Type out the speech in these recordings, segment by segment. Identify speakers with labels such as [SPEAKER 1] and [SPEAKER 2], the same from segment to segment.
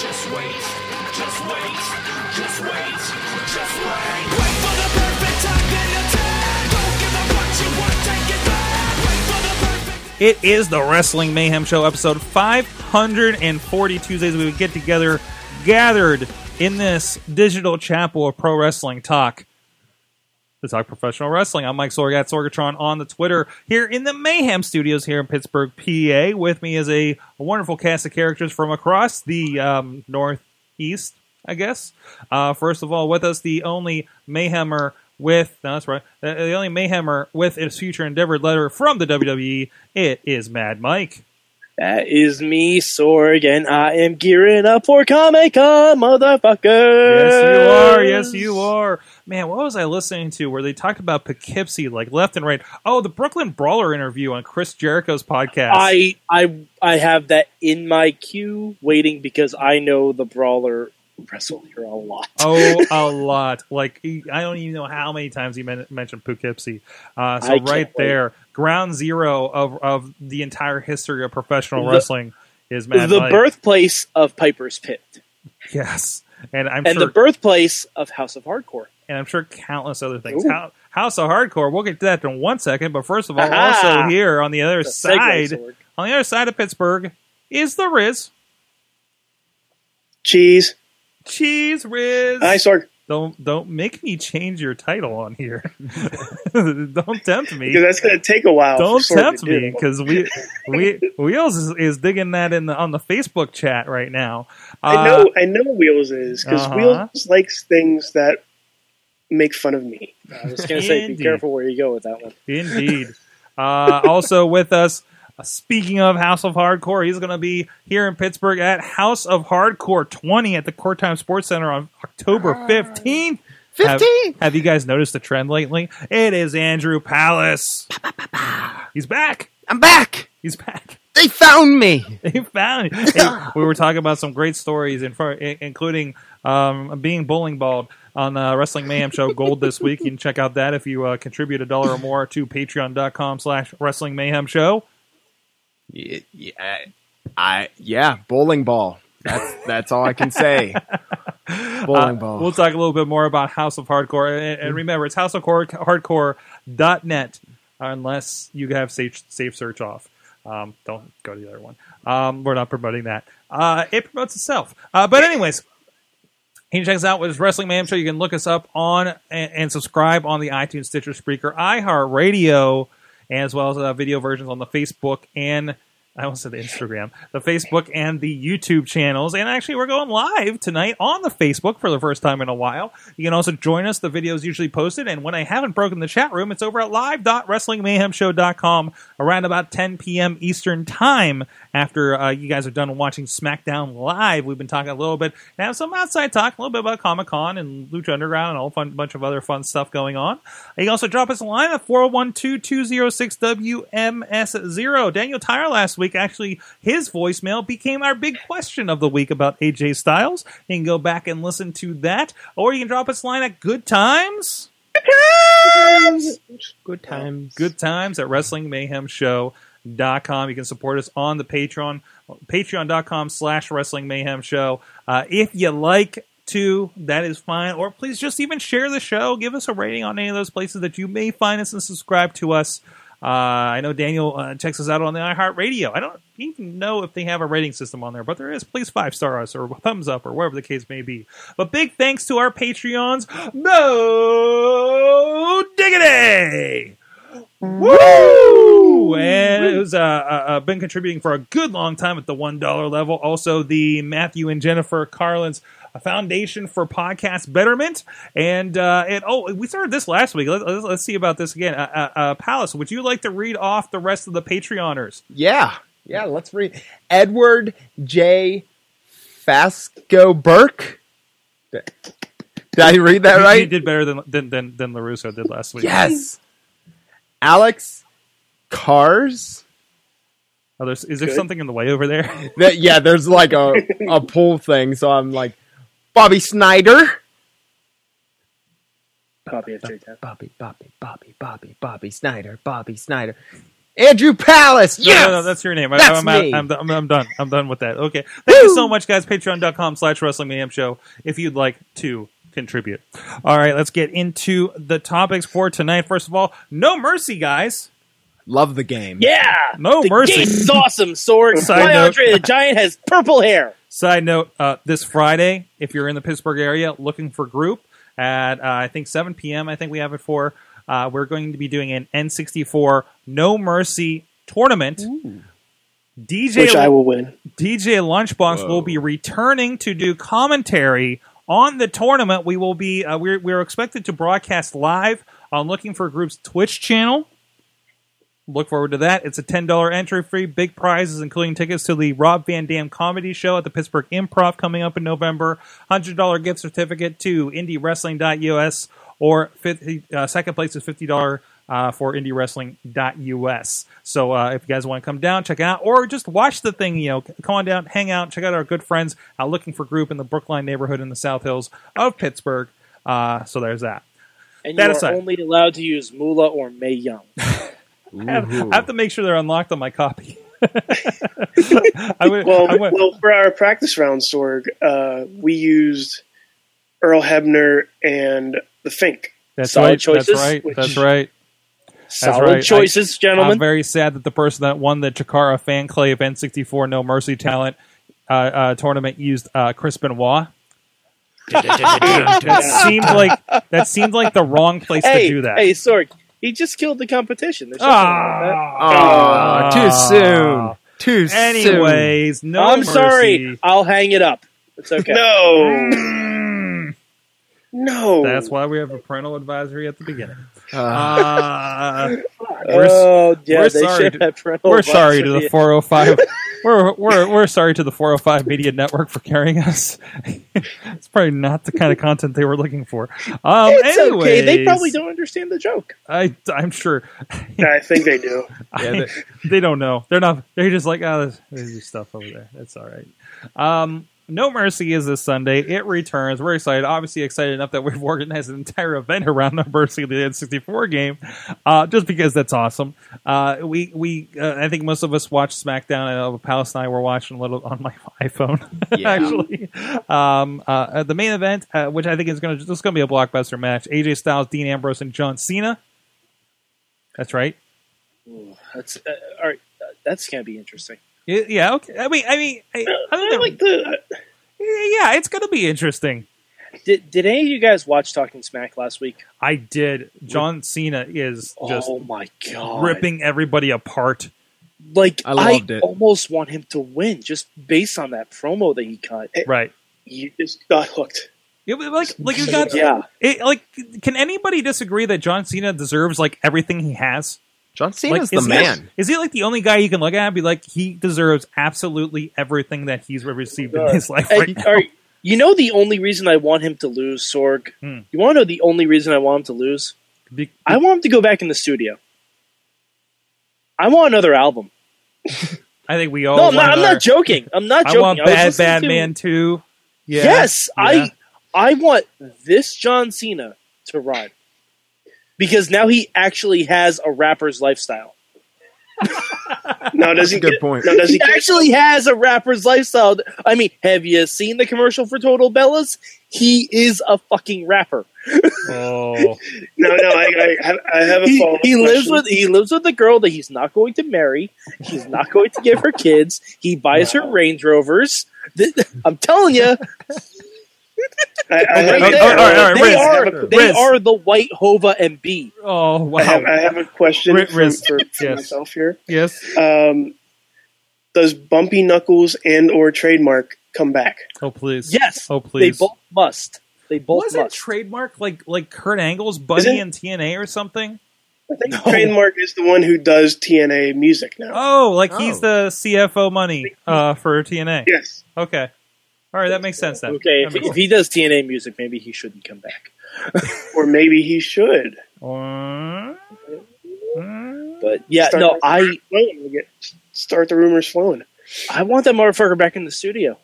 [SPEAKER 1] just wait, just wait, just wait, just wait. Wait for the perfect time, then attack. Don't give up what you want, take it back. Wait for the perfect.
[SPEAKER 2] It is the Wrestling Mayhem Show, episode 540 Tuesdays. We would get together, gathered in this digital chapel of pro wrestling talk. To talk professional wrestling. I'm Mike Sorg at Sorgatron on the Twitter here in the Mayhem Studios here in Pittsburgh, PA. With me is a wonderful cast of characters from across the um, northeast, I guess. Uh, first of all, with us the only Mayhemmer with no, that's right, Uh, the only Mayhemmer with its future endeavored letter from the WWE. It is Mad Mike.
[SPEAKER 3] That is me, Sorg, and I am gearing up for Comic Con, motherfucker.
[SPEAKER 2] Yes, you are. Yes, you are. Man, what was I listening to where they talked about Poughkeepsie like left and right? Oh, the Brooklyn Brawler interview on Chris Jericho's podcast.
[SPEAKER 3] I, I, I have that in my queue waiting because I know the brawler wrestled here a lot.
[SPEAKER 2] oh, a lot. Like he- I don't even know how many times he men- mentioned Poughkeepsie. Uh, so
[SPEAKER 3] I can't
[SPEAKER 2] right
[SPEAKER 3] wait.
[SPEAKER 2] there, ground zero of of the entire history of professional
[SPEAKER 3] The-
[SPEAKER 2] wrestling is Mad
[SPEAKER 3] the
[SPEAKER 2] Mike.
[SPEAKER 3] birthplace of Piper's Pit
[SPEAKER 2] Yes, and I'm
[SPEAKER 3] and
[SPEAKER 2] sure
[SPEAKER 3] the birthplace of House of Hardcore.
[SPEAKER 2] and I'm sure countless other things.
[SPEAKER 3] Ooh.
[SPEAKER 2] How, House of Hardcore. We'll get to that in one second. But first of all,
[SPEAKER 3] Aha!
[SPEAKER 2] also here on the other
[SPEAKER 3] The segue,
[SPEAKER 2] side,
[SPEAKER 3] Sorg.
[SPEAKER 2] on the other side of Pittsburgh, is the Riz.
[SPEAKER 3] Cheese.
[SPEAKER 2] Cheese Riz.
[SPEAKER 3] Hi, Sorg.
[SPEAKER 2] Don't don't make me change your title on here. don't tempt me.
[SPEAKER 3] Because that's going to take a
[SPEAKER 4] Oh,
[SPEAKER 3] while. for
[SPEAKER 2] don't
[SPEAKER 3] Sorg to
[SPEAKER 2] tempt
[SPEAKER 3] do
[SPEAKER 2] me
[SPEAKER 3] that.
[SPEAKER 2] because we we wheels is, is digging that in the, on the Facebook chat right now. Uh,
[SPEAKER 4] I know, I know Wheels is because
[SPEAKER 2] uh-huh.
[SPEAKER 4] Wheels likes things that make fun of me.
[SPEAKER 3] I was going to say, be
[SPEAKER 2] Indeed.
[SPEAKER 3] careful where you go with that one.
[SPEAKER 2] Indeed. Uh, also with us, uh, speaking of House of Hardcore, he's going to be here in Pittsburgh at House of Hardcore 20 at the Court Time Sports Center on October 15th. 15th? Have, have you guys noticed the trend lately? It is Andrew Palace. He's back.
[SPEAKER 5] I'm back.
[SPEAKER 2] He's back.
[SPEAKER 5] They found me.
[SPEAKER 2] They found it. Hey, we were talking about some great stories, in front, in- including um, being bowling balled on the Wrestling Mayhem Show Gold this week. You can check out that if you uh, contribute a dollar or more to patreon.com slash Wrestling Mayhem Show.
[SPEAKER 5] Yeah, uh, I yeah, bowling ball. That's that's all I can say. bowling
[SPEAKER 2] Uh,
[SPEAKER 5] ball.
[SPEAKER 2] We'll talk a little bit more about House of Hardcore. And, and remember, it's House of Hard- hardcore.net unless you have safe, safe search off. Um, don't go to the other one. Um, we're not promoting that. Uh, it promotes itself. Uh, but, anyways, you can check us out with Wrestling Mayhem Show. You can look us up on and, and subscribe on the iTunes, Stitcher, Spreaker, iHeartRadio, as well as uh, video versions on the Facebook and I almost said the Instagram, the Facebook and the YouTube channels. And actually, we're going live tonight on the Facebook for the first time in a while. You can also join us. The video is usually posted. And when I haven't broken the chat room, it's over at live.wrestlingmayhemshow.com around about 10 p.m. Eastern Time after uh, you guys are done watching SmackDown Live. We've been talking a little bit and have some outside talk, a little bit about Comic Con and Lucha Underground and a whole fun, bunch of other fun stuff going on. You can also drop us a line at oh 412 206 WMS0. Daniel Tyre last week, actually, his voicemail became our big question of the week about AJ Styles. You can go back and listen to that, or you can drop us a line at Good Times.
[SPEAKER 5] good times.
[SPEAKER 2] Good times at WrestlingMayhemShow.com. You can support us on the Patreon, patreon.com slash Wrestling Mayhem Show. Uh, if you like to, that is fine. Or please just even share the show. Give us a rating on any of those places that you may find us and subscribe to us. Uh, I know Daniel uh, checks us out on the iHeartRadio. I don't even know if they have a rating system on there, but there is. Please five star us or thumbs up or whatever the case may be. But big thanks to our Patreons. No diggity! Woo! And it was uh, uh, uh, been contributing for a good long time at the one dollar level. Also, the Matthew and Jennifer Carlin's Foundation for Podcast Betterment, and uh, and oh, we started this last week. Let, let's, let's see about this again. Uh, uh, uh, Palace, would you like to read off the rest of the Patreoners?
[SPEAKER 5] Yeah. Yeah, let's read Edward J. Fasco Burke. Did I read that
[SPEAKER 2] You-
[SPEAKER 5] right?
[SPEAKER 2] You did better than than than, than Larusso did last week.
[SPEAKER 5] Yes. Alex Cars
[SPEAKER 2] Are there, Oh, is there
[SPEAKER 4] Good.
[SPEAKER 2] something in the way over there?
[SPEAKER 5] That- yeah, there's like a, a pull thing, so I'm like, Bobby Snyder.
[SPEAKER 3] Copy after that.
[SPEAKER 5] Bobby, Bobby, Bobby, Bobby, Bobby Snyder, Bobby Snyder. Andrew Palace.
[SPEAKER 2] No,
[SPEAKER 5] Yes!
[SPEAKER 2] no, no, that's your name. I,
[SPEAKER 5] That's
[SPEAKER 2] I'm, out.
[SPEAKER 5] me.
[SPEAKER 2] I'm, I'm, I'm done. I'm done with that. Okay. Thank you so much, guys. Patreon.com slash Wrestling Mayhem Show if you'd like to contribute. All right, let's get into the topics for tonight. First of all, no mercy, guys.
[SPEAKER 5] Love the game.
[SPEAKER 3] Yeah,
[SPEAKER 2] No
[SPEAKER 3] the
[SPEAKER 2] mercy.
[SPEAKER 3] game is awesome. Sword.
[SPEAKER 2] Side
[SPEAKER 3] Why
[SPEAKER 2] note.
[SPEAKER 3] Andre the Giant has purple hair?
[SPEAKER 2] Side note: uh, This Friday, if you're in the Pittsburgh area looking for group at uh, I think 7 p.m. I think we have it for. Uh, we're going to be doing an N64 No Mercy tournament. DJ
[SPEAKER 4] which I will win.
[SPEAKER 2] DJ Lunchbox will be returning to do commentary on the tournament. We will be uh, we're, we're expected to broadcast live on Looking for Group's Twitch channel. Look forward to that. It's a ten dollar entry fee, big prizes, including tickets to the Rob Van Dam comedy show at the Pittsburgh Improv coming up in November. Hundred dollar gift certificate to IndieWrestling.us or 50, uh, second place is fifty dollar uh, for IndieWrestling.us. So uh, if you guys want to come down, check it out, or just watch the thing. You know, come on down, hang out, check out our good friends out looking for group in the Brookline neighborhood in the South Hills of Pittsburgh. Uh, so there's that.
[SPEAKER 3] And
[SPEAKER 2] That
[SPEAKER 3] you are
[SPEAKER 2] aside.
[SPEAKER 3] only allowed to use Moolah or May Young.
[SPEAKER 2] I have, I have to make sure they're unlocked on my copy. I would,
[SPEAKER 4] Well,
[SPEAKER 2] I would-
[SPEAKER 4] well, for our practice round, Sorg, uh, we used Earl Hebner and the Fink.
[SPEAKER 2] that's
[SPEAKER 3] solid
[SPEAKER 2] right.
[SPEAKER 3] choices,
[SPEAKER 2] That's right.
[SPEAKER 4] which-
[SPEAKER 2] That's right.
[SPEAKER 3] Solid
[SPEAKER 2] right. I-
[SPEAKER 3] choices,
[SPEAKER 2] I'm
[SPEAKER 3] gentlemen.
[SPEAKER 2] very sad that the person that won the Chikara Fanclave N64 No Mercy Talent uh, uh, tournament used uh, Chris Benoit. that seemed like that seemed like the wrong place
[SPEAKER 3] hey,
[SPEAKER 2] to do that.
[SPEAKER 3] hey, Sorg, he just killed the competition. There's something wrong with
[SPEAKER 2] Ah.
[SPEAKER 3] that.
[SPEAKER 5] Aw, Ah, too soon. Too soon.
[SPEAKER 2] Anyways, Ah, no.
[SPEAKER 3] I'm
[SPEAKER 2] mercy.
[SPEAKER 3] sorry. I'll hang it up. It's okay.
[SPEAKER 4] No, no,
[SPEAKER 2] That's why we have a parental advisory at the beginning.
[SPEAKER 5] Uh,
[SPEAKER 2] Uh, we're s-
[SPEAKER 3] Oh, yeah,
[SPEAKER 2] we're
[SPEAKER 3] they
[SPEAKER 2] sorry
[SPEAKER 3] should
[SPEAKER 2] to-
[SPEAKER 3] have parental
[SPEAKER 2] we're sorry to the
[SPEAKER 3] advisory.
[SPEAKER 2] 405 we're, we're, we're sorry to the 405 media network for carrying us it's probably not the kind of content they were looking for um
[SPEAKER 3] It's okay. They
[SPEAKER 2] anyways,
[SPEAKER 3] probably don't understand the joke.
[SPEAKER 2] I, i'm sure
[SPEAKER 4] I think they do.
[SPEAKER 5] yeah,
[SPEAKER 2] I- they don't know they're not they're just like oh there's, there's just stuff over there that's all right um no mercy is this sunday it returns we're excited obviously excited enough that we've organized an entire event around no mercy the n64 game uh, just because that's awesome. Uh, we we uh, I think most of us watched SmackDown. I know Palace and I were watching a little on my iPhone
[SPEAKER 5] Yeah.
[SPEAKER 2] actually. Um, uh, at the main event, uh, which I think is going to this is going to be a blockbuster match: AJ Styles, Dean Ambrose, and John Cena. That's right.
[SPEAKER 3] That's uh, all right. uh, That's gonna be interesting.
[SPEAKER 2] Y- Yeah. Okay. I mean, I mean, I, other
[SPEAKER 4] I
[SPEAKER 2] than-
[SPEAKER 4] like the
[SPEAKER 2] yeah, it's going to be interesting.
[SPEAKER 3] uh, Did, did any of you guys watch Talking Smack last week?
[SPEAKER 2] I did. John Cena is just
[SPEAKER 3] oh my god!
[SPEAKER 2] ripping everybody apart.
[SPEAKER 3] Like
[SPEAKER 5] I
[SPEAKER 3] I,
[SPEAKER 5] loved it.
[SPEAKER 3] almost want him to win just based on that promo that he cut.
[SPEAKER 2] Right.
[SPEAKER 4] you just got hooked.
[SPEAKER 2] It was like like you got
[SPEAKER 3] Yeah,
[SPEAKER 2] It, like, can anybody disagree that John Cena deserves like everything he has?
[SPEAKER 5] John
[SPEAKER 2] Like,
[SPEAKER 5] Cena's the
[SPEAKER 2] is
[SPEAKER 5] man.
[SPEAKER 2] He, is he like the only guy you can look at and be like, he deserves absolutely everything that he's received in his life right
[SPEAKER 3] And-
[SPEAKER 2] now?
[SPEAKER 3] all right, you know the only reason I want him to lose, Sorg.
[SPEAKER 2] Hmm.
[SPEAKER 3] You want to know the only reason I want him to lose?
[SPEAKER 2] Be-
[SPEAKER 3] I want him to go back in the studio. I want another album.
[SPEAKER 2] I think we all.
[SPEAKER 3] no, I'm
[SPEAKER 2] want
[SPEAKER 3] not, I'm
[SPEAKER 2] another-
[SPEAKER 3] not joking. I'm not
[SPEAKER 2] Oh I
[SPEAKER 3] joking.
[SPEAKER 2] want
[SPEAKER 3] was
[SPEAKER 2] Bad
[SPEAKER 3] listening
[SPEAKER 2] Bad
[SPEAKER 3] to-
[SPEAKER 2] Man Two. Yeah.
[SPEAKER 3] Yes,
[SPEAKER 2] Yeah.
[SPEAKER 3] I I want this John Cena to run because now he actually has a rapper's lifestyle.
[SPEAKER 4] No, does he
[SPEAKER 5] Good
[SPEAKER 4] get,
[SPEAKER 5] point.
[SPEAKER 4] No, does he
[SPEAKER 3] He
[SPEAKER 4] get,
[SPEAKER 3] actually has a rapper's lifestyle. I mean, have you seen the commercial for Total Bellas? He is a fucking rapper.
[SPEAKER 2] Oh,
[SPEAKER 4] no, no. I, I, have- I have a
[SPEAKER 3] He,
[SPEAKER 4] follow-up
[SPEAKER 3] he lives
[SPEAKER 4] question.
[SPEAKER 3] with he lives with a girl that he's not going to marry. He's not going to give her kids. He buys her Range Rovers. Th- I'm telling you,
[SPEAKER 4] I, I have
[SPEAKER 3] right
[SPEAKER 4] a-
[SPEAKER 3] there.
[SPEAKER 2] all right, all right,
[SPEAKER 3] they
[SPEAKER 2] Riz,
[SPEAKER 3] are they
[SPEAKER 2] Riz.
[SPEAKER 3] are the white Hova and B.
[SPEAKER 2] oh,
[SPEAKER 4] I have,
[SPEAKER 2] wow.
[SPEAKER 4] I have a question
[SPEAKER 2] Ri-
[SPEAKER 4] for,
[SPEAKER 2] Riz,
[SPEAKER 4] for, for
[SPEAKER 2] yes.
[SPEAKER 4] myself here.
[SPEAKER 2] Yes.
[SPEAKER 4] Um, does Bumpy Knuckles and or trademark come back?
[SPEAKER 2] Oh, please.
[SPEAKER 3] Yes,
[SPEAKER 2] Oh, please.
[SPEAKER 3] They both must. They both
[SPEAKER 2] Wasn't
[SPEAKER 3] must.
[SPEAKER 2] trademark like like Kurt Angle's buddy
[SPEAKER 4] Isn't-
[SPEAKER 2] in TNA or something?
[SPEAKER 4] I think trademark is the one who does TNA music now.
[SPEAKER 2] Oh, like he's
[SPEAKER 5] Oh.
[SPEAKER 2] the CFO money uh, for TNA.
[SPEAKER 4] Yes,
[SPEAKER 2] Okay. All right, that makes sense then.
[SPEAKER 3] okay,
[SPEAKER 2] That
[SPEAKER 3] if,
[SPEAKER 2] makes
[SPEAKER 3] if he does TNA music, maybe he shouldn't come back.
[SPEAKER 4] or maybe he should.
[SPEAKER 2] sense. Uh,
[SPEAKER 3] But yeah,
[SPEAKER 4] Start
[SPEAKER 3] no,
[SPEAKER 4] with-
[SPEAKER 3] I
[SPEAKER 4] Well, I'm gonna get- start the rumors flowing.
[SPEAKER 3] I want that motherfucker back in the studio.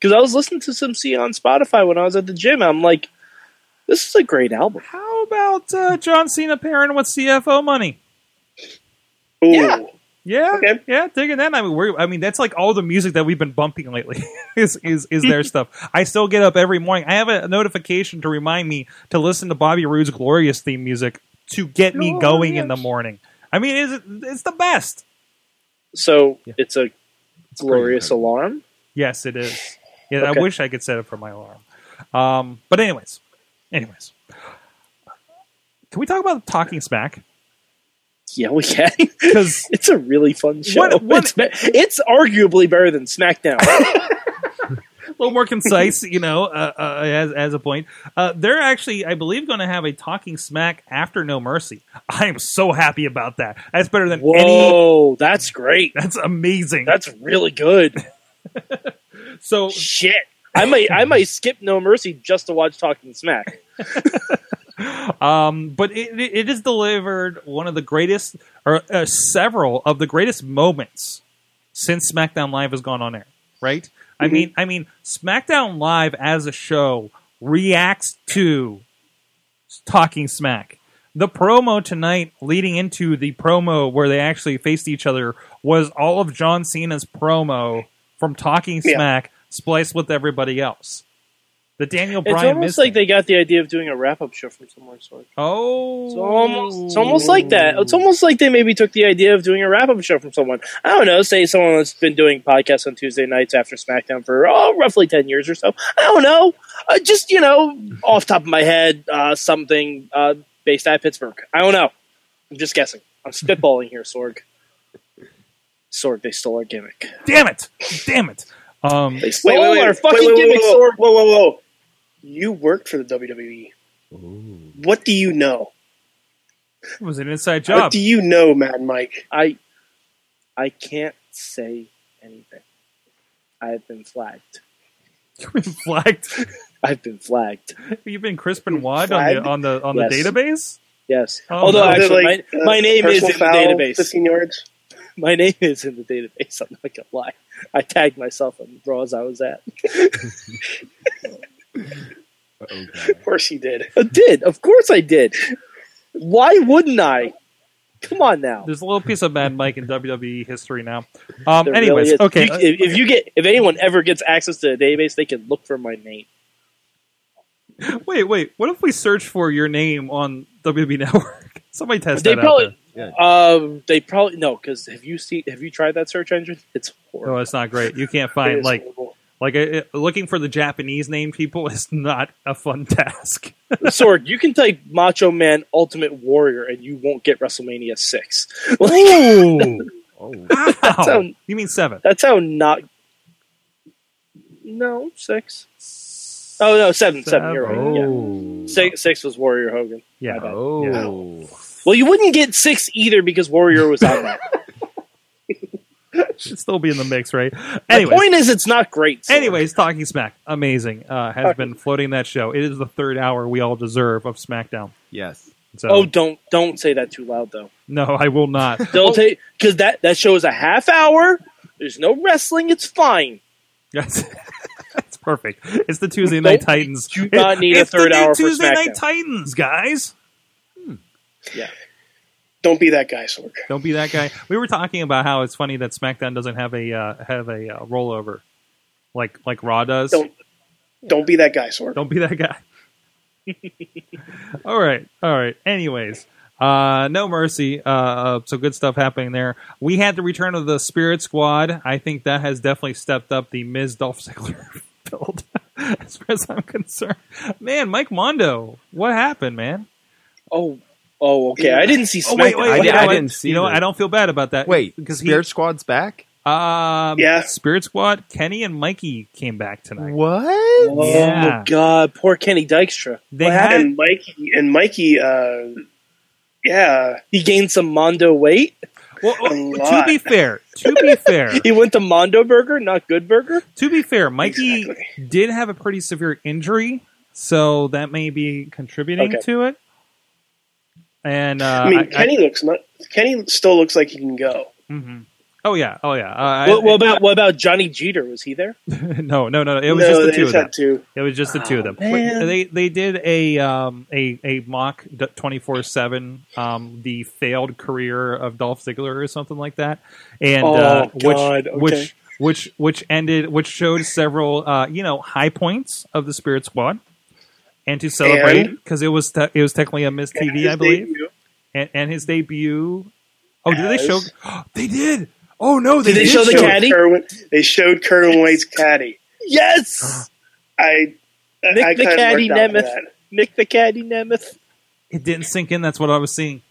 [SPEAKER 3] Because I was listening to some C on Spotify when I was at the gym. I'm like, this is a great album.
[SPEAKER 2] How about uh, John Cena pairing with CFO money?
[SPEAKER 4] Ooh,
[SPEAKER 3] Yeah.
[SPEAKER 2] Yeah,
[SPEAKER 4] Okay.
[SPEAKER 2] yeah, digging that. I mean, we're, I mean, that's like all the music that we've been bumping lately is is is their stuff. I still get up every morning. I have a notification to remind me to listen to Bobby Roode's glorious theme music to get me going in the morning. I mean, is it's the best?
[SPEAKER 3] So
[SPEAKER 2] Yeah.
[SPEAKER 3] it's a glorious alarm.
[SPEAKER 2] Yes, it is. Yeah,
[SPEAKER 3] Okay.
[SPEAKER 2] I wish I could set it for my alarm. Um, but anyways, anyways, can we talk about talking smack?
[SPEAKER 3] Yeah, we can.
[SPEAKER 2] Because
[SPEAKER 3] it's a really fun show.
[SPEAKER 2] What- what-
[SPEAKER 3] it's, be- it's arguably better than SmackDown.
[SPEAKER 2] a little more concise, you know, uh, uh, as as a point. Uh, they're actually, I believe, going to have a talking smack after No Mercy. I am so happy about that. That's better than any.
[SPEAKER 3] Whoa, that's great.
[SPEAKER 2] That's amazing.
[SPEAKER 3] That's really good.
[SPEAKER 2] so
[SPEAKER 3] Shit. I might I might skip No Mercy just to watch Talking Smack.
[SPEAKER 2] um, but it, it it is delivered one of the greatest, or uh, several of the greatest moments since SmackDown Live has gone on air. Right? I
[SPEAKER 3] Mm-hmm.
[SPEAKER 2] mean, I mean, SmackDown Live as a show reacts to talking smack. The promo tonight, leading into the promo where they actually faced each other, was all of John Cena's promo from Talking
[SPEAKER 4] Yeah.
[SPEAKER 2] Smack spliced with everybody else. The Daniel
[SPEAKER 3] It's
[SPEAKER 2] Bryan
[SPEAKER 3] almost
[SPEAKER 2] missing.
[SPEAKER 3] like they got the idea of doing a wrap up show from somewhere. Sort.
[SPEAKER 2] Oh,
[SPEAKER 3] It's almost it's almost like that. It's almost like they maybe took the idea of doing a wrap up show from someone. I don't know, say someone that's been doing podcasts on Tuesday nights after SmackDown for oh, roughly ten years or so. I don't know. Uh, just you know, off the top of my head, uh, something uh, based out of Pittsburgh. I don't know. I'm just guessing. I'm spitballing here, Sorg. Sorg, they stole our gimmick.
[SPEAKER 2] damn it, damn it. Um,
[SPEAKER 3] They stole our fucking
[SPEAKER 4] wait, wait,
[SPEAKER 3] gimmick,
[SPEAKER 4] whoa,
[SPEAKER 3] Sorg.
[SPEAKER 4] Whoa, whoa, whoa! You worked for the WWE. What do you know?
[SPEAKER 2] it was an inside
[SPEAKER 4] What
[SPEAKER 2] job.
[SPEAKER 4] do you know, Matt and Mike?
[SPEAKER 3] I I can't say anything. I've been flagged.
[SPEAKER 2] You've been flagged.
[SPEAKER 3] I've been flagged.
[SPEAKER 2] You've been Crispin Wad on the
[SPEAKER 4] flagged?
[SPEAKER 2] on the on the
[SPEAKER 3] Yes.
[SPEAKER 2] database.
[SPEAKER 3] Yes.
[SPEAKER 2] Oh,
[SPEAKER 3] Although
[SPEAKER 2] no.
[SPEAKER 3] actually,
[SPEAKER 4] Like,
[SPEAKER 3] my,
[SPEAKER 4] uh,
[SPEAKER 3] my name is in
[SPEAKER 4] personal
[SPEAKER 3] the
[SPEAKER 4] foul,
[SPEAKER 3] database.
[SPEAKER 4] Fifteen yards.
[SPEAKER 3] My name is in the database. I'm not gonna lie. I tagged myself on the bras I was at.
[SPEAKER 4] Of course he did.
[SPEAKER 3] I did. Of course I did. Why wouldn't I? Come on now.
[SPEAKER 2] There's a little piece of Mad Mike in WWE history now. Um,
[SPEAKER 3] There really
[SPEAKER 2] anyways,
[SPEAKER 3] is.
[SPEAKER 2] okay.
[SPEAKER 3] You- if, if you get, if anyone ever gets access to the database, they can look for my name.
[SPEAKER 2] uh, wait, wait. What if we search for your name on WWE Network? Somebody test
[SPEAKER 3] They
[SPEAKER 2] that out.
[SPEAKER 3] probably,
[SPEAKER 5] there.
[SPEAKER 3] um, they probably no, because have you seen? Have you tried that search engine? It's
[SPEAKER 2] there.
[SPEAKER 3] horrible.
[SPEAKER 2] Oh, it's not great. You can't
[SPEAKER 4] It
[SPEAKER 2] find
[SPEAKER 4] is
[SPEAKER 2] like
[SPEAKER 4] horrible.
[SPEAKER 2] like uh, uh, looking for the Japanese name people is not a fun task.
[SPEAKER 3] Sorg, you can type Macho Man Ultimate Warrior and you won't get WrestleMania six. Like,
[SPEAKER 2] Ooh,
[SPEAKER 5] Oh,
[SPEAKER 2] wow.
[SPEAKER 3] sound-
[SPEAKER 2] You mean seven?
[SPEAKER 3] that's how not. No six. Oh no, seven, seven. You're right. Yeah.
[SPEAKER 5] oh,
[SPEAKER 3] Six, six was Warrior Hogan.
[SPEAKER 2] Yeah.
[SPEAKER 5] oh.
[SPEAKER 3] Well, you wouldn't get six either because Warrior was on that.
[SPEAKER 2] should still be in the mix, right?
[SPEAKER 3] The
[SPEAKER 2] Anyways,
[SPEAKER 3] point is, it's not great. Sorg.
[SPEAKER 2] anyways, talking smack, amazing. Uh, has been floating that show. It is the third hour we all deserve of SmackDown.
[SPEAKER 5] yes.
[SPEAKER 2] So
[SPEAKER 3] Oh, don't don't say that too loud though.
[SPEAKER 2] no, I will not.
[SPEAKER 3] They'll take because that that show is a half hour. There's no wrestling. It's fine.
[SPEAKER 2] Yes. It's perfect. It's the Tuesday Night
[SPEAKER 3] Nope,
[SPEAKER 2] Titans.
[SPEAKER 3] do not need a
[SPEAKER 2] it's
[SPEAKER 3] third
[SPEAKER 2] the new
[SPEAKER 3] hour for
[SPEAKER 2] Tuesday Night
[SPEAKER 3] SmackDown.
[SPEAKER 2] Titans, guys.
[SPEAKER 4] Don't be that guy, Sorg.
[SPEAKER 2] Don't be that guy. We were talking about how it's funny that SmackDown doesn't have a uh, have a uh, rollover like like Raw does.
[SPEAKER 4] Don't don't be that guy, Sorg.
[SPEAKER 2] Don't be that guy. all right, all right. Anyways, uh, no mercy. Uh, uh, so good stuff happening there. We had the return of the Spirit Squad. I think that has definitely stepped up the Miz Dolph Ziggler build, as far as I'm concerned. Man, Mike Mondo, what happened, man?
[SPEAKER 3] Oh, oh, okay. I didn't see. SmackDown.
[SPEAKER 5] wait, I
[SPEAKER 2] you
[SPEAKER 5] did-
[SPEAKER 2] know
[SPEAKER 5] I
[SPEAKER 2] what?
[SPEAKER 5] didn't see
[SPEAKER 2] You know, what?
[SPEAKER 5] that.
[SPEAKER 2] I don't feel bad about that.
[SPEAKER 5] Wait,
[SPEAKER 2] because he,
[SPEAKER 5] Spirit Squad's back?
[SPEAKER 2] um,
[SPEAKER 4] Yeah.
[SPEAKER 2] Spirit Squad, Kenny and Mikey came back tonight.
[SPEAKER 5] What?
[SPEAKER 3] Oh
[SPEAKER 2] Yeah.
[SPEAKER 3] God, poor Kenny Dykstra.
[SPEAKER 2] They
[SPEAKER 3] What
[SPEAKER 2] had-
[SPEAKER 3] happened?
[SPEAKER 4] And Mikey and Mikey. Uh, yeah,
[SPEAKER 3] He gained some Mondo weight.
[SPEAKER 2] Well,
[SPEAKER 4] A
[SPEAKER 2] to
[SPEAKER 4] lot.
[SPEAKER 2] be fair, to be fair,
[SPEAKER 3] He went to Mondo Burger, not Good Burger.
[SPEAKER 2] To be fair, Mikey
[SPEAKER 4] Exactly.
[SPEAKER 2] did have a pretty severe injury, so that may be contributing
[SPEAKER 4] Okay.
[SPEAKER 2] to it. And uh,
[SPEAKER 4] I mean
[SPEAKER 2] I- I-
[SPEAKER 4] Kenny looks not. Kenny still looks like he can go.
[SPEAKER 2] mhm. Oh yeah, oh yeah. Uh, I-
[SPEAKER 3] what, what about what about Johnny Jeter? Was he there?
[SPEAKER 2] no, no, no. It was
[SPEAKER 4] no,
[SPEAKER 2] just the
[SPEAKER 4] they
[SPEAKER 2] two of them.
[SPEAKER 4] had two.
[SPEAKER 2] It was just the two of them.
[SPEAKER 3] man.
[SPEAKER 2] They they did a um a a mock twenty four seven um the failed career of Dolph Ziggler or something like that, and
[SPEAKER 4] Oh,
[SPEAKER 2] uh, which
[SPEAKER 4] God, okay.
[SPEAKER 2] which which which ended which showed several uh you know high points of the Spirit Squad, and to celebrate because it was te- it was technically a Miss TV I
[SPEAKER 4] His
[SPEAKER 2] believe,
[SPEAKER 4] debut.
[SPEAKER 2] and, and his debut. Oh, did they show?
[SPEAKER 4] Yes.
[SPEAKER 2] they did. Oh no, they
[SPEAKER 3] Did they
[SPEAKER 2] did
[SPEAKER 3] show the
[SPEAKER 4] Showed
[SPEAKER 3] cat? caddy?
[SPEAKER 4] Kerwin, they showed Kerwin White's caddy.
[SPEAKER 3] Yes,
[SPEAKER 4] I,
[SPEAKER 3] Nick
[SPEAKER 4] I
[SPEAKER 3] the
[SPEAKER 4] kinda
[SPEAKER 3] caddy
[SPEAKER 4] worked out for
[SPEAKER 3] Nemeth.
[SPEAKER 4] that.
[SPEAKER 3] Nick the Caddy Nemeth.
[SPEAKER 2] It didn't sink in. That's what I was seeing.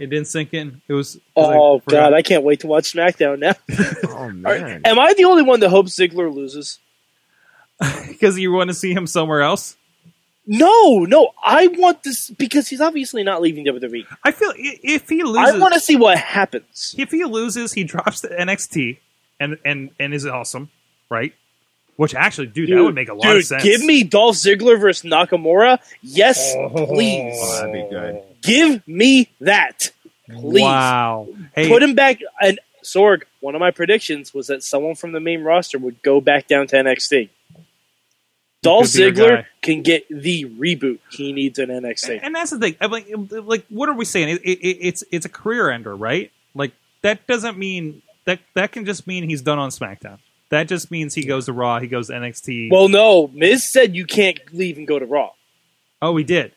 [SPEAKER 2] It didn't sink in. It was. 'cause I
[SPEAKER 3] Oh
[SPEAKER 2] forgot.
[SPEAKER 3] God, I can't wait to watch SmackDown now.
[SPEAKER 5] Oh man.
[SPEAKER 3] Am I the only one that hopes Ziggler loses?
[SPEAKER 2] because you want to see him somewhere else.
[SPEAKER 3] No, no, I want this because he's obviously not leaving WWE.
[SPEAKER 2] I feel i- if he loses,
[SPEAKER 3] I want to see what happens.
[SPEAKER 2] if he loses, he drops the NXT and and and is awesome, right? Which actually, dude, that would make a lot
[SPEAKER 3] dude,
[SPEAKER 2] of sense.
[SPEAKER 3] Give me Dolph Ziggler versus Nakamura. Yes,
[SPEAKER 2] Oh.
[SPEAKER 3] please.
[SPEAKER 5] Oh, that'd be good.
[SPEAKER 3] Give me that. Please.
[SPEAKER 2] wow. Hey,
[SPEAKER 3] Put him back. And Sorg, one of my predictions was that someone from the main roster would go back down to NXT. Dolph
[SPEAKER 2] could be your
[SPEAKER 3] Ziggler
[SPEAKER 2] guy.
[SPEAKER 3] can get the reboot he needs in NXT.
[SPEAKER 2] and that's the thing. I'm like, like, what are we saying? It, it, it's it's a career ender, right? Like that doesn't mean that that can just mean he's done on SmackDown. That just means he goes to Raw, he goes to NXT.
[SPEAKER 3] Well, no, Miz said you can't leave and go to Raw,
[SPEAKER 2] oh, he did.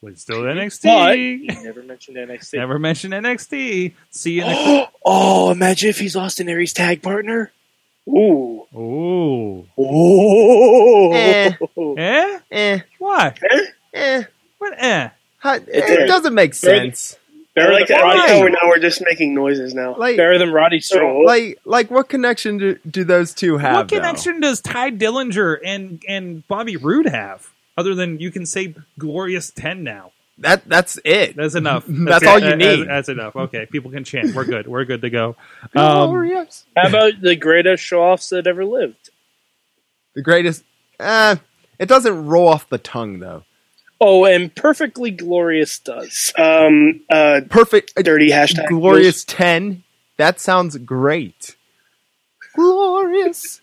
[SPEAKER 2] Well, he's still at
[SPEAKER 3] but he
[SPEAKER 2] NXT.
[SPEAKER 3] never mentioned NXT.
[SPEAKER 2] Never mentioned NXT. See you. next
[SPEAKER 3] oh, imagine if he's Austin Aries' tag partner.
[SPEAKER 4] Ooh,
[SPEAKER 2] Ooh.
[SPEAKER 3] Oh,
[SPEAKER 5] Eh.
[SPEAKER 2] Eh?
[SPEAKER 5] Eh,
[SPEAKER 2] Why?
[SPEAKER 5] eh,
[SPEAKER 2] What? Eh.
[SPEAKER 5] huh, it, it doesn't make sense.
[SPEAKER 4] I like that. I like how
[SPEAKER 5] Why?
[SPEAKER 4] we're now we're just making noises now.
[SPEAKER 5] Like,
[SPEAKER 3] better than Roddy Strong.
[SPEAKER 5] like, like, what connection do, do those two have?
[SPEAKER 2] What
[SPEAKER 5] though?
[SPEAKER 2] connection does Ty Dillinger and and Bobby Roode have? Other than you can say glorious ten now.
[SPEAKER 5] That that's it.
[SPEAKER 2] That's enough.
[SPEAKER 5] That's
[SPEAKER 2] it.
[SPEAKER 5] all you
[SPEAKER 2] That-
[SPEAKER 5] need.
[SPEAKER 2] That's, that's enough. Okay, people can chant. We're good. We're good to go. Um,
[SPEAKER 5] Glorious.
[SPEAKER 3] How about the greatest show-offs that ever lived?
[SPEAKER 5] the greatest. Uh, it doesn't roll off the tongue though.
[SPEAKER 3] Oh, and perfectly glorious does.
[SPEAKER 4] Um, uh,
[SPEAKER 5] Perfect. uh,
[SPEAKER 4] dirty hashtag
[SPEAKER 5] glorious ten. That sounds great. Glorious.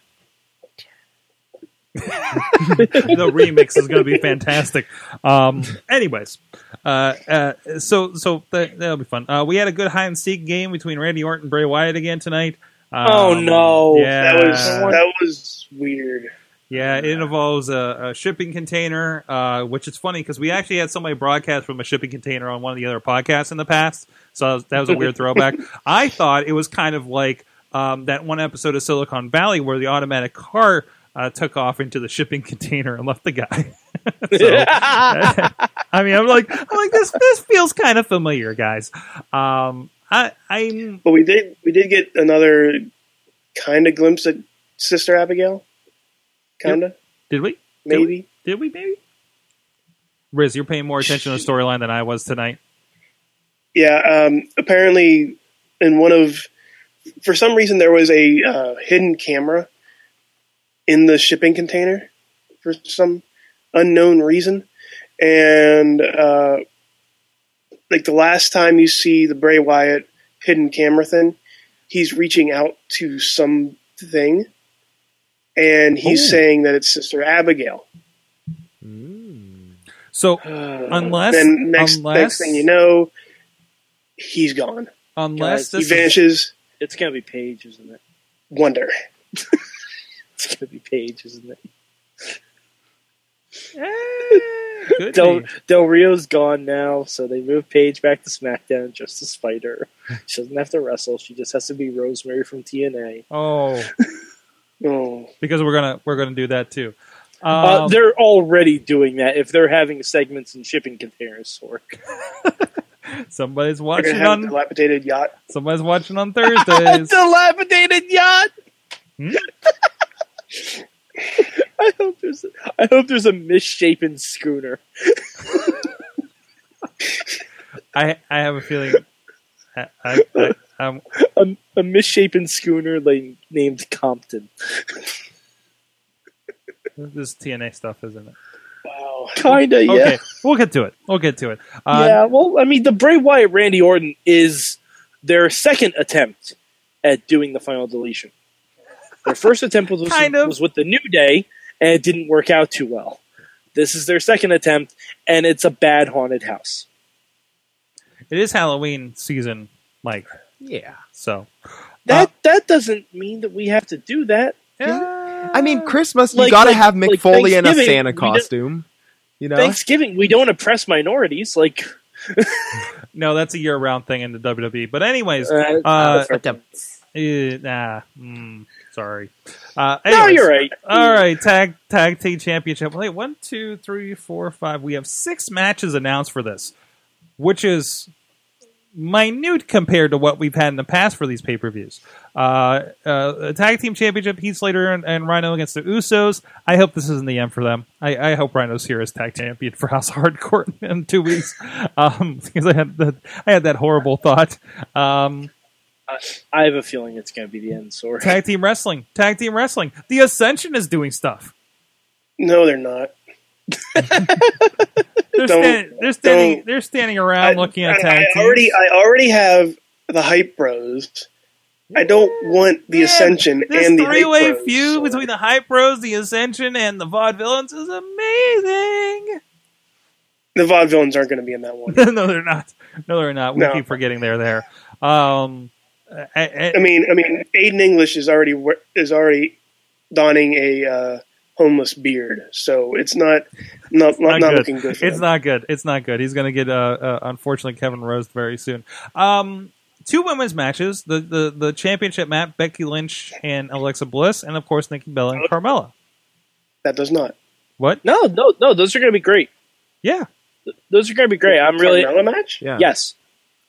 [SPEAKER 2] the remix is going to be fantastic. Um, anyways, uh, uh, so so that, that'll be fun. Uh, we had a good high and seek game between Randy Orton and Bray Wyatt again tonight.
[SPEAKER 3] Oh,
[SPEAKER 2] Um,
[SPEAKER 3] no.
[SPEAKER 2] Yeah.
[SPEAKER 4] That was that was weird.
[SPEAKER 2] Yeah, it involves a, a shipping container, uh, which is funny because we actually had somebody broadcast from a shipping container on one of the other podcasts in the past. So that was, that was a weird throwback. I thought it was kind of like um, that one episode of Silicon Valley where the automatic car uh, took off into the shipping container and left the guy. so, I mean, I'm like, I'm like this. This feels kind of familiar, guys. Um, I, I'm
[SPEAKER 4] But we did we did get another kind of glimpse at Sister Abigail, kind of
[SPEAKER 2] did we
[SPEAKER 4] maybe.
[SPEAKER 2] did we maybe? Riz, you're paying more attention to the storyline than I was tonight.
[SPEAKER 4] Yeah. Um, apparently, in one of for some reason there was a uh, hidden camera in the shipping container for some unknown reason, and uh, like the last time you see the Bray Wyatt hidden camera thing, he's reaching out to something, and he's
[SPEAKER 2] Oh.
[SPEAKER 4] saying that it's Sister Abigail.
[SPEAKER 2] So Unless-
[SPEAKER 4] then next
[SPEAKER 2] unless-
[SPEAKER 4] next thing you know, he's gone.
[SPEAKER 2] Unless
[SPEAKER 3] Guys,
[SPEAKER 4] He
[SPEAKER 2] this is-
[SPEAKER 4] vanishes.
[SPEAKER 3] It's gonna be Paige, isn't it?
[SPEAKER 4] Wonder.
[SPEAKER 3] It's gonna be Paige, isn't it?
[SPEAKER 2] Eh, could
[SPEAKER 3] Del,
[SPEAKER 2] be.
[SPEAKER 3] Del Rio's gone now, so they moved Paige back to SmackDown just to spite her. She doesn't have to wrestle; she just has to be Rosemary from TNA.
[SPEAKER 2] Oh,
[SPEAKER 4] Oh,
[SPEAKER 2] because we're gonna we're gonna do that too. Um,
[SPEAKER 3] Uh, they're already doing that if they're having segments in shipping containers. Sork.
[SPEAKER 2] somebody's
[SPEAKER 4] they're gonna
[SPEAKER 2] watching
[SPEAKER 4] have a
[SPEAKER 2] on
[SPEAKER 4] dilapidated yacht.
[SPEAKER 2] somebody's watching on Thursdays.
[SPEAKER 3] Dilapidated yacht.
[SPEAKER 2] Hmm?
[SPEAKER 3] I hope there's a, I hope there's a misshapen schooner.
[SPEAKER 2] I I have a feeling. I, I, I, I'm,
[SPEAKER 3] a, a misshapen schooner like, named Compton.
[SPEAKER 2] this TNA stuff, isn't it?
[SPEAKER 4] Wow.
[SPEAKER 3] Kinda, yeah.
[SPEAKER 2] Okay, we'll get to it. We'll get to it. Uh,
[SPEAKER 3] yeah, well, I mean, the Bray Wyatt Randy Orton is their second attempt at doing the final deletion. Their first attempt was,
[SPEAKER 2] Kind of.
[SPEAKER 3] was with the New Day, and it didn't work out too well. This is their second attempt, and it's a bad haunted house.
[SPEAKER 2] It is Halloween season, Mike.
[SPEAKER 5] Yeah.
[SPEAKER 2] So Uh,
[SPEAKER 3] That that doesn't mean that we have to do that.
[SPEAKER 5] I
[SPEAKER 2] Uh,
[SPEAKER 5] mean, Christmas, you
[SPEAKER 3] Like-
[SPEAKER 5] gotta
[SPEAKER 3] like-
[SPEAKER 5] have Mick
[SPEAKER 3] like
[SPEAKER 5] Foley in a
[SPEAKER 3] Thanksgiving,
[SPEAKER 5] Santa
[SPEAKER 3] we don't-
[SPEAKER 5] costume. You know?
[SPEAKER 3] Thanksgiving, we don't oppress minorities. Like
[SPEAKER 2] no, that's a year-round thing in the WWE. But anyways, uh,
[SPEAKER 3] uh,
[SPEAKER 5] But the-
[SPEAKER 2] eh, nah, mm, sorry. Uh,
[SPEAKER 3] no,
[SPEAKER 2] anyways.
[SPEAKER 3] you're right.
[SPEAKER 2] All right, tag tag team championship. Wait, one, two, three, four, five. We have six matches announced for this, which is minute compared to what we've had in the past for these pay per views. Uh, uh, tag team championship: Heath Slater and, and Rhino against the Usos. I hope this isn't the end for them. I, I hope Rhino's here as tag champion for House of Hardcore in two weeks, um, because I had that I had that horrible thought. Um,
[SPEAKER 3] I have a feeling it's going to be the end. Sorry.
[SPEAKER 2] tag team wrestling, tag team wrestling. The Ascension is doing stuff.
[SPEAKER 4] No, they're not.
[SPEAKER 2] they're,
[SPEAKER 4] Don't-
[SPEAKER 2] stand, they're standing.
[SPEAKER 4] don't.
[SPEAKER 2] They're standing around looking at
[SPEAKER 4] I,
[SPEAKER 2] tag
[SPEAKER 4] I
[SPEAKER 2] teams.
[SPEAKER 4] already, I already have the hype bros. I don't want the
[SPEAKER 2] Yeah,
[SPEAKER 4] ascension
[SPEAKER 2] this
[SPEAKER 4] and the hype
[SPEAKER 2] three-way
[SPEAKER 4] bros.
[SPEAKER 2] feud between the Hype Bros, the Ascension, and the Vaudevillains is amazing.
[SPEAKER 4] the vaudevillains aren't going to be in that one.
[SPEAKER 2] no, they're not. No, they're not. We
[SPEAKER 4] No.
[SPEAKER 2] keep forgetting they're there. Um, I- I-
[SPEAKER 4] I mean, I mean, Aiden English is already we- is already donning a uh, homeless beard, so it's not not not,
[SPEAKER 2] not
[SPEAKER 4] not
[SPEAKER 2] good.
[SPEAKER 4] looking good. For
[SPEAKER 2] it's
[SPEAKER 4] them.
[SPEAKER 2] not good. It's not good. He's going to get, uh, uh, unfortunately, Kevin Rose very soon. Um, two women's matches: the, the the championship match, Becky Lynch and Alexa Bliss, and of course Nikki Bella and Carmella.
[SPEAKER 4] that does not.
[SPEAKER 2] What?
[SPEAKER 3] No, no, no. Those are going to be great.
[SPEAKER 2] Yeah,
[SPEAKER 3] Those are going to be great. I'm really
[SPEAKER 4] Carmella match.
[SPEAKER 5] yeah.
[SPEAKER 3] yes.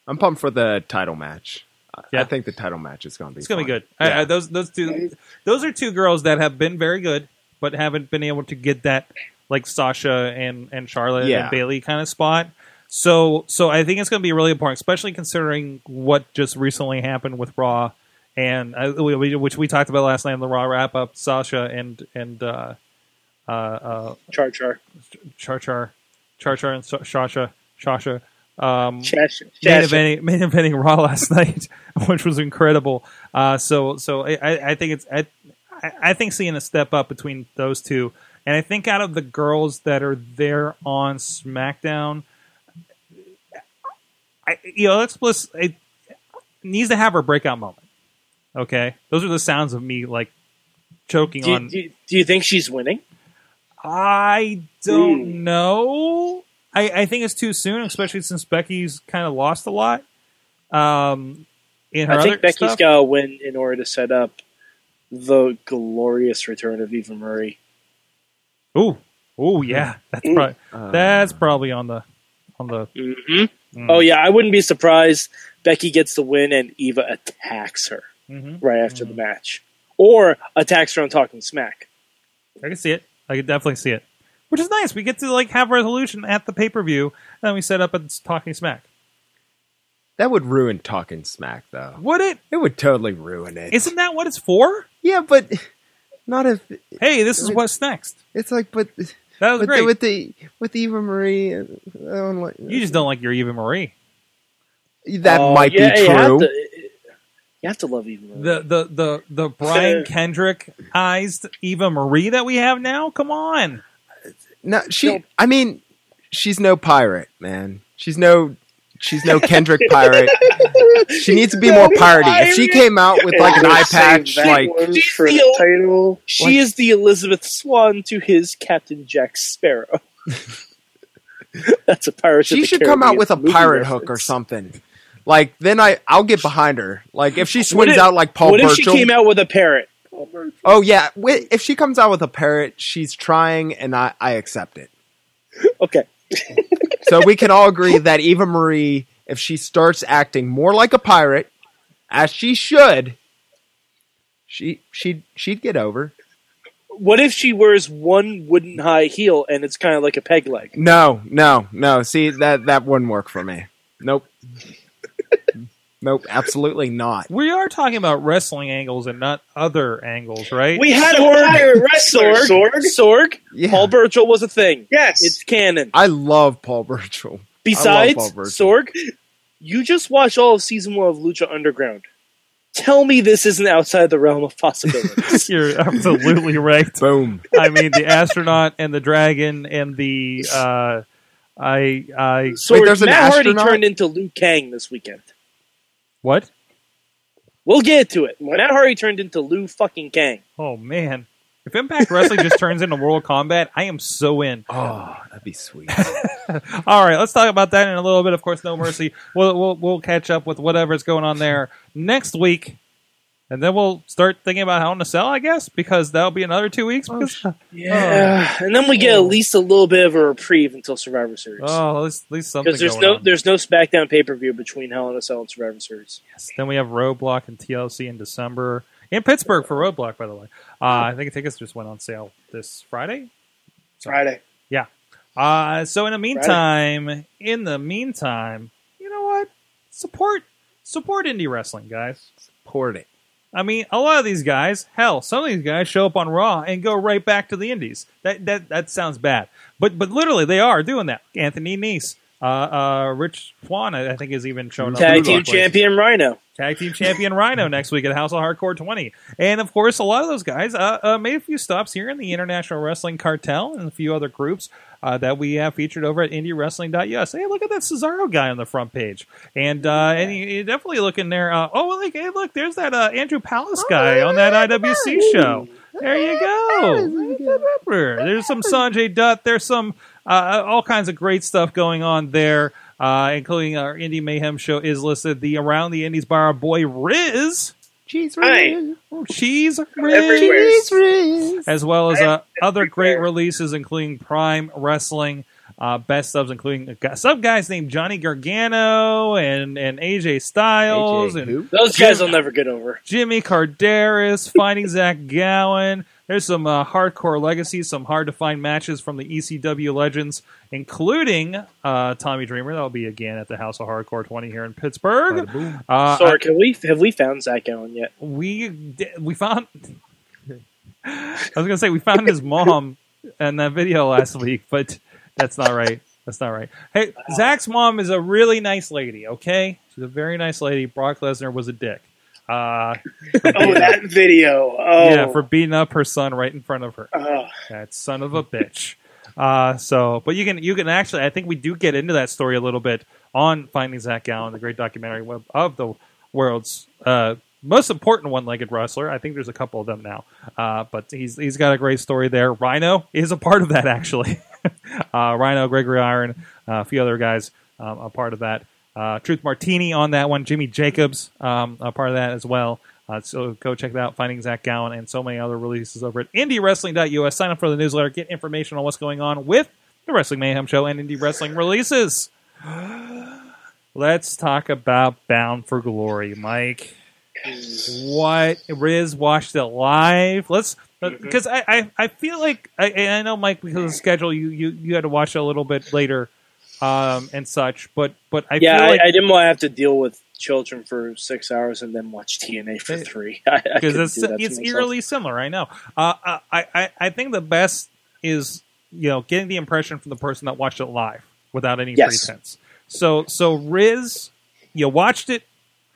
[SPEAKER 5] I'm pumped for the title match. I-
[SPEAKER 2] Yeah.
[SPEAKER 5] I think the title match is gonna be
[SPEAKER 2] It's gonna be
[SPEAKER 5] fun.
[SPEAKER 2] good. I-
[SPEAKER 5] Yeah.
[SPEAKER 2] I- those those two, those are two girls that have been very good, but haven't been able to get that like Sasha and and Charlotte
[SPEAKER 5] Yeah.
[SPEAKER 2] and Bailey kind of spot. So so I think it's gonna be really important, especially considering what just recently happened with Raw and uh, we- we- which we talked about last night in the Raw wrap up. Sasha and and uh, uh, uh,
[SPEAKER 3] Char char.
[SPEAKER 2] Char Char, Char Char and Sa- Sasha Sasha. Um,
[SPEAKER 3] Chash.
[SPEAKER 2] main
[SPEAKER 3] Chash.
[SPEAKER 2] eventing, main eventing Raw last night, which was incredible. Uh, so so I- I, I think it's I, I I think seeing a step up between those two, and I think out of the girls that are there on SmackDown, I, you know, Alexa Bliss it needs to have her breakout moment. Okay, those are the sounds of me like choking
[SPEAKER 3] Do, you-
[SPEAKER 2] on.
[SPEAKER 3] do, you- do you think she's winning?
[SPEAKER 2] I don't
[SPEAKER 3] Hmm.
[SPEAKER 4] Mm.
[SPEAKER 2] know. I, I think it's too soon, especially since Becky's kind of lost a lot. Um, in her
[SPEAKER 3] I
[SPEAKER 2] other
[SPEAKER 3] think Becky's
[SPEAKER 2] stuff.
[SPEAKER 3] got to win in order to set up the glorious return of Eva Marie.
[SPEAKER 2] Ooh, ooh, yeah.
[SPEAKER 3] Hmm.
[SPEAKER 2] That's
[SPEAKER 4] Mm.
[SPEAKER 2] probably
[SPEAKER 5] Uh,
[SPEAKER 2] that's probably on the on the.
[SPEAKER 3] Mm-hmm.
[SPEAKER 2] Mm.
[SPEAKER 3] Oh yeah, I wouldn't be surprised. Becky gets the win and Eva attacks her
[SPEAKER 2] Mhm.
[SPEAKER 3] right after the match, or attacks her on talking smack.
[SPEAKER 2] I can see it. I can definitely see it, which is nice. We get to like have resolution at the pay per view, and then we set up a talking smack.
[SPEAKER 5] that would ruin talking smack though.
[SPEAKER 2] Would it?
[SPEAKER 5] It would totally ruin it.
[SPEAKER 2] Isn't that what it's for?
[SPEAKER 5] yeah, but not if
[SPEAKER 2] Hey, this is what's next.
[SPEAKER 5] it's like but
[SPEAKER 2] That was
[SPEAKER 5] with
[SPEAKER 2] great.
[SPEAKER 5] the, with the with Eva Marie uh, I don't like-
[SPEAKER 2] you just don't like your Eva Marie.
[SPEAKER 5] that
[SPEAKER 3] Oh,
[SPEAKER 5] might
[SPEAKER 3] yeah,
[SPEAKER 5] be
[SPEAKER 3] You have
[SPEAKER 5] true.
[SPEAKER 3] to, you have to love Eva Marie.
[SPEAKER 2] the the the the Brian Kendrick eyes Eva Marie that we have now. Come on,
[SPEAKER 5] No, she. I mean, she's no pirate, man. She's no. She's no Kendrick pirate. She needs to be more piratey. If she came out with like an
[SPEAKER 4] We'll
[SPEAKER 5] eye
[SPEAKER 4] save
[SPEAKER 5] patch,
[SPEAKER 4] that
[SPEAKER 5] like
[SPEAKER 4] one
[SPEAKER 3] She's
[SPEAKER 4] for
[SPEAKER 3] the
[SPEAKER 4] the
[SPEAKER 3] old-
[SPEAKER 4] title.
[SPEAKER 3] She is the Elizabeth Swan to his Captain Jack Sparrow. That's a pirate.
[SPEAKER 5] she should come out with a pirate hook or something. Like then I, I'll get behind her. Like if she
[SPEAKER 3] What
[SPEAKER 5] swims
[SPEAKER 3] if-
[SPEAKER 5] out like Paul
[SPEAKER 3] what
[SPEAKER 5] Burchill.
[SPEAKER 3] if she came out with a parrot?
[SPEAKER 5] oh yeah, Wi- if she comes out with a parrot, she's trying, and I, I accept it.
[SPEAKER 3] Okay,
[SPEAKER 5] So we can all agree that Eva Marie, if she starts acting more like a pirate, as she should, she she she'd get over.
[SPEAKER 3] what if she wears one wooden high heel and it's kind of like a peg leg?
[SPEAKER 5] No, no, no. See that that wouldn't work for me. Nope. nope. Absolutely not.
[SPEAKER 2] we are talking about wrestling angles and not other angles, right?
[SPEAKER 3] We had
[SPEAKER 4] Sorg.
[SPEAKER 3] a pirate wrestler.
[SPEAKER 4] Wrestler,
[SPEAKER 3] Sorg. Sorg.
[SPEAKER 5] Yeah.
[SPEAKER 3] Paul Burchill was a thing.
[SPEAKER 4] Yes,
[SPEAKER 3] It's canon.
[SPEAKER 5] I love Paul Burchill.
[SPEAKER 3] Besides
[SPEAKER 5] Paul Burchill.
[SPEAKER 3] Sorg, you just watched all of season one of Lucha Underground. Tell me this isn't outside the realm of possibilities.
[SPEAKER 2] You're absolutely right.
[SPEAKER 5] Boom.
[SPEAKER 2] I mean, the astronaut and the dragon and the uh, I I
[SPEAKER 3] Sword,
[SPEAKER 5] there's an
[SPEAKER 3] Matt
[SPEAKER 5] astronaut?
[SPEAKER 3] Hardy turned into Liu Kang this weekend.
[SPEAKER 2] what?
[SPEAKER 3] We'll get to it. Matt Hardy turned into Liu fucking Kang.
[SPEAKER 2] Oh man! If Impact Wrestling just turns into Mortal Kombat, I am so in.
[SPEAKER 5] Oh, that'd be sweet.
[SPEAKER 2] All right, let's talk about that in a little bit. Of course, No Mercy. We'll we'll, we'll catch up with whatever's going on there next week, and then we'll start thinking about Hell in a Cell, I guess, because that'll be another two weeks. Because, oh,
[SPEAKER 3] Yeah, Uh, and then we get at least a little bit of a reprieve until Survivor Series.
[SPEAKER 5] Oh,
[SPEAKER 2] oh, at least, at least something.
[SPEAKER 3] because there's
[SPEAKER 2] going
[SPEAKER 3] no
[SPEAKER 2] on.
[SPEAKER 3] there's no SmackDown pay per view between Hell in a Cell and Survivor Series.
[SPEAKER 2] Then we have Roadblock and TLC in December in Pittsburgh for Roadblock. By the way, uh, I think tickets just went on sale this Friday.
[SPEAKER 4] Friday.
[SPEAKER 2] Uh, so in the meantime, in the meantime, you know what? Support support indie wrestling, guys.
[SPEAKER 5] Poured it.
[SPEAKER 2] I mean, a lot of these guys, hell, some of these guys show up on Raw and go right back to the Indies. That that that sounds bad, but but literally they are doing that. Anthony Nice, uh, uh, Rich Juan, I I think is even showing up.
[SPEAKER 3] Tag
[SPEAKER 2] in
[SPEAKER 3] team
[SPEAKER 2] Roadblock places.
[SPEAKER 3] champion Rhino.
[SPEAKER 2] Tag team champion Rhino next week at House of Hardcore 20. And of course, a lot of those guys uh, uh, made a few stops here in the International Wrestling Cartel and a few other groups uh, that we have featured over at IndieWrestling.us. Hey, look at that Cesaro guy on the front page. And uh, and you, you definitely look in there. Uh, oh, look, hey, look, there's that uh, Andrew Palace guy on that IWC show. There you go. There's some Sanjay Dutt. There's some uh, all kinds of great stuff going on there, uh, including our Indie Mayhem show is listed. The Around the Indies by our boy Riz, Oh,
[SPEAKER 5] Cheese
[SPEAKER 4] Hey.
[SPEAKER 5] Riz.
[SPEAKER 2] Cheese
[SPEAKER 4] Everywhere.
[SPEAKER 2] Riz,
[SPEAKER 5] Cheese Riz.
[SPEAKER 2] as well as uh, other great
[SPEAKER 4] Everywhere.
[SPEAKER 2] releases, including Prime Wrestling. Uh, best subs, including a guy- some guys named Johnny Gargano and, and AJ Styles
[SPEAKER 5] AJ
[SPEAKER 2] and
[SPEAKER 5] who?
[SPEAKER 3] Those guys will never get over.
[SPEAKER 2] Jimmy Carderis, finding Zach Gowen. There's some uh, hardcore legacies, some hard to find matches from the ECW legends, including uh, Tommy Dreamer. That'll be again at the House of Hardcore 20 here in Pittsburgh.
[SPEAKER 5] Bada boom.
[SPEAKER 2] Uh,
[SPEAKER 3] Sorry, can we have we found Zach Allen yet?
[SPEAKER 2] we di- we found. I was gonna say we found his mom in that video last week, but that's not right. That's not right. Hey, Zach's mom is a really nice lady. Okay, she's a very nice lady. Brock Lesnar was a dick. Uh,
[SPEAKER 4] Oh, that video. Oh,
[SPEAKER 2] yeah, for beating up her son right in front of her.
[SPEAKER 4] oh,
[SPEAKER 2] That son of a bitch. Uh, so, but you can you can actually, I think we do get into that story a little bit on Finding Zach Allen, the great documentary web of the world's uh, most important one-legged wrestler. I think there's a couple of them now, uh, but he's he's got a great story there. Rhino is a part of that actually. uh, Rhino, Gregory Iron, uh, a few other guys um, a part of that. Uh, Truth Martini on that one. Jimmy Jacobs um, a part of that as well. Uh, so go check that out. Finding Zach Gowen and so many other releases over at IndieWrestling.us. Sign up for the newsletter. Get information on what's going on with the Wrestling Mayhem Show and Indie Wrestling releases. Let's talk about Bound for Glory, Mike. What Riz watched it live. Let's because I, I I feel like I, and I know Mike because of the schedule you you you had to watch it a little bit later um and such but but I
[SPEAKER 3] yeah,
[SPEAKER 2] feel
[SPEAKER 3] I,
[SPEAKER 2] like
[SPEAKER 3] I didn't want to have to deal with children for six hours and then watch TNA for
[SPEAKER 2] Hey,
[SPEAKER 3] three. I- I
[SPEAKER 2] because
[SPEAKER 3] couldn't
[SPEAKER 2] it's
[SPEAKER 3] do that to
[SPEAKER 2] it's
[SPEAKER 3] myself.
[SPEAKER 2] eerily similar. I know. Uh, I, I I think the best is you know getting the impression from the person that watched it live without any
[SPEAKER 3] Yes.
[SPEAKER 2] pretense. So so Riz, you watched it.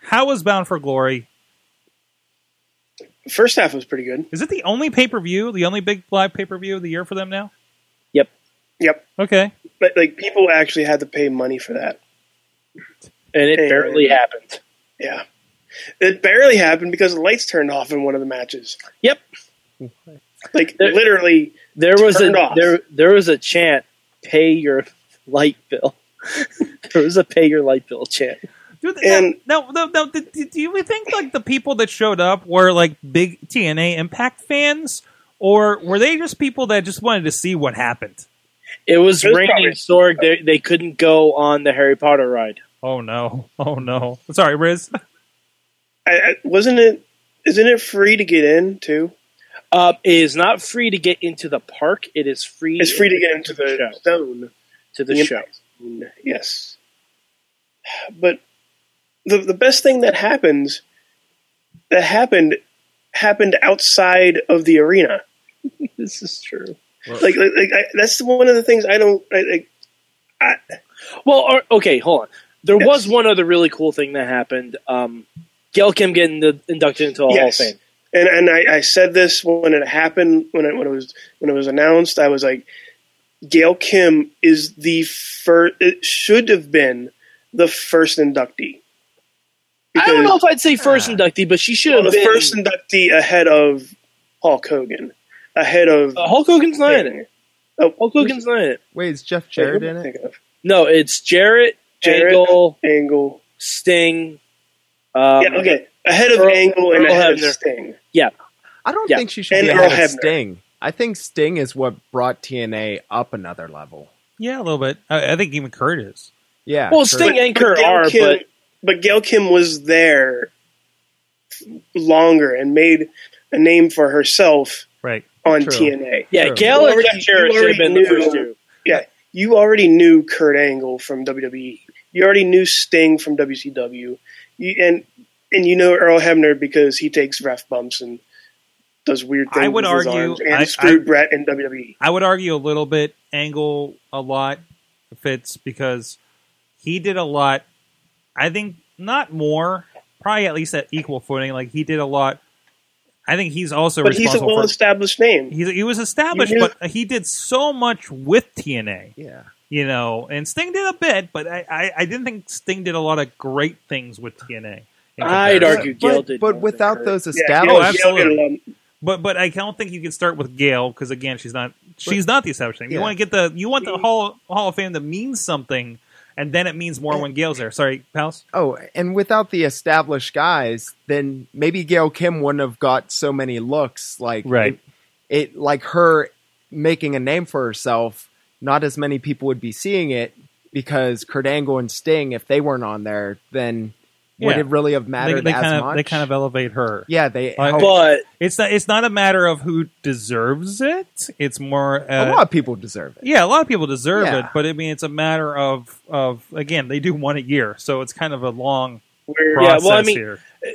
[SPEAKER 2] How was Bound for Glory?
[SPEAKER 4] first half was pretty good.
[SPEAKER 2] Is it the only pay per view, the only big live pay per view of the year for them now?
[SPEAKER 3] Yep.
[SPEAKER 4] Yep,
[SPEAKER 2] Okay,
[SPEAKER 4] but like people actually had to pay money for that.
[SPEAKER 3] And it
[SPEAKER 4] Hey,
[SPEAKER 3] barely
[SPEAKER 4] man.
[SPEAKER 3] happened.
[SPEAKER 4] Yeah, it barely happened because the lights turned off in one of the matches.
[SPEAKER 3] Yep.
[SPEAKER 4] Like
[SPEAKER 3] There-
[SPEAKER 4] literally,
[SPEAKER 3] There was
[SPEAKER 4] Turned
[SPEAKER 3] a
[SPEAKER 4] off.
[SPEAKER 3] there there was a chant, pay your light bill. there was a pay your light bill chant.
[SPEAKER 2] Dude,
[SPEAKER 4] And-
[SPEAKER 2] now, now, now, did- did- do you think like the people that showed up were like big TNA Impact fans, or were they just people that just wanted to see what happened?
[SPEAKER 3] It was,
[SPEAKER 4] It was
[SPEAKER 3] raining
[SPEAKER 4] probably-
[SPEAKER 3] Sorg. They, they couldn't go on the Harry Potter ride.
[SPEAKER 2] Oh no! Oh no! Sorry, Riz.
[SPEAKER 4] I, I, wasn't it? Isn't it free to get in too?
[SPEAKER 3] Uh, it is not free to get into the park. It is free.
[SPEAKER 4] It's free to get into the
[SPEAKER 3] show.
[SPEAKER 4] zone.
[SPEAKER 3] to the
[SPEAKER 4] Yeah.
[SPEAKER 3] show.
[SPEAKER 4] Yes, but the the best thing that happens that happened happened outside of the arena.
[SPEAKER 3] This is true.
[SPEAKER 4] Like, like, like I, that's one of the things I don't. I, like,
[SPEAKER 3] Well, or, okay, hold on. There
[SPEAKER 4] Yes.
[SPEAKER 3] was one other really cool thing that happened. Um, Gail Kim getting the, inducted into the
[SPEAKER 4] Yes.
[SPEAKER 3] Hall of Fame.
[SPEAKER 4] and and I, I said this when it happened when it when it was when it was announced. I was like, Gail Kim is the first. It should have been the first inductee.
[SPEAKER 3] I don't know if I'd say first inductee, but she should have
[SPEAKER 4] Ah. the
[SPEAKER 3] been.
[SPEAKER 4] first inductee ahead of Hulk Hogan, ahead of
[SPEAKER 3] Uh, Hulk Hogan's not in it.
[SPEAKER 4] oh,
[SPEAKER 3] Hulk Hogan's not in it.
[SPEAKER 5] Wait, is Jeff Jarrett
[SPEAKER 4] who am
[SPEAKER 5] in
[SPEAKER 4] I
[SPEAKER 5] it?
[SPEAKER 4] thinking of?
[SPEAKER 3] No, it's Jarrett,
[SPEAKER 4] Jarrett,
[SPEAKER 3] Angle,
[SPEAKER 4] Angle.
[SPEAKER 3] Sting. Um,
[SPEAKER 4] yeah, okay, ahead of
[SPEAKER 3] Earl-
[SPEAKER 4] Angle and
[SPEAKER 3] Earl
[SPEAKER 4] ahead
[SPEAKER 3] Hebner.
[SPEAKER 4] of Sting.
[SPEAKER 5] I don't
[SPEAKER 3] Yeah.
[SPEAKER 5] think she should
[SPEAKER 4] And
[SPEAKER 5] be
[SPEAKER 4] Earl
[SPEAKER 5] ahead of
[SPEAKER 4] Hebner.
[SPEAKER 5] Sting. I think Sting is what brought TNA up another level.
[SPEAKER 2] Yeah, a little bit. I, I think even Kurt is.
[SPEAKER 5] Yeah.
[SPEAKER 3] Well,
[SPEAKER 5] true.
[SPEAKER 3] Sting and Kurt
[SPEAKER 4] Gail
[SPEAKER 3] are,
[SPEAKER 4] Kim,
[SPEAKER 3] but
[SPEAKER 4] Gail Kim was there longer and made a name for herself
[SPEAKER 2] Right.
[SPEAKER 4] on
[SPEAKER 5] True.
[SPEAKER 4] TNA.
[SPEAKER 3] yeah,
[SPEAKER 5] Sure.
[SPEAKER 3] Gail
[SPEAKER 4] You
[SPEAKER 3] and
[SPEAKER 4] already-
[SPEAKER 3] Jeff Jarrett
[SPEAKER 4] you
[SPEAKER 3] should have been the
[SPEAKER 4] already
[SPEAKER 3] first
[SPEAKER 4] knew.
[SPEAKER 3] two.
[SPEAKER 4] You already knew Kurt Angle from WWE. You already knew Sting from WCW, you, and and you know Earl Hebner because he takes ref bumps and does weird
[SPEAKER 2] I
[SPEAKER 4] things.
[SPEAKER 2] would
[SPEAKER 4] with his
[SPEAKER 2] argue-
[SPEAKER 4] arms and
[SPEAKER 2] I-
[SPEAKER 4] screwed
[SPEAKER 2] I-
[SPEAKER 4] Brett in WWE.
[SPEAKER 2] I would argue a little bit angle a lot fits because he did a lot. I think not more, probably at least at equal footing. Like he did a lot. I think he's also
[SPEAKER 4] But he's a
[SPEAKER 2] responsible for.
[SPEAKER 4] well-established name.
[SPEAKER 2] He's, he was established,
[SPEAKER 4] You knew-
[SPEAKER 2] but he did so much with TNA,
[SPEAKER 5] yeah.
[SPEAKER 2] you know. And Sting did a bit, but I, I, I didn't think Sting did a lot of great things with TNA. in
[SPEAKER 3] I'd
[SPEAKER 2] comparison.
[SPEAKER 3] argue Gail
[SPEAKER 5] But,
[SPEAKER 3] did more
[SPEAKER 5] but
[SPEAKER 3] than
[SPEAKER 5] without
[SPEAKER 3] Kurt.
[SPEAKER 5] those
[SPEAKER 4] Yeah,
[SPEAKER 2] Oh,
[SPEAKER 4] Gail-
[SPEAKER 5] established,
[SPEAKER 4] Gail did
[SPEAKER 2] absolutely.
[SPEAKER 4] a lot-
[SPEAKER 2] But but I don't think you can start with Gail because again she's not she's not the establishing. You
[SPEAKER 5] Yeah.
[SPEAKER 2] want to get the you want the Hall Hall of Fame to mean something, and then it means more when Gail's there. Sorry, pals.
[SPEAKER 5] oh, and without the established guys, then maybe Gail Kim wouldn't have got so many looks. Like
[SPEAKER 2] Right.
[SPEAKER 5] it, it- like her making a name for herself. Not as many people would be seeing it because Kurt Angle and Sting, if they weren't on there, then would
[SPEAKER 2] Yeah.
[SPEAKER 5] it really have
[SPEAKER 2] They,
[SPEAKER 5] mattered
[SPEAKER 2] they
[SPEAKER 5] as
[SPEAKER 2] kind of
[SPEAKER 5] much?
[SPEAKER 2] they kind of elevate her.
[SPEAKER 5] yeah, they.
[SPEAKER 4] Oh.
[SPEAKER 2] Like,
[SPEAKER 5] helped-
[SPEAKER 3] But
[SPEAKER 2] It's not it's not a matter of who deserves it. It's more
[SPEAKER 5] a
[SPEAKER 2] uh,
[SPEAKER 5] lot of people deserve it.
[SPEAKER 2] Yeah, a lot of people deserve
[SPEAKER 5] Yeah.
[SPEAKER 2] it, but I mean it's a matter of of again they do one a year, so it's kind of a long
[SPEAKER 4] where-
[SPEAKER 3] Yeah, well, I
[SPEAKER 2] process
[SPEAKER 3] mean, um,
[SPEAKER 2] here.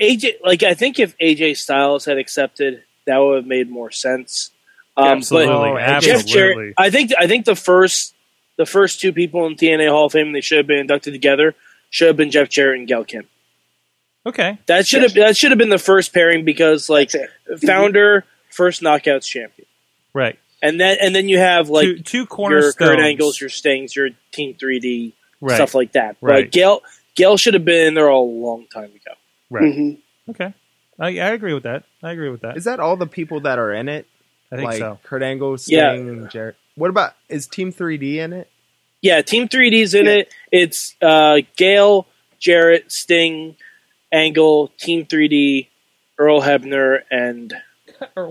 [SPEAKER 3] AJ, like I think if AJ Styles had accepted, that would have made more sense. Um,
[SPEAKER 2] absolutely,
[SPEAKER 5] Oh,
[SPEAKER 3] But
[SPEAKER 5] and
[SPEAKER 3] Jeff
[SPEAKER 2] absolutely.
[SPEAKER 3] Jarrett, I think I think the first the first two people in TNA Hall of Fame they should have been inducted together should have been Jeff Jarrett and Gail Kim.
[SPEAKER 2] okay,
[SPEAKER 3] That should have that should have been the first pairing because like
[SPEAKER 4] That's it.
[SPEAKER 3] founder first knockouts champion,
[SPEAKER 2] right?
[SPEAKER 3] and then and then you have like
[SPEAKER 2] two two
[SPEAKER 3] your
[SPEAKER 2] cornerstones,
[SPEAKER 3] Kurt Angles, your Stings, your Team 3D
[SPEAKER 2] right?
[SPEAKER 3] stuff like that.
[SPEAKER 2] Right.
[SPEAKER 3] But Gail Gail should have been in there a long time ago.
[SPEAKER 2] right.
[SPEAKER 4] Mhm.
[SPEAKER 2] Okay. I, I agree with that. I agree with that.
[SPEAKER 5] Is that all the people that are in it?
[SPEAKER 2] I think
[SPEAKER 5] like
[SPEAKER 2] so.
[SPEAKER 5] Kurt Angle,
[SPEAKER 3] Yeah.
[SPEAKER 5] Sting, Jarrett. What about is Team 3D in it?
[SPEAKER 3] Yeah, Team 3D's in
[SPEAKER 4] Yeah.
[SPEAKER 3] it. It's uh, Gail, Jarrett, Sting, Angle, Team 3D, Earl Hebner, and I,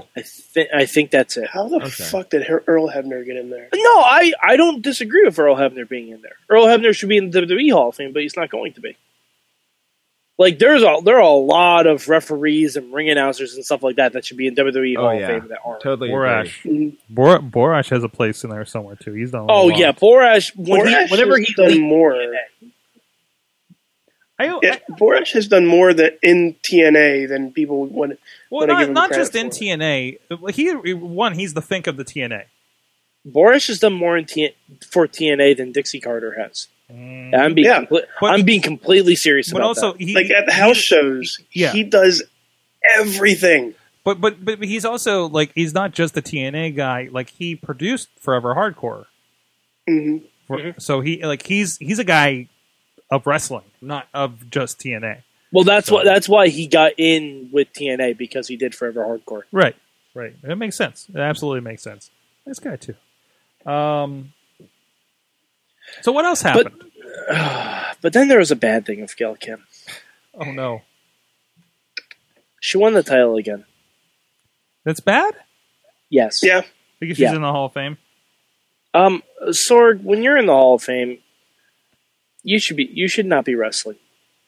[SPEAKER 3] th- I think that's it.
[SPEAKER 4] How the
[SPEAKER 5] Okay.
[SPEAKER 4] fuck did Her- Earl Hebner get in there?
[SPEAKER 3] No, I, I don't disagree with Earl Hebner being in there. Earl Hebner should be in the WWE Hall of Fame, but he's not going to be. Like there's a there are a lot of referees and ring announcers and stuff like that that should be in WWE
[SPEAKER 5] Oh,
[SPEAKER 3] Hall
[SPEAKER 5] yeah.
[SPEAKER 3] of Fame that aren't.
[SPEAKER 5] Totally. agree.
[SPEAKER 2] Borash.
[SPEAKER 4] Mhm.
[SPEAKER 2] Bor- Borash has a place in there somewhere too. He's done. a
[SPEAKER 3] Oh
[SPEAKER 2] lot.
[SPEAKER 3] yeah, Borash. When
[SPEAKER 4] Borash
[SPEAKER 3] he, whenever
[SPEAKER 4] has
[SPEAKER 3] he
[SPEAKER 4] done
[SPEAKER 3] leaked-
[SPEAKER 4] more.
[SPEAKER 2] I,
[SPEAKER 4] Yeah, Borash has done more than in TNA than people would.
[SPEAKER 2] well,
[SPEAKER 4] But I
[SPEAKER 2] not,
[SPEAKER 4] give him
[SPEAKER 2] not
[SPEAKER 4] credit
[SPEAKER 2] just in
[SPEAKER 4] for
[SPEAKER 2] TNA. He one, he's the think of the TNA.
[SPEAKER 3] Borash has done more in T- for TNA than Dixie Carter has.
[SPEAKER 2] Mm,
[SPEAKER 3] I'm being
[SPEAKER 4] Yeah.
[SPEAKER 3] comple-
[SPEAKER 2] But-
[SPEAKER 3] I'm being completely serious
[SPEAKER 2] but
[SPEAKER 3] about
[SPEAKER 2] also
[SPEAKER 3] that.
[SPEAKER 2] he,
[SPEAKER 4] Like at the house shows,
[SPEAKER 2] yeah.
[SPEAKER 4] he does everything.
[SPEAKER 2] but but but he's also like he's not just the TNA guy. Like he produced Forever Hardcore,
[SPEAKER 4] hmm
[SPEAKER 2] For- so he like he's he's a guy of wrestling, not of just TNA.
[SPEAKER 3] Well, that's
[SPEAKER 2] so-
[SPEAKER 3] why that's why he got in with TNA because he did Forever Hardcore.
[SPEAKER 2] Right, right. It makes sense. It absolutely makes sense. Nice guy too. Um. So what else happened?
[SPEAKER 3] But then there was a bad thing with Gail Kim.
[SPEAKER 2] oh no,
[SPEAKER 3] She won the title again.
[SPEAKER 2] that's bad
[SPEAKER 3] Yes.
[SPEAKER 4] Yeah,
[SPEAKER 2] because she's
[SPEAKER 3] Yeah.
[SPEAKER 2] in the Hall of Fame.
[SPEAKER 3] Um, Sorg, when you're in the Hall of Fame, you should be you should not be wrestling.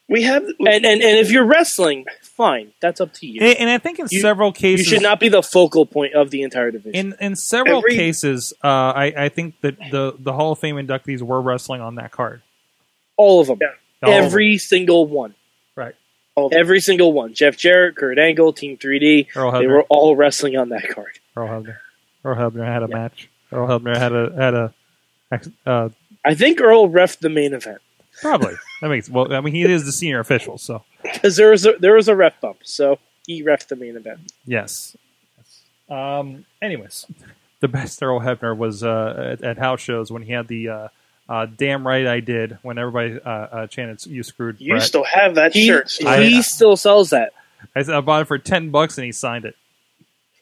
[SPEAKER 4] we have.
[SPEAKER 3] And and, and if you're wrestling, fine, that's up to you.
[SPEAKER 2] And, and I think in
[SPEAKER 3] You-
[SPEAKER 2] several
[SPEAKER 3] You
[SPEAKER 2] cases,
[SPEAKER 3] should not be the focal point of the entire division.
[SPEAKER 2] in in several
[SPEAKER 4] Every-
[SPEAKER 2] cases, uh, I I think that the the Hall of Fame inductees were wrestling on that card.
[SPEAKER 3] All of them.
[SPEAKER 4] Yeah.
[SPEAKER 2] All of them.
[SPEAKER 3] Every single one.
[SPEAKER 2] Right.
[SPEAKER 4] All of them.
[SPEAKER 3] Every single one. Jeff Jarrett, Kurt Angle, Team 3D.
[SPEAKER 2] Earl
[SPEAKER 3] They
[SPEAKER 2] Hebner.
[SPEAKER 3] were all wrestling on that card.
[SPEAKER 2] Earl Hebner. Earl Hebner had a
[SPEAKER 3] Yeah.
[SPEAKER 2] match. Earl Hebner had a had a ex- uh,
[SPEAKER 3] I think Earl ref the main event.
[SPEAKER 2] probably that makes well. I mean, he is the senior official, so
[SPEAKER 3] because there was a, there was a ref bump, so he refed the main event.
[SPEAKER 2] Yes. Um, anyways, the best Errol Hebner was uh, at, at house shows when he had the uh, uh, "Damn right I did" when everybody uh, uh, chanted "You screwed."
[SPEAKER 4] You
[SPEAKER 2] Brett."
[SPEAKER 4] still have that
[SPEAKER 3] He,
[SPEAKER 4] shirt.
[SPEAKER 3] he
[SPEAKER 4] I,
[SPEAKER 2] I- uh,
[SPEAKER 3] still sells that.
[SPEAKER 2] I, said, I bought it for ten bucks and he signed it.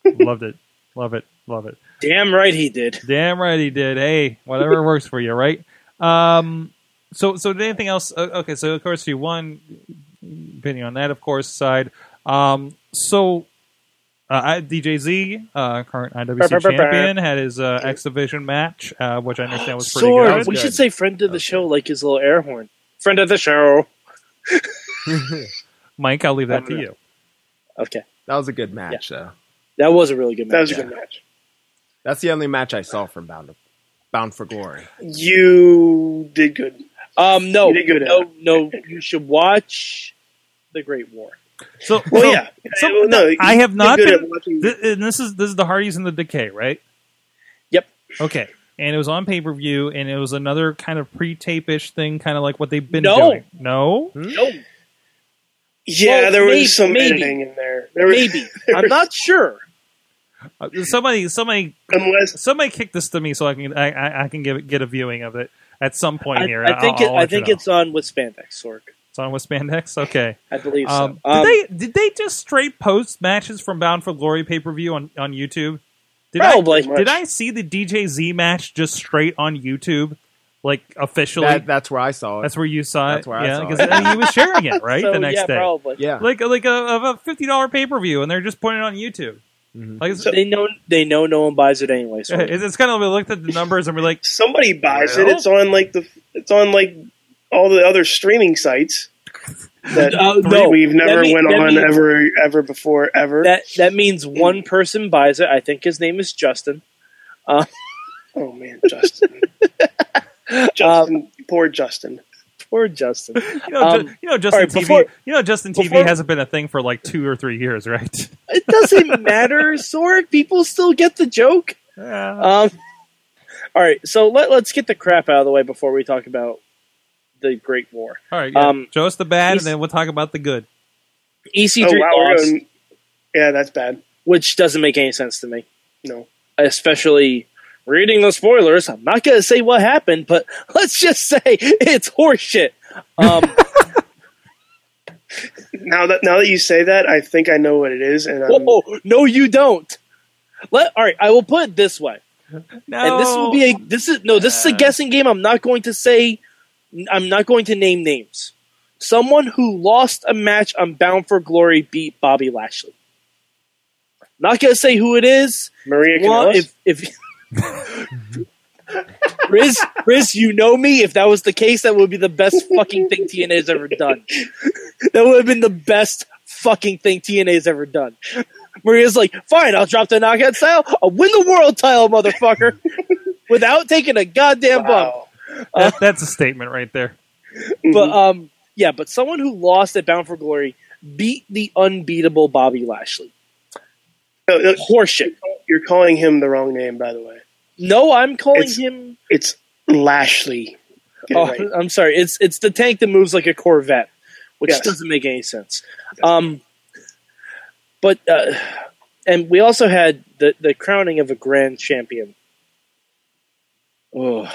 [SPEAKER 2] Loved it. Love it. Love it.
[SPEAKER 3] Damn right he did.
[SPEAKER 2] Damn right he did. Hey, whatever works for you, right? Um, so, so did anything else? Uh, okay, so of course you won. Opinion on that, of course, side. Um, so, uh, I- DJZ, uh, current IWC
[SPEAKER 3] Ba-ba-ba-ba.
[SPEAKER 2] champion, had his uh, X Division match, uh, which I understand was pretty
[SPEAKER 3] Sword.
[SPEAKER 2] good.
[SPEAKER 3] We should say friend of the show like his little air horn. Friend of the show.
[SPEAKER 2] Mike, I'll leave that to you.
[SPEAKER 3] Okay,
[SPEAKER 5] That was a good match, though.
[SPEAKER 3] that was a really good match.
[SPEAKER 4] that was a good match.
[SPEAKER 5] That's the only match I saw from Bound Bound for Glory.
[SPEAKER 4] You did good.
[SPEAKER 3] Um, no,
[SPEAKER 4] You did good at
[SPEAKER 3] no, no. You should watch the Great War.
[SPEAKER 2] So,
[SPEAKER 4] Well,
[SPEAKER 2] so-
[SPEAKER 4] yeah.
[SPEAKER 2] so-
[SPEAKER 4] Well, you
[SPEAKER 2] I have
[SPEAKER 4] did
[SPEAKER 2] not
[SPEAKER 4] good
[SPEAKER 2] been-
[SPEAKER 4] at watching-
[SPEAKER 2] Th- and this is this is the Hardys and the Decay, right?
[SPEAKER 3] Yep.
[SPEAKER 2] Okay. And it was on pay per view, and it was another kind of pre tape ish thing, kind of like what they've been
[SPEAKER 3] No.
[SPEAKER 2] doing. No,
[SPEAKER 3] No,
[SPEAKER 4] yeah,
[SPEAKER 3] well,
[SPEAKER 4] there was
[SPEAKER 3] maybe-
[SPEAKER 4] some
[SPEAKER 3] maybe.
[SPEAKER 4] editing in there. There was,
[SPEAKER 3] maybe I'm not sure.
[SPEAKER 2] Uh, somebody, somebody,
[SPEAKER 4] unless
[SPEAKER 2] somebody, kick this to me so I can I, I, I can give it, get a viewing of it at some point
[SPEAKER 3] I,
[SPEAKER 2] here.
[SPEAKER 3] I think
[SPEAKER 2] I'll-
[SPEAKER 3] it,
[SPEAKER 2] I'll
[SPEAKER 3] I
[SPEAKER 2] let you
[SPEAKER 3] think
[SPEAKER 2] know.
[SPEAKER 3] it's on with spandex, Sork.
[SPEAKER 2] It's on with spandex. Okay.
[SPEAKER 3] I believe so.
[SPEAKER 2] Um,
[SPEAKER 3] Um,
[SPEAKER 2] did they did they just straight post matches from Bound for Glory pay per view on on YouTube? Did
[SPEAKER 3] Probably.
[SPEAKER 2] I, did I see the DJZ match just straight on YouTube, like officially?
[SPEAKER 5] That, that's where I saw it.
[SPEAKER 2] That's where you saw it.
[SPEAKER 5] That's where I
[SPEAKER 2] yeah,
[SPEAKER 5] saw
[SPEAKER 2] because he was sharing it right
[SPEAKER 3] so,
[SPEAKER 2] the next
[SPEAKER 3] yeah,
[SPEAKER 2] day,
[SPEAKER 3] probably.
[SPEAKER 5] yeah.
[SPEAKER 2] like like a, of a fifty dollar pay per view, and they're just putting it on YouTube.
[SPEAKER 3] Mm-hmm.
[SPEAKER 5] Mhm.
[SPEAKER 2] Like it's,
[SPEAKER 3] They know they know no one buys it anyway. Sork.
[SPEAKER 2] it's, kind of we looked at the numbers and we're like,
[SPEAKER 4] somebody buys it,
[SPEAKER 2] Well.
[SPEAKER 4] it's on like the it's on like all the other streaming sites that
[SPEAKER 3] Uh,
[SPEAKER 4] that we've never
[SPEAKER 3] that mean-
[SPEAKER 4] went
[SPEAKER 3] that
[SPEAKER 4] on
[SPEAKER 3] means-
[SPEAKER 4] ever ever before ever.
[SPEAKER 3] That that means one person buys it. I think his name is Justin.
[SPEAKER 4] oh man, Justin. Justin,
[SPEAKER 3] Um,
[SPEAKER 4] poor Justin.
[SPEAKER 3] Poor Justin.
[SPEAKER 2] you know, Ju-
[SPEAKER 3] Um,
[SPEAKER 2] you know, Justin
[SPEAKER 3] all right,
[SPEAKER 2] TV,
[SPEAKER 3] before-
[SPEAKER 2] you know, Justin TV
[SPEAKER 3] before-
[SPEAKER 2] hasn't been a thing for like two or three years, right?
[SPEAKER 3] It doesn't matter, Sork. People still get the joke.
[SPEAKER 2] Yeah.
[SPEAKER 3] Um, all right, so let, let's get the crap out of the way before we talk about the Great War.
[SPEAKER 2] All right, yeah.
[SPEAKER 3] um,
[SPEAKER 2] show us the bad, and
[SPEAKER 3] he's-
[SPEAKER 2] then we'll talk about the good.
[SPEAKER 3] EC3
[SPEAKER 4] Oh wow, we're
[SPEAKER 3] lost,
[SPEAKER 4] going- yeah, that's bad.
[SPEAKER 3] which doesn't make any sense to me,
[SPEAKER 4] No,
[SPEAKER 3] especially reading the spoilers. I'm not going to say what happened, but let's just say it's horseshit. Um,
[SPEAKER 4] now that now that you say that, I think I know what it is, and I'm,
[SPEAKER 3] whoa, no, you don't. Let, all right, I will put it this way.
[SPEAKER 2] No,
[SPEAKER 3] and this will be a this is no this is a
[SPEAKER 2] Uh.
[SPEAKER 3] guessing game i'm not going to say i'm not going to name names someone who lost a match on bound for glory beat bobby lashley not going to say who it is
[SPEAKER 4] Maria
[SPEAKER 3] Well,
[SPEAKER 4] Kanellis.
[SPEAKER 3] if if Riz, Riz, you know me. If that was the case, that would be the best fucking thing TNA has ever done. that would have been the best fucking thing TNA has ever done. Maria's like, fine, I'll drop the knockout style. I'll win the world title, motherfucker, without taking a goddamn bump.
[SPEAKER 4] wow. Mm-hmm.
[SPEAKER 2] That- that's a statement right there.
[SPEAKER 3] But um, yeah, but someone who lost at Bound for Glory beat the unbeatable Bobby Lashley.
[SPEAKER 4] No, no,
[SPEAKER 3] Horseshit.
[SPEAKER 4] you're calling him the wrong name, by the way.
[SPEAKER 3] No, I'm calling
[SPEAKER 4] It's-
[SPEAKER 3] him.
[SPEAKER 4] It's Lashley. Get it
[SPEAKER 3] Oh,
[SPEAKER 4] right.
[SPEAKER 3] I'm sorry. It's it's the tank that moves like a Corvette, which
[SPEAKER 4] Yes.
[SPEAKER 3] doesn't make any sense. Um, but uh, and we also had the the crowning of a grand champion. Oh,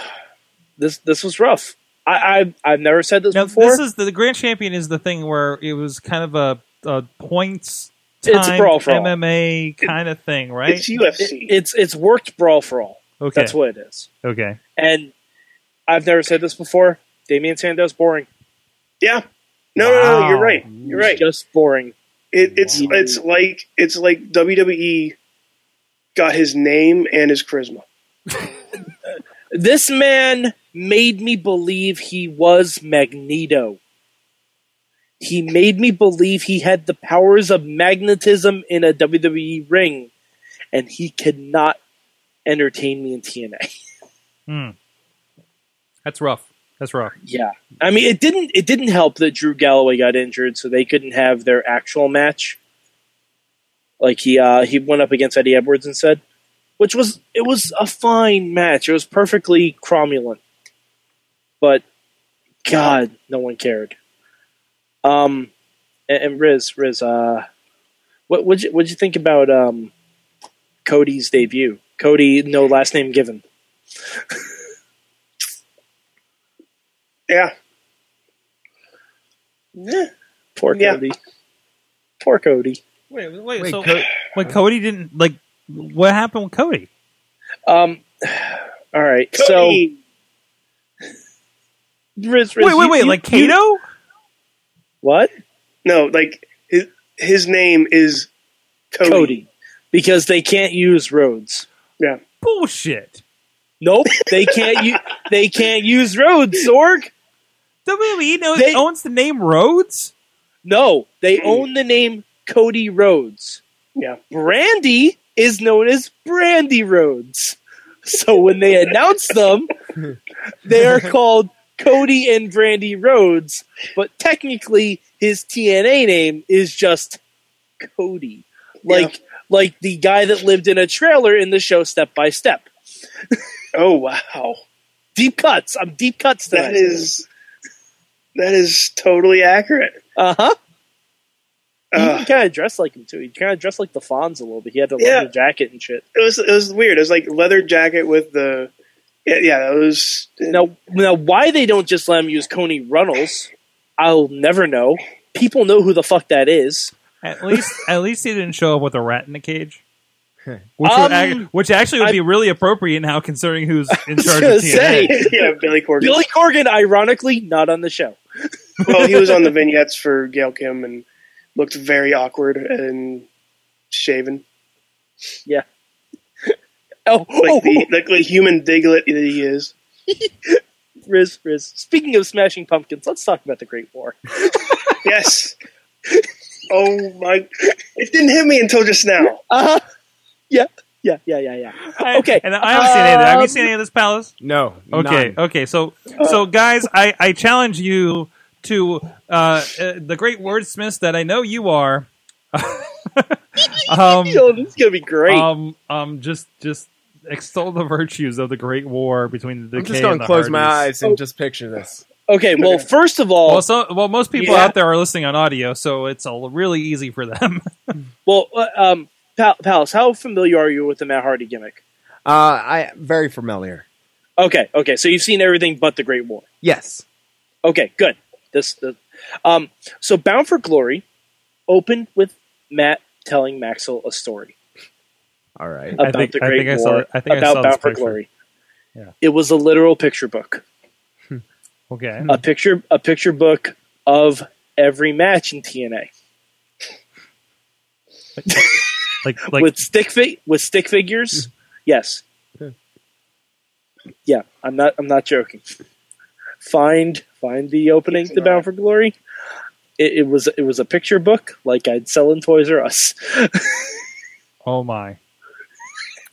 [SPEAKER 3] this this was rough. I, I've I've never said this
[SPEAKER 2] Now,
[SPEAKER 3] before.
[SPEAKER 2] this is the, the Grand Champion is the thing where it was kind of a, a points time
[SPEAKER 3] It's a brawl for all.
[SPEAKER 2] MMA kind of thing, right?
[SPEAKER 4] It's UFC.
[SPEAKER 3] It- it's it's worked brawl for all.
[SPEAKER 2] okay,
[SPEAKER 3] That's what it is.
[SPEAKER 2] okay.
[SPEAKER 3] And I've never said this before. Damian Sandow's boring.
[SPEAKER 4] yeah. No, no, no, you're
[SPEAKER 2] Wow.
[SPEAKER 4] right. You're right.
[SPEAKER 3] Just boring.
[SPEAKER 4] It, it's
[SPEAKER 3] Wow.
[SPEAKER 4] it's like it's like WWE got his name and his charisma.
[SPEAKER 3] This man made me believe he was Magneto. He made me believe he had the powers of magnetism in a WWE ring, and he could not entertain me in TNA.
[SPEAKER 2] Hmm. That's rough. That's rough.
[SPEAKER 3] Yeah, I mean it didn't it didn't help that Drew Galloway got injured, so they couldn't have their actual match. Like he uh, he went up against Eddie Edwards and said, which was it was a fine match. It was perfectly cromulent, but God, no one cared. Um, And, and Riz, Riz, uh, what would you would you think about um, Cody's debut? Cody, no last name given.
[SPEAKER 4] Yeah. Yeah.
[SPEAKER 3] Poor
[SPEAKER 4] Yeah.
[SPEAKER 3] Cody. Poor Cody.
[SPEAKER 2] Wait, wait.
[SPEAKER 5] Wait,
[SPEAKER 2] so
[SPEAKER 5] Co-
[SPEAKER 2] when Cody didn't like, what happened with Cody?
[SPEAKER 3] Um, all right.
[SPEAKER 4] Cody.
[SPEAKER 3] So Riz, Riz,
[SPEAKER 2] Wait, wait,
[SPEAKER 3] you-
[SPEAKER 2] wait.
[SPEAKER 3] you-
[SPEAKER 2] Like
[SPEAKER 3] you-
[SPEAKER 2] Kato?
[SPEAKER 3] What?
[SPEAKER 4] no, like his his name is Cody.
[SPEAKER 3] Cody. because they can't use roads.
[SPEAKER 2] Bullshit.
[SPEAKER 3] Nope, they can't. u- they can't use roads. Zorg.
[SPEAKER 2] WWE E knows
[SPEAKER 3] They-
[SPEAKER 2] owns the name Rhodes.
[SPEAKER 3] No, they own the name Cody Rhodes.
[SPEAKER 4] Yeah.
[SPEAKER 3] Brandy is known as Brandy Rhodes. So when they announce them, they are called Cody and Brandy Rhodes, but technically his TNA name is just Cody. Like like the guy that lived in a trailer in the show Step by Step.
[SPEAKER 4] Oh wow.
[SPEAKER 3] Deep cuts. I'm deep cuts
[SPEAKER 4] That
[SPEAKER 3] tonight.
[SPEAKER 4] is that is totally accurate.
[SPEAKER 3] uh-huh.
[SPEAKER 4] Uh,
[SPEAKER 3] he kind of dressed like him too. He kind of dressed like the Fonz a little bit. He had the
[SPEAKER 4] Yeah.
[SPEAKER 3] leather jacket and shit.
[SPEAKER 4] it was it was weird. It was like leather jacket with the yeah, yeah that was
[SPEAKER 3] Now, now, why they don't just let him use Coney Runnels, I'll never know. People know who the fuck that is.
[SPEAKER 2] At least, at least he didn't show up with a rat in the cage. Which, would
[SPEAKER 3] Um,
[SPEAKER 2] ac- which actually would
[SPEAKER 3] I-
[SPEAKER 2] be really appropriate now, considering who's in
[SPEAKER 3] was
[SPEAKER 2] charge
[SPEAKER 3] gonna
[SPEAKER 2] of TNA.
[SPEAKER 3] say.
[SPEAKER 4] yeah, Billy Corgan.
[SPEAKER 3] Billy Corgan, ironically, not on the show.
[SPEAKER 4] well, he was on the vignettes for Gail Kim and looked very awkward and shaven.
[SPEAKER 3] Oh, oh,
[SPEAKER 4] Like the like the human diglet that he is.
[SPEAKER 3] Riz, Riz. Speaking of Smashing Pumpkins, let's talk about the Great War.
[SPEAKER 4] Yes. oh my! It didn't hit me until just now.
[SPEAKER 3] Uh huh. Yeah, yeah, yeah, yeah, yeah.
[SPEAKER 2] I-
[SPEAKER 3] Okay,
[SPEAKER 2] and I haven't seen any of that. Have you
[SPEAKER 3] um,
[SPEAKER 2] seen any of this palace?
[SPEAKER 5] No.
[SPEAKER 2] Okay,
[SPEAKER 5] none.
[SPEAKER 2] okay. So, so guys, I I challenge you to uh, uh the great wordsmiths that I know you are. um,
[SPEAKER 3] Yo, this is gonna be great.
[SPEAKER 2] um, um, just just extol the virtues of the great war between the.
[SPEAKER 5] I'm
[SPEAKER 2] Decay
[SPEAKER 5] just going
[SPEAKER 2] and
[SPEAKER 5] to
[SPEAKER 2] the
[SPEAKER 5] close my
[SPEAKER 2] Hardys.
[SPEAKER 3] Oh.
[SPEAKER 5] eyes and just picture this.
[SPEAKER 3] okay, well, first of all,
[SPEAKER 2] Well, so well, most people
[SPEAKER 3] Yeah.
[SPEAKER 2] out there are listening on audio, so it's all really easy for them.
[SPEAKER 3] well, uh, um, Pal- Palace, how familiar are you with the Matt Hardy gimmick?
[SPEAKER 5] Uh, I very familiar.
[SPEAKER 3] Okay, okay, so you've seen everything but the Great War.
[SPEAKER 5] Yes.
[SPEAKER 3] Okay, good. This, the, um, so Bound for Glory opened with Matt telling Maxwell a story
[SPEAKER 5] All right.
[SPEAKER 3] about
[SPEAKER 2] think-
[SPEAKER 3] the
[SPEAKER 2] I
[SPEAKER 3] Great
[SPEAKER 2] think I saw
[SPEAKER 3] War,
[SPEAKER 2] it. I think I
[SPEAKER 3] about
[SPEAKER 2] saw this
[SPEAKER 3] Bound for
[SPEAKER 2] picture.
[SPEAKER 3] Glory.
[SPEAKER 2] Yeah.
[SPEAKER 3] It was a literal picture book,
[SPEAKER 2] Okay,
[SPEAKER 3] a picture, a picture book of every match in TNA
[SPEAKER 2] like Hmm. like
[SPEAKER 3] with stick fi- with stick figures. yes, yeah, I'm not, I'm not joking. Find, find the opening to Bound for Glory. It, it was, it was a picture book like I'd sell in Toys R Us.
[SPEAKER 2] oh my.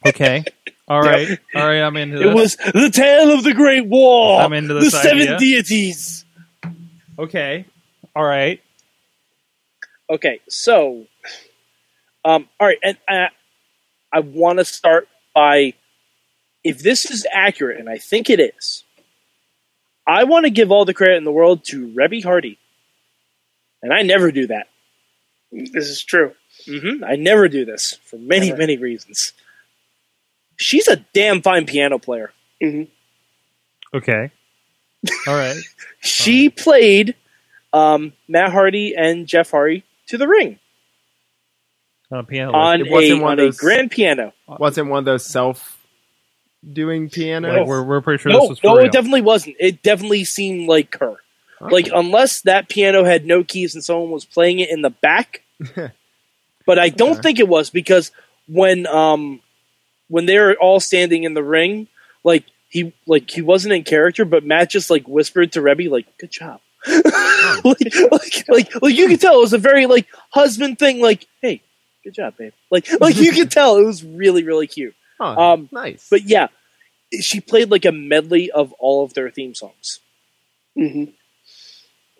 [SPEAKER 2] Okay, all right, all right. I'm into
[SPEAKER 3] It
[SPEAKER 2] this.
[SPEAKER 3] was the tale of the Great War.
[SPEAKER 2] I'm into
[SPEAKER 3] the
[SPEAKER 2] this idea.
[SPEAKER 3] seven deities.
[SPEAKER 2] okay, all right.
[SPEAKER 3] Okay, so, um, all right, and uh, I want to start by, if this is accurate, and I think it is, I want to give all the credit in the world to Rebby Hardy, and I never do that.
[SPEAKER 4] This is true.
[SPEAKER 3] hmm I never do this for many,
[SPEAKER 4] Never.
[SPEAKER 3] many reasons. She's a damn fine piano player.
[SPEAKER 4] hmm
[SPEAKER 2] Okay. All right.
[SPEAKER 3] She played um, Matt Hardy and Jeff Hardy to the ring.
[SPEAKER 2] On a piano.
[SPEAKER 3] on,
[SPEAKER 5] It wasn't
[SPEAKER 3] a,
[SPEAKER 5] one
[SPEAKER 3] on
[SPEAKER 5] of
[SPEAKER 3] a
[SPEAKER 5] those-
[SPEAKER 3] grand piano.
[SPEAKER 5] Wasn't one of those self doing piano?
[SPEAKER 2] like, we're, we're pretty sure
[SPEAKER 3] No,
[SPEAKER 2] this was for
[SPEAKER 3] no,
[SPEAKER 2] real.
[SPEAKER 3] it definitely wasn't. It definitely seemed like her. Like unless that piano had no keys and someone was playing it in the back. but I don't
[SPEAKER 5] Okay.
[SPEAKER 3] think it was because when um when they were all standing in the ring, like he like he wasn't in character, but Matt just like whispered to Rebby like, "Good job." like, like, like, like you could tell it was a very like husband thing. Like, hey, good job, babe. Like, like you could tell it was really, really cute.
[SPEAKER 5] Huh,
[SPEAKER 3] um,
[SPEAKER 5] nice.
[SPEAKER 3] But yeah, she played like a medley of all of their theme songs.
[SPEAKER 4] hmm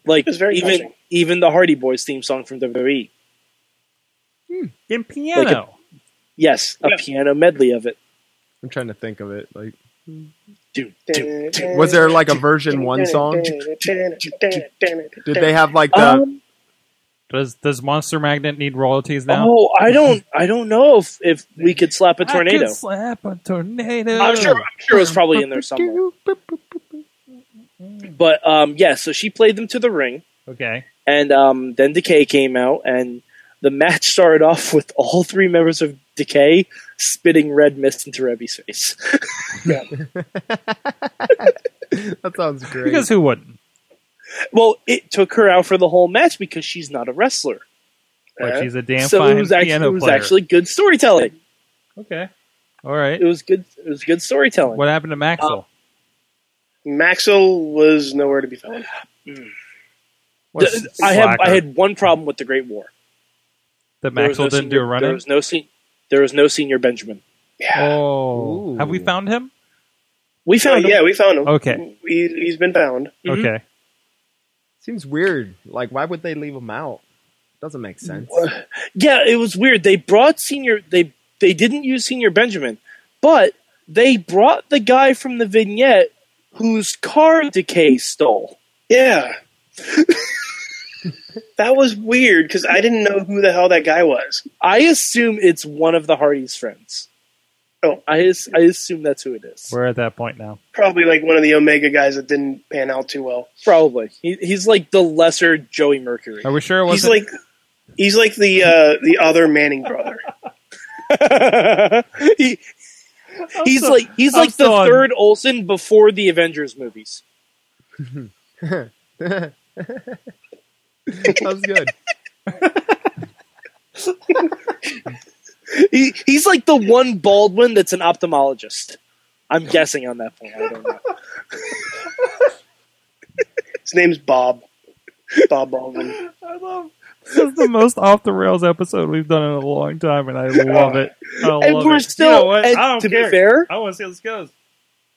[SPEAKER 3] Like
[SPEAKER 4] It was very
[SPEAKER 3] even
[SPEAKER 4] touching.
[SPEAKER 3] even the Hardy Boys theme song from WWE.
[SPEAKER 2] in piano.
[SPEAKER 3] like Yes, a
[SPEAKER 4] Yeah.
[SPEAKER 3] piano medley of it.
[SPEAKER 5] I'm trying to think of it. Like,
[SPEAKER 3] Dude, dude.
[SPEAKER 5] was there like a version one song? Did they have like the
[SPEAKER 3] Um,
[SPEAKER 2] Does does Monster Magnet need royalties now?
[SPEAKER 3] Oh, I don't, I don't know if, if we could slap a
[SPEAKER 2] I
[SPEAKER 3] tornado.
[SPEAKER 2] could slap a tornado.
[SPEAKER 3] I'm sure, I'm sure it was probably in there somewhere. But um, yeah, so she played them to the ring.
[SPEAKER 2] Okay.
[SPEAKER 3] And um, then Decay came out, and the match started off with all three members of Decay spitting red mist into Rebby's face.
[SPEAKER 5] That sounds great.
[SPEAKER 2] Because who wouldn't?
[SPEAKER 3] well, it took her out for the whole match because she's not a wrestler.
[SPEAKER 2] Like
[SPEAKER 3] Uh,
[SPEAKER 2] she's a damn
[SPEAKER 3] so
[SPEAKER 2] fine
[SPEAKER 3] it was, actually,
[SPEAKER 2] piano
[SPEAKER 3] it was
[SPEAKER 2] player.
[SPEAKER 3] actually good storytelling.
[SPEAKER 2] okay. All right.
[SPEAKER 3] It was good. It was good storytelling.
[SPEAKER 2] What happened to Maxwell?
[SPEAKER 3] Uh,
[SPEAKER 4] Maxwell was nowhere to be found.
[SPEAKER 2] What a
[SPEAKER 3] The- I had I
[SPEAKER 2] slacker.
[SPEAKER 3] had one problem with the Great War.
[SPEAKER 2] that
[SPEAKER 3] There was
[SPEAKER 2] Maxwell
[SPEAKER 3] no
[SPEAKER 2] didn't
[SPEAKER 3] senior-
[SPEAKER 2] do a run
[SPEAKER 3] There
[SPEAKER 2] in.
[SPEAKER 3] was no se- There was no senior Benjamin.
[SPEAKER 2] Oh,
[SPEAKER 5] Ooh.
[SPEAKER 2] have we found him?
[SPEAKER 3] We found
[SPEAKER 4] Uh, yeah, Uh, we found him.
[SPEAKER 2] Okay.
[SPEAKER 4] he, he's been found.
[SPEAKER 3] Mhm.
[SPEAKER 2] Okay.
[SPEAKER 5] Seems weird. Like, why would they leave him out? Doesn't make sense.
[SPEAKER 3] Yeah, it was weird. They brought senior they they didn't use senior Benjamin, but they brought the guy from the vignette whose car decay stole.
[SPEAKER 4] Yeah, that was weird because I didn't know who the hell that guy was.
[SPEAKER 3] I assume it's one of the Hardy's friends.
[SPEAKER 4] Oh.
[SPEAKER 3] I as- I assume that's who it is.
[SPEAKER 2] We're at that point now.
[SPEAKER 4] Probably like one of the Omega guys that didn't pan out too well.
[SPEAKER 3] Probably he, he's like the lesser Joey Mercury.
[SPEAKER 2] Are we sure it
[SPEAKER 4] He's
[SPEAKER 2] wasn't?
[SPEAKER 4] like he's like the uh, the other Manning brother.
[SPEAKER 3] He- he's
[SPEAKER 2] so-
[SPEAKER 3] like he's
[SPEAKER 2] I'm
[SPEAKER 3] like the
[SPEAKER 2] so un-
[SPEAKER 3] third Olsen before the Avengers movies.
[SPEAKER 5] Sounds good.
[SPEAKER 3] He, he's like the one Baldwin that's an ophthalmologist. I'm guessing on that point. I don't know.
[SPEAKER 4] His name's Bob. Bob Baldwin.
[SPEAKER 2] I love this is the most off the rails episode we've done in a long time, and I love it. I love
[SPEAKER 3] and we're
[SPEAKER 2] it.
[SPEAKER 3] still.
[SPEAKER 2] You know what?
[SPEAKER 3] and
[SPEAKER 2] I don't
[SPEAKER 3] to
[SPEAKER 2] care.
[SPEAKER 3] be fair,
[SPEAKER 2] I want to see how this goes.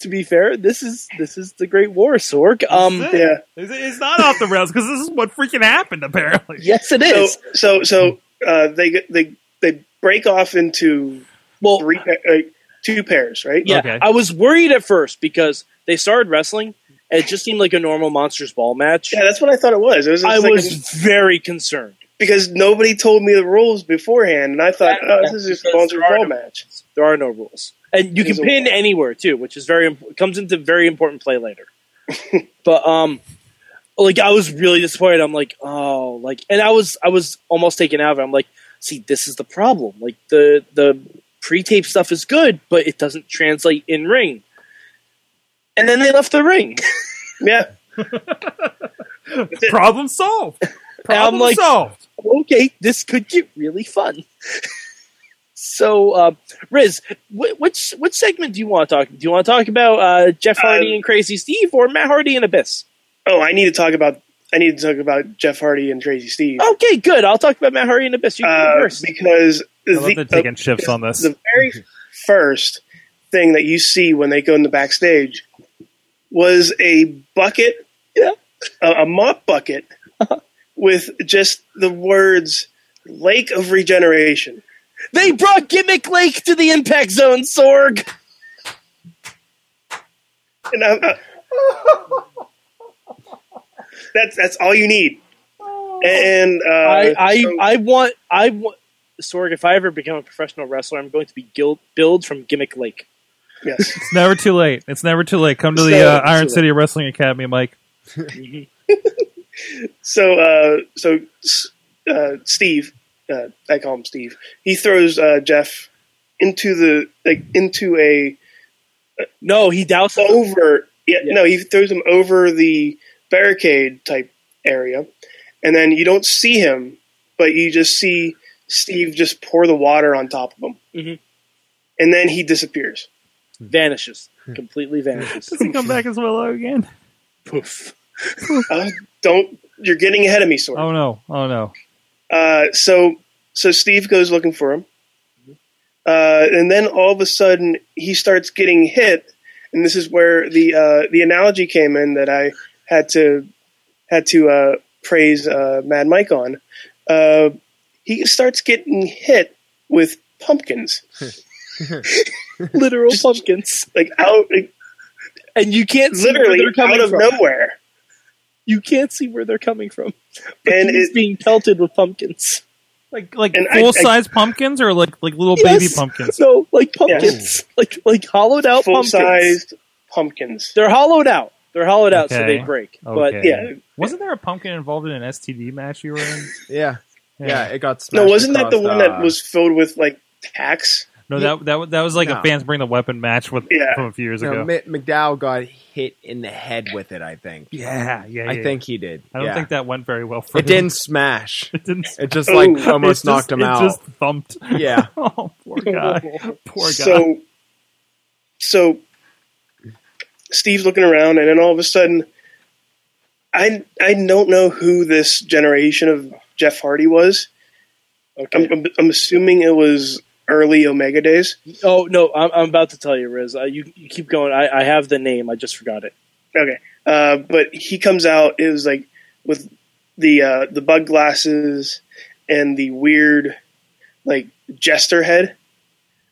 [SPEAKER 3] to be fair, this is this is the Great War, Sorg. Um,
[SPEAKER 2] This is it.
[SPEAKER 4] Yeah.
[SPEAKER 2] It's, it's not off the rails because this is what freaking happened. Apparently,
[SPEAKER 3] yes, it
[SPEAKER 4] So
[SPEAKER 3] is.
[SPEAKER 4] so so uh, they get- they they break off into
[SPEAKER 3] well,
[SPEAKER 4] three pa- uh, two pairs, right?
[SPEAKER 3] yeah,
[SPEAKER 2] Okay.
[SPEAKER 3] I was worried at first because they started wrestling. And it just seemed like a normal monsters ball match.
[SPEAKER 4] Yeah, that's what I thought it was. It was, just
[SPEAKER 3] I
[SPEAKER 4] like a-
[SPEAKER 3] was very concerned.
[SPEAKER 4] because nobody told me the rules beforehand, and I thought,
[SPEAKER 3] That-
[SPEAKER 4] oh,
[SPEAKER 3] that's
[SPEAKER 4] this is just a bunch
[SPEAKER 3] because
[SPEAKER 4] of
[SPEAKER 3] there are
[SPEAKER 4] brawl
[SPEAKER 3] no-
[SPEAKER 4] match.
[SPEAKER 3] There are no rules, and you
[SPEAKER 4] There's
[SPEAKER 3] can
[SPEAKER 4] a-
[SPEAKER 3] pin anywhere too, which is very imp- comes into very important play later. but um, like I was really disappointed. I'm like, oh, like, and I was I was almost taken out of it. I'm like, see, this is the problem. Like the the pre tape stuff is good, but it doesn't translate in ring. And then they left the ring.
[SPEAKER 4] Yeah,
[SPEAKER 2] problem solved. Problem
[SPEAKER 3] like-
[SPEAKER 2] solved.
[SPEAKER 3] okay, this could get really fun. so, uh, Riz, wh- which which segment do you want to talk? Do you want to talk about uh, Jeff Hardy
[SPEAKER 4] Uh,
[SPEAKER 3] and Crazy Steve or Matt Hardy and Abyss?
[SPEAKER 4] Oh, I need to talk about I need to talk about Jeff Hardy and Crazy Steve
[SPEAKER 3] Okay, good. I'll talk about Matt Hardy and Abyss. You can
[SPEAKER 4] uh,
[SPEAKER 3] go first.
[SPEAKER 4] because
[SPEAKER 2] I love
[SPEAKER 4] the, uh,
[SPEAKER 2] they're taking shifts on this.
[SPEAKER 4] the very first thing that you see when they go in the backstage was a bucket,
[SPEAKER 3] Yeah. Uh-huh.
[SPEAKER 4] a, a mop bucket with just the words "Lake of Regeneration."
[SPEAKER 3] They brought Gimmick Lake to the Impact Zone, Sorg.
[SPEAKER 4] And I, I, that's that's all you need. And uh,
[SPEAKER 3] I, I,
[SPEAKER 4] so-
[SPEAKER 3] I want I want Sorg. If I ever become a professional wrestler, I'm going to be guild, billed from Gimmick Lake.
[SPEAKER 4] yes,
[SPEAKER 2] It's never too late. It's never too late. Come to
[SPEAKER 4] It's
[SPEAKER 2] the
[SPEAKER 4] never
[SPEAKER 2] uh,
[SPEAKER 4] too
[SPEAKER 2] Iron
[SPEAKER 4] late.
[SPEAKER 2] City Wrestling Academy, Mike.
[SPEAKER 4] so uh, so uh, Steve, uh, I call him Steve. He throws uh, Jeff into the like into a
[SPEAKER 3] No, he doused.
[SPEAKER 4] over. Yeah,
[SPEAKER 3] Yeah.
[SPEAKER 4] no, he throws him over the barricade type area, and then you don't see him, but you just see Steve just pour the water on top of him,
[SPEAKER 3] Mhm.
[SPEAKER 4] and then he disappears.
[SPEAKER 3] vanishes completely. Vanishes.
[SPEAKER 2] Does he come back as Willow again?
[SPEAKER 3] Poof.
[SPEAKER 4] Uh, don't you're getting ahead of me, sort
[SPEAKER 2] Oh no! Oh no!
[SPEAKER 4] Uh, so so Steve goes looking for him,
[SPEAKER 3] Mm-hmm.
[SPEAKER 4] uh, and then all of a sudden he starts getting hit, and this is where the uh, the analogy came in that I had to had to uh, praise uh, Mad Mike on. Uh, he starts getting hit with pumpkins,
[SPEAKER 3] Literal pumpkins.
[SPEAKER 4] like out
[SPEAKER 3] and you can't see where
[SPEAKER 4] literally
[SPEAKER 3] they're coming
[SPEAKER 4] out of
[SPEAKER 3] from.
[SPEAKER 4] nowhere.
[SPEAKER 3] You can't see where they're coming from. But
[SPEAKER 4] And
[SPEAKER 3] he's
[SPEAKER 4] it-
[SPEAKER 3] being pelted with pumpkins.
[SPEAKER 2] Like like
[SPEAKER 4] And I-
[SPEAKER 2] full size pumpkins or like like little
[SPEAKER 3] Yes.
[SPEAKER 2] baby pumpkins.
[SPEAKER 3] No, like pumpkins, like like hollowed out
[SPEAKER 4] full
[SPEAKER 3] pumpkins.
[SPEAKER 4] sized pumpkins.
[SPEAKER 3] They're hollowed out. They're hollowed out, so
[SPEAKER 2] Okay.
[SPEAKER 3] they break. But
[SPEAKER 2] Okay.
[SPEAKER 4] Yeah,
[SPEAKER 2] Wasn't there a pumpkin involved in an STD match you were in?
[SPEAKER 5] Yeah, yeah, it got smashed.
[SPEAKER 4] no, wasn't that the
[SPEAKER 5] across,
[SPEAKER 4] one
[SPEAKER 5] uh,
[SPEAKER 4] that was filled with like tacks?
[SPEAKER 2] No, that that was- that was like
[SPEAKER 5] No.
[SPEAKER 2] a fans bring the weapon match with
[SPEAKER 4] Yeah.
[SPEAKER 2] from a few years
[SPEAKER 5] No,
[SPEAKER 2] ago.
[SPEAKER 5] Mitt McDowell got hit in the head with it. I think.
[SPEAKER 2] yeah, yeah, yeah.
[SPEAKER 5] I think he did.
[SPEAKER 2] I don't
[SPEAKER 5] yeah.
[SPEAKER 2] think that went very well for
[SPEAKER 5] it
[SPEAKER 2] him.
[SPEAKER 5] didn't smash.
[SPEAKER 2] It didn't.
[SPEAKER 5] It just like
[SPEAKER 4] Ooh.
[SPEAKER 5] almost
[SPEAKER 2] It just-
[SPEAKER 5] knocked him
[SPEAKER 2] it
[SPEAKER 5] out.
[SPEAKER 2] Just thumped.
[SPEAKER 5] Yeah.
[SPEAKER 2] oh, poor guy. Poor guy.
[SPEAKER 4] So, so Steve's looking around, and then all of a sudden, I I don't know who this generation of Jeff Hardy was.
[SPEAKER 3] okay.
[SPEAKER 4] I'm, I'm, I'm assuming it was early Omega days.
[SPEAKER 3] oh no, I'm, I'm about to tell you, Riz. Uh, you, you keep going. I, I have the name. I just forgot it.
[SPEAKER 4] Okay, uh, but he comes out. It was like with the uh, the bug glasses and the weird like jester head,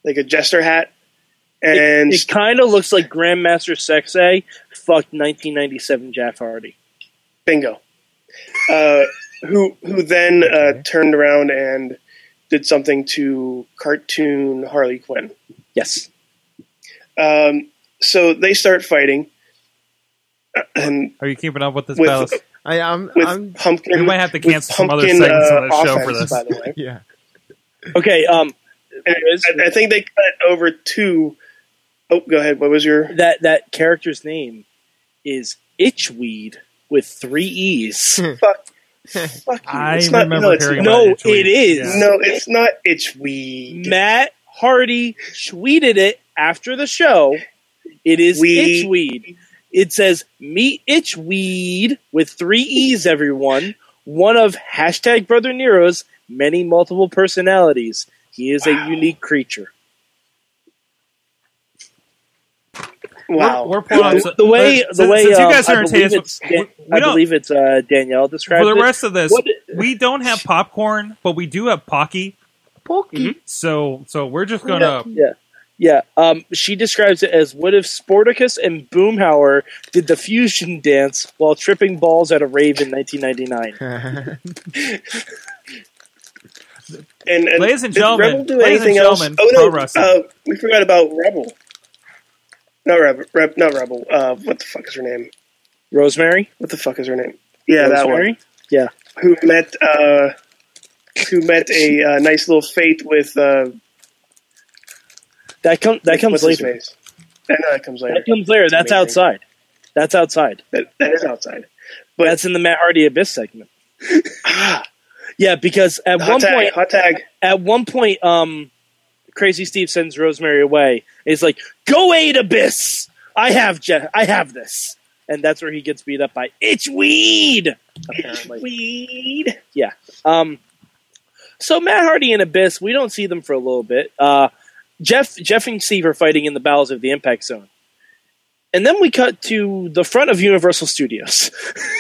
[SPEAKER 4] like a jester hat, and
[SPEAKER 3] it, kind of looks like Grandmaster Sexay fucked 1997 Jeff Hardy.
[SPEAKER 4] bingo. Uh, who who then
[SPEAKER 2] Okay.
[SPEAKER 4] uh, turned around and did something to cartoon Harley Quinn.
[SPEAKER 3] Yes.
[SPEAKER 4] Um, so they start fighting, and
[SPEAKER 2] Are you keeping up with this,
[SPEAKER 4] With-
[SPEAKER 2] Palace?
[SPEAKER 5] I, I'm.
[SPEAKER 4] with
[SPEAKER 5] I'm.
[SPEAKER 4] pumpkin.
[SPEAKER 2] We might have to
[SPEAKER 4] with
[SPEAKER 2] cancel some other
[SPEAKER 4] pumpkin,
[SPEAKER 2] segments
[SPEAKER 4] uh,
[SPEAKER 2] on this show for
[SPEAKER 4] offense,
[SPEAKER 2] this.
[SPEAKER 4] By the way,
[SPEAKER 5] Yeah.
[SPEAKER 3] Okay. Um,
[SPEAKER 4] And
[SPEAKER 3] Riz,
[SPEAKER 4] I, I think they cut it over to. Oh, go ahead. What was your?
[SPEAKER 3] that that character's name is Itchweed with three e's.
[SPEAKER 4] Fuck you.
[SPEAKER 2] I
[SPEAKER 4] it's not,
[SPEAKER 2] remember
[SPEAKER 4] no, it's
[SPEAKER 2] hearing
[SPEAKER 4] not,
[SPEAKER 2] about
[SPEAKER 3] No,
[SPEAKER 2] Itchweed.
[SPEAKER 3] it is.
[SPEAKER 2] Yeah.
[SPEAKER 4] no, it's not itchweed.
[SPEAKER 3] Matt Hardy tweeted it after the show. It is
[SPEAKER 4] Weed.
[SPEAKER 3] Itchweed. It says meet Itchweed with three E's, everyone. One of hashtag Brother Nero's many multiple personalities. He is a unique creature.
[SPEAKER 4] Wow.
[SPEAKER 2] We're, we're pulling up
[SPEAKER 3] The,
[SPEAKER 2] some-
[SPEAKER 3] the way,
[SPEAKER 2] but
[SPEAKER 3] the
[SPEAKER 2] since-
[SPEAKER 3] way
[SPEAKER 2] since you
[SPEAKER 3] um,
[SPEAKER 2] guys are
[SPEAKER 3] I
[SPEAKER 2] in
[SPEAKER 3] believe
[SPEAKER 2] taste,
[SPEAKER 3] it's, Dan-
[SPEAKER 2] we- we
[SPEAKER 3] I
[SPEAKER 2] don't-
[SPEAKER 3] believe it's uh, Danielle described
[SPEAKER 2] for the
[SPEAKER 3] it.
[SPEAKER 2] rest of this,
[SPEAKER 3] What-
[SPEAKER 2] we don't have popcorn, but we do have Pocky.
[SPEAKER 5] Pokey.
[SPEAKER 2] So, so we're just gonna.
[SPEAKER 3] Yeah. Yeah. Um, she describes it as what if Sporticus and Boomhauer did the fusion dance while tripping balls at a rave in 1999.
[SPEAKER 4] and, and
[SPEAKER 2] Ladies and
[SPEAKER 4] did
[SPEAKER 2] gentlemen,
[SPEAKER 4] Rebel do
[SPEAKER 2] ladies and
[SPEAKER 4] anything else?
[SPEAKER 2] gentlemen, pro
[SPEAKER 4] Oh no,
[SPEAKER 2] wrestling.
[SPEAKER 4] uh, we forgot about Rebel. Not Rebel. Reb, not Rebel. Uh, what the fuck is her name?
[SPEAKER 3] Rosemary?
[SPEAKER 4] What the fuck is her name? Yeah, that
[SPEAKER 3] Rosemary?
[SPEAKER 4] one. Who met? Uh, who met a uh, nice little fate with? Uh,
[SPEAKER 3] That, com- that comes
[SPEAKER 4] what's his
[SPEAKER 3] later.
[SPEAKER 4] face? I know that comes later.
[SPEAKER 3] That comes later. That's
[SPEAKER 4] Amazing.
[SPEAKER 3] outside. That's outside.
[SPEAKER 4] That, that is outside.
[SPEAKER 3] But that's in the Matt Hardy Abyss segment. yeah, because at
[SPEAKER 4] Hot
[SPEAKER 3] one
[SPEAKER 4] tag.
[SPEAKER 3] point,
[SPEAKER 4] hot tag.
[SPEAKER 3] at one point, um, Crazy Steve sends Rosemary away. It's like, "Go aid Abyss. I have Je- I have this," and that's where he gets beat up by Itchweed. Apparently,
[SPEAKER 4] Weed.
[SPEAKER 3] yeah. Um, so Matt Hardy and Abyss, we don't see them for a little bit. Uh, Jeff, Jeff and Steve are fighting in the bowels of the Impact Zone, and then we cut to the front of Universal Studios.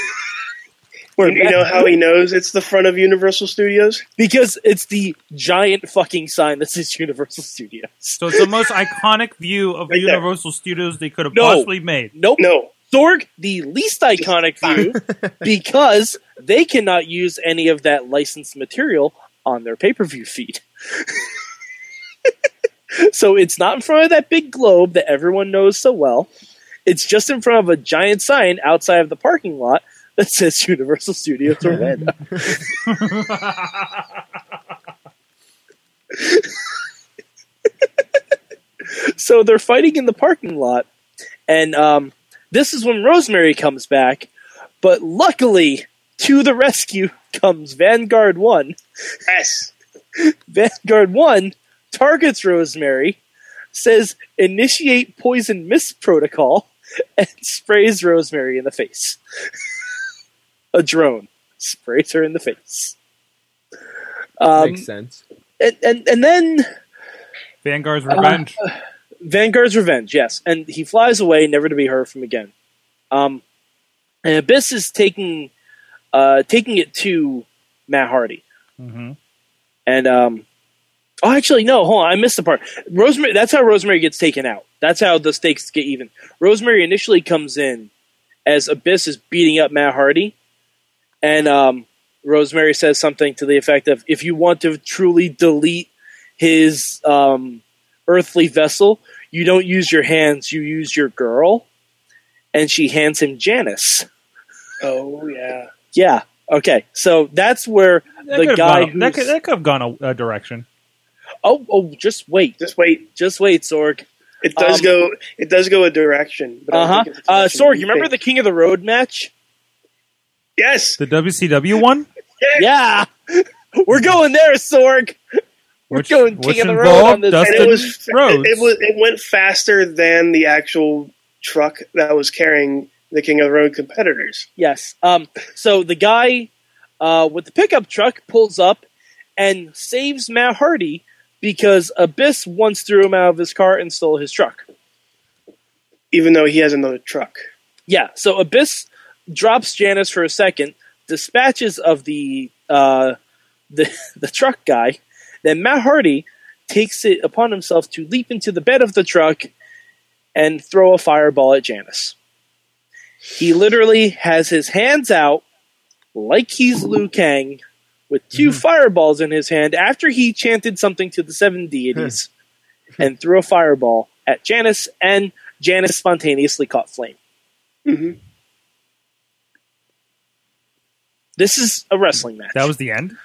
[SPEAKER 4] You, you know how he knows it's the front of Universal Studios?
[SPEAKER 3] Because it's the giant fucking sign that says Universal Studios.
[SPEAKER 2] So it's the most iconic view of
[SPEAKER 4] Right there.
[SPEAKER 2] Universal Studios they could have
[SPEAKER 3] No.
[SPEAKER 2] possibly made.
[SPEAKER 3] Nope.
[SPEAKER 4] No.
[SPEAKER 3] Sorg the least iconic view because they cannot use any of that licensed material on their pay per view feed. so it's not in front of that big globe that everyone knows so well. It's just in front of a giant sign outside of the parking lot that says Universal Studios Orlando. so they're fighting in the parking lot, and um, this is when Rosemary comes back. But luckily, to the rescue comes Vanguard One.
[SPEAKER 4] S.
[SPEAKER 3] Vanguard One targets Rosemary, says initiate poison mist protocol, and sprays Rosemary in the face. A drone sprays her in the face. Um,
[SPEAKER 5] Makes sense.
[SPEAKER 3] and, and and then
[SPEAKER 2] Vanguard's
[SPEAKER 3] Oh,
[SPEAKER 2] Revenge.
[SPEAKER 3] Vanguard's Revenge, yes. And he flies away, never to be heard from again. Um, and Abyss is taking uh, taking it to Matt Hardy.
[SPEAKER 2] hmm
[SPEAKER 3] And um, oh, actually, no, hold on, I missed the part. Rosemary. That's how Rosemary gets taken out. That's how the stakes get even. Rosemary initially comes in as Abyss is beating up Matt Hardy, and um, Rosemary says something to the effect of, "If you want to truly delete his um, earthly vessel, you don't use your hands; you use your girl." And she hands him Janice.
[SPEAKER 4] Oh yeah.
[SPEAKER 3] Yeah. Okay. So that's where
[SPEAKER 2] That
[SPEAKER 3] the
[SPEAKER 2] could've
[SPEAKER 3] guy
[SPEAKER 2] gone a- that
[SPEAKER 3] who's-
[SPEAKER 2] could, that could have gone a, a direction.
[SPEAKER 3] oh oh just wait
[SPEAKER 4] Just wait.
[SPEAKER 3] just wait Sorg
[SPEAKER 4] It does
[SPEAKER 3] Um,
[SPEAKER 4] go. It does go a direction. but I
[SPEAKER 3] uh
[SPEAKER 4] don't
[SPEAKER 3] huh
[SPEAKER 4] think it's a
[SPEAKER 3] uh
[SPEAKER 4] direction
[SPEAKER 3] Sorg
[SPEAKER 4] you
[SPEAKER 3] you remember
[SPEAKER 4] think.
[SPEAKER 3] the King of the Road match
[SPEAKER 4] Yes.
[SPEAKER 2] The WCW one,
[SPEAKER 3] yeah we're going there Sorg we're
[SPEAKER 2] which,
[SPEAKER 3] going
[SPEAKER 2] which
[SPEAKER 3] King of the Road
[SPEAKER 2] involved
[SPEAKER 3] on this
[SPEAKER 2] Dustin
[SPEAKER 4] And it was-
[SPEAKER 2] Rhodes.
[SPEAKER 4] It, it was. It went faster than the actual truck that was carrying the King of the Road competitors.
[SPEAKER 3] yes um so the guy uh with the pickup truck pulls up and saves Matt Hardy because Abyss once threw him out of his car and stole his truck
[SPEAKER 4] Even though he has another truck.
[SPEAKER 3] Yeah, so Abyss drops Janice for a second, dispatches of the uh, the the truck guy. Then Matt Hardy takes it upon himself to leap into the bed of the truck and throw a fireball at Janice. He literally has his hands out like he's Liu Kang with 2 fireballs in his hand after he chanted something to the seven deities and threw a fireball at Janice and Janice spontaneously caught flame.
[SPEAKER 4] hmm
[SPEAKER 2] Mm-hmm.
[SPEAKER 3] This is a wrestling match.
[SPEAKER 2] that was the end.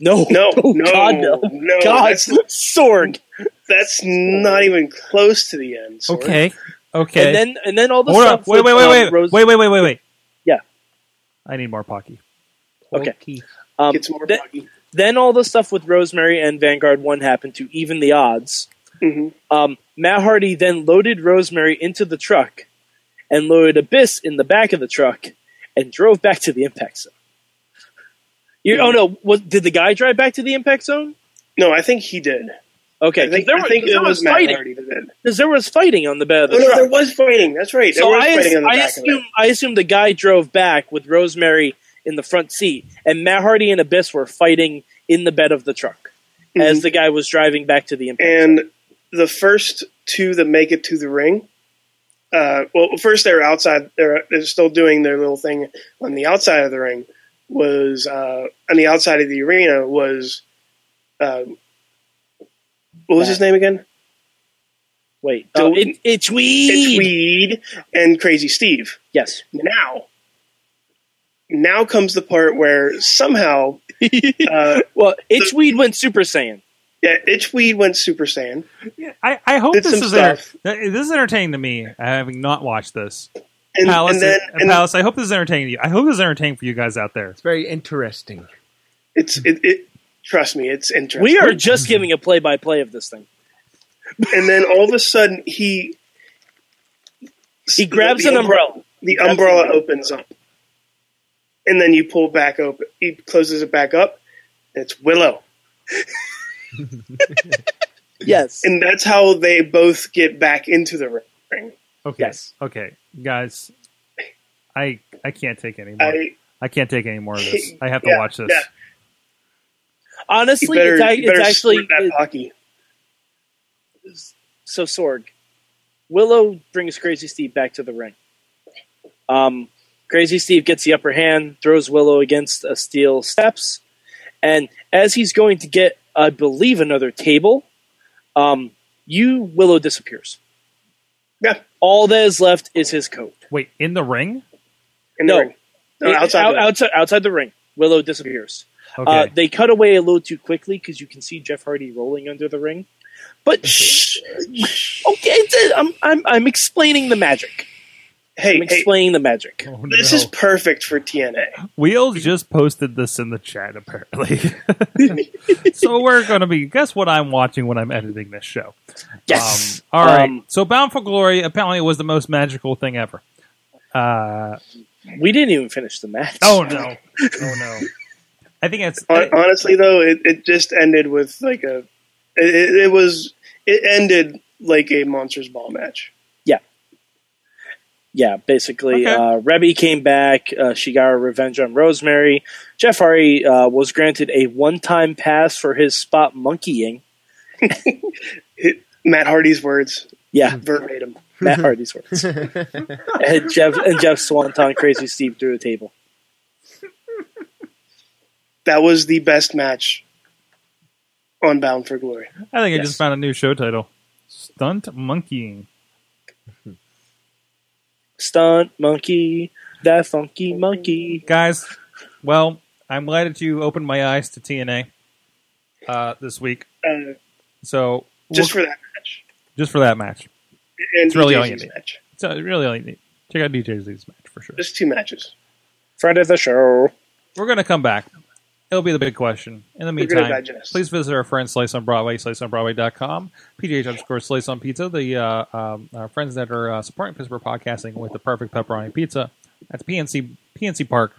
[SPEAKER 3] no,
[SPEAKER 4] No,
[SPEAKER 3] Oh,
[SPEAKER 4] no,
[SPEAKER 3] God, no,
[SPEAKER 4] no,
[SPEAKER 3] God,
[SPEAKER 4] that's-
[SPEAKER 3] Sorg.
[SPEAKER 4] That's not even close to the end. Sorg.
[SPEAKER 2] Okay, okay.
[SPEAKER 3] And then, and then all the
[SPEAKER 2] Hold
[SPEAKER 3] stuff.
[SPEAKER 2] on. Wait, wait,
[SPEAKER 3] with,
[SPEAKER 2] wait,
[SPEAKER 3] um,
[SPEAKER 2] wait,
[SPEAKER 3] Rose-
[SPEAKER 2] wait, wait, wait, wait, wait.
[SPEAKER 3] Yeah.
[SPEAKER 2] I need more Pocky.
[SPEAKER 3] Okay. um,
[SPEAKER 4] Get some more
[SPEAKER 3] th-
[SPEAKER 4] Boggy.
[SPEAKER 3] then all the stuff with Rosemary and Vanguard One happened to even the odds.
[SPEAKER 4] Mhm.
[SPEAKER 3] Um, Matt Hardy then loaded Rosemary into the truck, and loaded Abyss in the back of the truck, and drove back to the impact zone. You, oh no! What, did the guy drive back to the impact zone?
[SPEAKER 4] No, I think he did.
[SPEAKER 3] Okay,
[SPEAKER 4] I
[SPEAKER 3] 'cause
[SPEAKER 4] think,
[SPEAKER 3] there,
[SPEAKER 4] I
[SPEAKER 3] was-
[SPEAKER 4] think
[SPEAKER 3] 'cause
[SPEAKER 4] it
[SPEAKER 3] there
[SPEAKER 4] was
[SPEAKER 3] was
[SPEAKER 4] Matt
[SPEAKER 3] fighting.
[SPEAKER 4] Hardy that did.
[SPEAKER 3] 'Cause there was fighting on the bed of the
[SPEAKER 4] Oh no,
[SPEAKER 3] truck.
[SPEAKER 4] there was fighting. That's right. There
[SPEAKER 3] so
[SPEAKER 4] was
[SPEAKER 3] I,
[SPEAKER 4] fighting
[SPEAKER 3] ass-
[SPEAKER 4] in the
[SPEAKER 3] I
[SPEAKER 4] back of
[SPEAKER 3] assume
[SPEAKER 4] it.
[SPEAKER 3] I assume the guy drove back with Rosemary in the front seat, and Matt Hardy and Abyss were fighting in the bed of the truck
[SPEAKER 4] Mm-hmm.
[SPEAKER 3] as the guy was driving back to the impact.
[SPEAKER 4] And the first two that make it to the ring, uh, well, first they're outside. They're, they're still doing their little thing on the outside of the ring. Was uh, on the outside of the arena was uh, what was his name again?
[SPEAKER 3] Wait, oh,
[SPEAKER 4] Don't-
[SPEAKER 3] it, it's weed.
[SPEAKER 4] It's Weed and Crazy Steve.
[SPEAKER 3] Yes,
[SPEAKER 4] now now comes the part where somehow uh,
[SPEAKER 3] well, it's weed went Super Saiyan.
[SPEAKER 4] yeah, itchweed went super saiyan
[SPEAKER 2] Yeah, I, I hope
[SPEAKER 4] Did
[SPEAKER 2] this
[SPEAKER 4] some
[SPEAKER 2] is enter-
[SPEAKER 4] stuff.
[SPEAKER 2] th- this is entertaining to me, having not watched this.
[SPEAKER 4] and,
[SPEAKER 2] Palace,
[SPEAKER 4] and then
[SPEAKER 2] uh,
[SPEAKER 4] and
[SPEAKER 2] Palace, I hope this is entertaining to you. I hope this is entertaining for you guys out there.
[SPEAKER 5] It's very interesting.
[SPEAKER 4] it's it, it trust me it's interesting
[SPEAKER 3] We are just giving a play-by-play of this thing.
[SPEAKER 4] and then all of a sudden he
[SPEAKER 3] He grabs
[SPEAKER 4] the
[SPEAKER 3] an
[SPEAKER 4] umbra-
[SPEAKER 3] umbrella.
[SPEAKER 4] the
[SPEAKER 3] grabs
[SPEAKER 4] umbrella
[SPEAKER 3] an umbrella.
[SPEAKER 4] opens up and then you pull back open he closes it back up and it's willow
[SPEAKER 3] Yes,
[SPEAKER 4] and that's how they both get back into the ring
[SPEAKER 2] Okay.
[SPEAKER 3] Yes.
[SPEAKER 2] Okay, guys. I I can't take any more. I,
[SPEAKER 4] I,
[SPEAKER 2] can't take any more of this. I have to
[SPEAKER 4] Yeah,
[SPEAKER 2] watch this.
[SPEAKER 4] yeah. you
[SPEAKER 3] honestly,
[SPEAKER 4] better,
[SPEAKER 3] it's, ac-
[SPEAKER 4] you better
[SPEAKER 3] it's actually
[SPEAKER 4] squirt that
[SPEAKER 3] it-
[SPEAKER 4] hockey
[SPEAKER 3] so Sorg, Willow brings Crazy Steve back to the ring. Um, Crazy Steve gets the upper hand, throws Willow against a steel steps, and as he's going to get, I believe, another table, um, you Willow disappears.
[SPEAKER 4] Yeah.
[SPEAKER 3] All that is left is his coat.
[SPEAKER 2] Wait, in the ring?
[SPEAKER 4] in the
[SPEAKER 3] No.
[SPEAKER 4] ring. No, outside
[SPEAKER 3] Out-
[SPEAKER 4] the ring.
[SPEAKER 3] outside, outside the ring, Willow disappears.
[SPEAKER 2] Okay.
[SPEAKER 3] Uh, they cut away a little too quickly because you can see Jeff Hardy rolling under the ring. But shh, okay, it's a, I'm, I'm I'm explaining the magic.
[SPEAKER 4] hey,
[SPEAKER 3] I'm
[SPEAKER 4] hey
[SPEAKER 3] explaining the magic.
[SPEAKER 2] Oh,
[SPEAKER 4] This
[SPEAKER 2] no.
[SPEAKER 4] is perfect for TNA.
[SPEAKER 2] Wheels just posted this in the chat, apparently. so we're going to be. Guess what I'm watching when I'm editing this show?
[SPEAKER 3] Yes.
[SPEAKER 2] Um, all right.
[SPEAKER 3] Um,
[SPEAKER 2] so Bound for Glory apparently was the most magical thing ever. Uh,
[SPEAKER 3] we didn't even finish the match.
[SPEAKER 2] oh no! Oh no! I think it's.
[SPEAKER 4] Hon- Honestly, though, it, it just ended with like a. It, it, it was. It ended like a monsters ball match.
[SPEAKER 3] yeah, basically,
[SPEAKER 2] Okay.
[SPEAKER 3] uh, Rebby came back. Uh, she got her revenge on Rosemary. Jeff Hardy uh, was granted a one-time pass for his spot monkeying.
[SPEAKER 4] Matt Hardy's words.
[SPEAKER 3] Yeah,
[SPEAKER 4] verbatim.
[SPEAKER 3] Matt Hardy's words. and Jeff and Jeff Swanton, crazy Steve through the table.
[SPEAKER 4] That was the best match on Bound for Glory.
[SPEAKER 2] I think I
[SPEAKER 3] Yes.
[SPEAKER 2] just found a new show title: Stunt Monkeying.
[SPEAKER 3] Stunt monkey, that funky monkey.
[SPEAKER 2] Guys, well, I'm glad that you opened my eyes to TNA uh, this week.
[SPEAKER 4] Uh,
[SPEAKER 2] So
[SPEAKER 4] just
[SPEAKER 2] we'll-
[SPEAKER 4] for that match.
[SPEAKER 2] just for that match,
[SPEAKER 4] And
[SPEAKER 2] It's really all you
[SPEAKER 4] DJ's
[SPEAKER 2] need.
[SPEAKER 4] match.
[SPEAKER 2] so it's really all you need. Check out DJ's League's match for sure.
[SPEAKER 4] Just two matches.
[SPEAKER 3] Friend of the show.
[SPEAKER 2] We're gonna come back. It'll be the big question. In the
[SPEAKER 4] We're gonna
[SPEAKER 2] meantime,
[SPEAKER 4] digest.
[SPEAKER 2] please visit our friend Slice on Broadway, sliceonbroadway.com, PGH underscore Slice on Pizza, the uh, um, our friends that are uh, supporting Pittsburgh podcasting with the perfect pepperoni pizza. That's PNC PNC Park,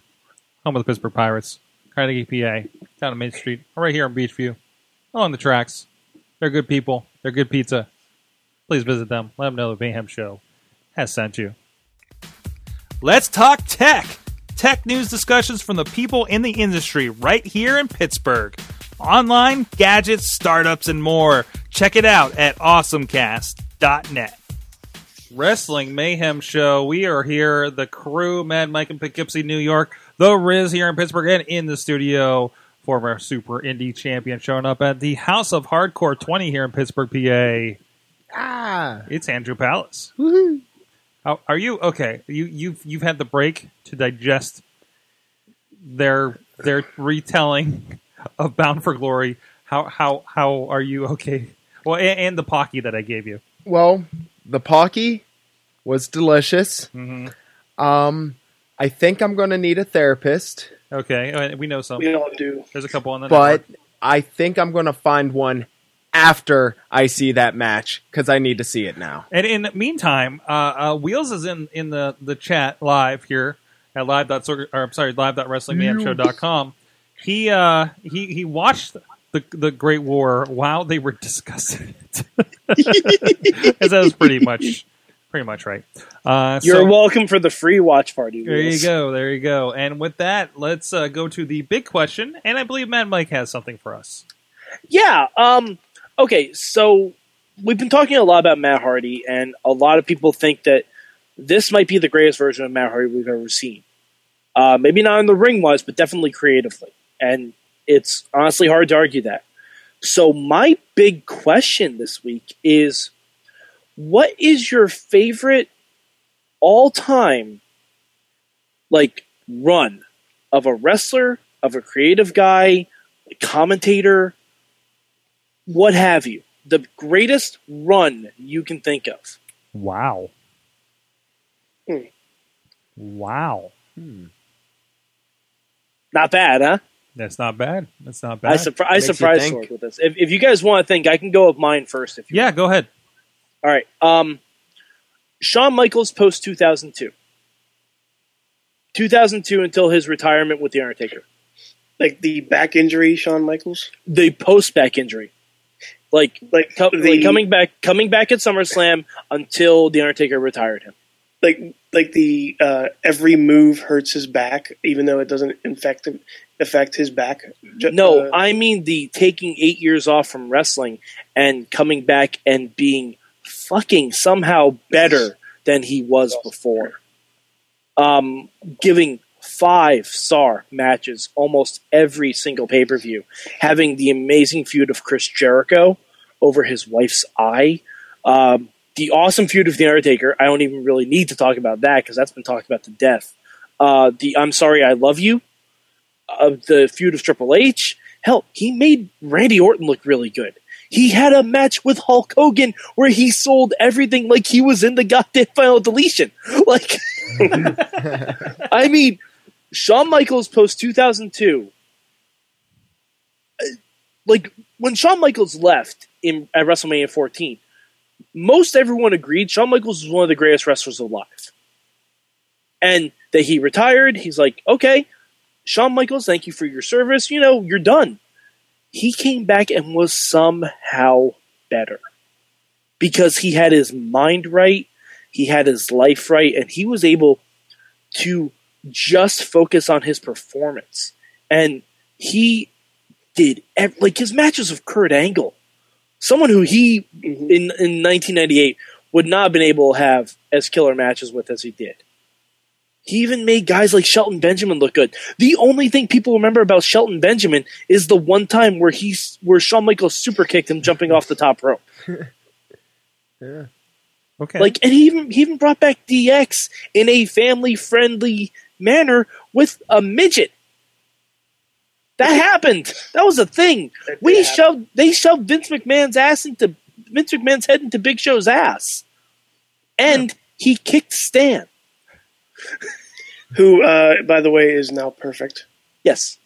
[SPEAKER 2] home of the Pittsburgh Pirates, Carnegie, PA, down on Main Street, right here in Beachview, along the tracks. They're good people. They're good pizza. Please visit them. Let them know the Bayham Show has sent you. Let's talk tech. Tech news discussions from the people in the industry right here in Pittsburgh. Online, gadgets, startups, and more. Check it out at awesomecast.net. Wrestling Mayhem Show. We are here, the crew, Mad Mike in Poughkeepsie, New York, The Riz here in Pittsburgh, and in the studio, former Super Indie champion showing up at the House of Hardcore 20 here in Pittsburgh, PA.
[SPEAKER 5] ah,
[SPEAKER 2] It's Andrew Palace.
[SPEAKER 5] woohoo.
[SPEAKER 2] How, are you okay? You you've you've had the break to digest their their retelling of Bound for Glory. How how how are you okay? Well, and, and the pocky that I gave you.
[SPEAKER 5] Well, the Pocky was delicious.
[SPEAKER 2] Mhm.
[SPEAKER 5] Um, I think I'm going to need a therapist,
[SPEAKER 2] Okay, uh, we know some.
[SPEAKER 4] We all do.
[SPEAKER 2] There's a couple on the
[SPEAKER 5] but
[SPEAKER 2] network.
[SPEAKER 5] I think I'm going to find one after I see that match because I need to see it now.
[SPEAKER 2] And in the meantime, uh, uh, Wheels is in in the the chat live here at live. dot circ- Or, I'm sorry, live.wrestlingmayhemshow.com. He uh he he watched the the Great War while they were discussing it. 'Cause that was pretty much pretty much right. Uh,
[SPEAKER 3] You're
[SPEAKER 2] so-
[SPEAKER 3] welcome for the free watch party.
[SPEAKER 2] there you
[SPEAKER 3] Wheels.
[SPEAKER 2] go. There you go. And with that, let's uh, go to the big question. And I believe Matt Mike has something for us.
[SPEAKER 3] Yeah. Um, okay. So we've been talking a lot about Matt Hardy, and a lot of people think that this might be the greatest version of Matt Hardy we've ever seen. Uh, maybe not in the ring wise, but definitely creatively. And it's honestly hard to argue that. So my big question this week is what is your favorite all time like run of a wrestler, of a creative guy, commentator, what have you. The greatest run you can think of.
[SPEAKER 2] Wow.
[SPEAKER 4] Hmm.
[SPEAKER 2] Wow.
[SPEAKER 3] Not bad, huh?
[SPEAKER 2] That's not bad. That's not bad.
[SPEAKER 3] I, surpri- I
[SPEAKER 5] Makes you
[SPEAKER 3] surprised
[SPEAKER 5] think.
[SPEAKER 3] Sorg with this. If, if you guys want to think, I can go with mine first. If you
[SPEAKER 2] yeah, go ahead.
[SPEAKER 3] all right, um, Shawn Michaels post two thousand two, two thousand two until his retirement with the Undertaker,
[SPEAKER 4] Like the back injury, Shawn Michaels.
[SPEAKER 3] the post back injury, like,
[SPEAKER 4] Like,
[SPEAKER 3] co-
[SPEAKER 4] the,
[SPEAKER 3] like coming back coming back at SummerSlam until the Undertaker retired him.
[SPEAKER 4] like like the uh, every move hurts his back, even though it doesn't infect him, affect his back. Ju-
[SPEAKER 3] No,
[SPEAKER 4] uh,
[SPEAKER 3] I mean the taking eight years off from wrestling and coming back and being fucking somehow better than he was before. Um, giving five star matches almost every single pay per view, having the amazing feud of Chris Jericho over his wife's eye. Um, the awesome feud of The Undertaker. I don't even really need to talk about that because that's been talked about to death. Uh, the I'm sorry, I love you of the feud of Triple H. Hell, he made Randy Orton look really good. He had a match with Hulk Hogan where he sold everything like he was in the goddamn final deletion. Like, I mean, Shawn Michaels post 2002. uh, Like, when Shawn Michaels left in, at WrestleMania 14, most everyone agreed Shawn Michaels was one of the greatest wrestlers alive. And that he retired, he's like, okay, Shawn Michaels, thank you for your service. You know, you're done. He came back and was somehow better because he had his mind right, he had his life right, and he was able to just focus on his performance. And he did ev- like his matches with Kurt Angle, someone who he in in 1998 would not have been able to have as killer matches with as he did. He even made guys like Shelton Benjamin look good. The only thing people remember about Shelton Benjamin is the one time where he's where Shawn Michaels super kicked him jumping off the top rope.
[SPEAKER 5] Yeah.
[SPEAKER 2] Okay.
[SPEAKER 3] Like, and he even he even brought back DX in a family friendly manner with a midget. That happened. That was a thing.
[SPEAKER 4] That
[SPEAKER 3] We
[SPEAKER 4] did happen.
[SPEAKER 3] shoved they shoved Vince McMahon's ass into Vince McMahon's head into Big Show's ass, and he kicked Stan.
[SPEAKER 4] Who, uh, by the way, is now perfect.
[SPEAKER 3] Yes.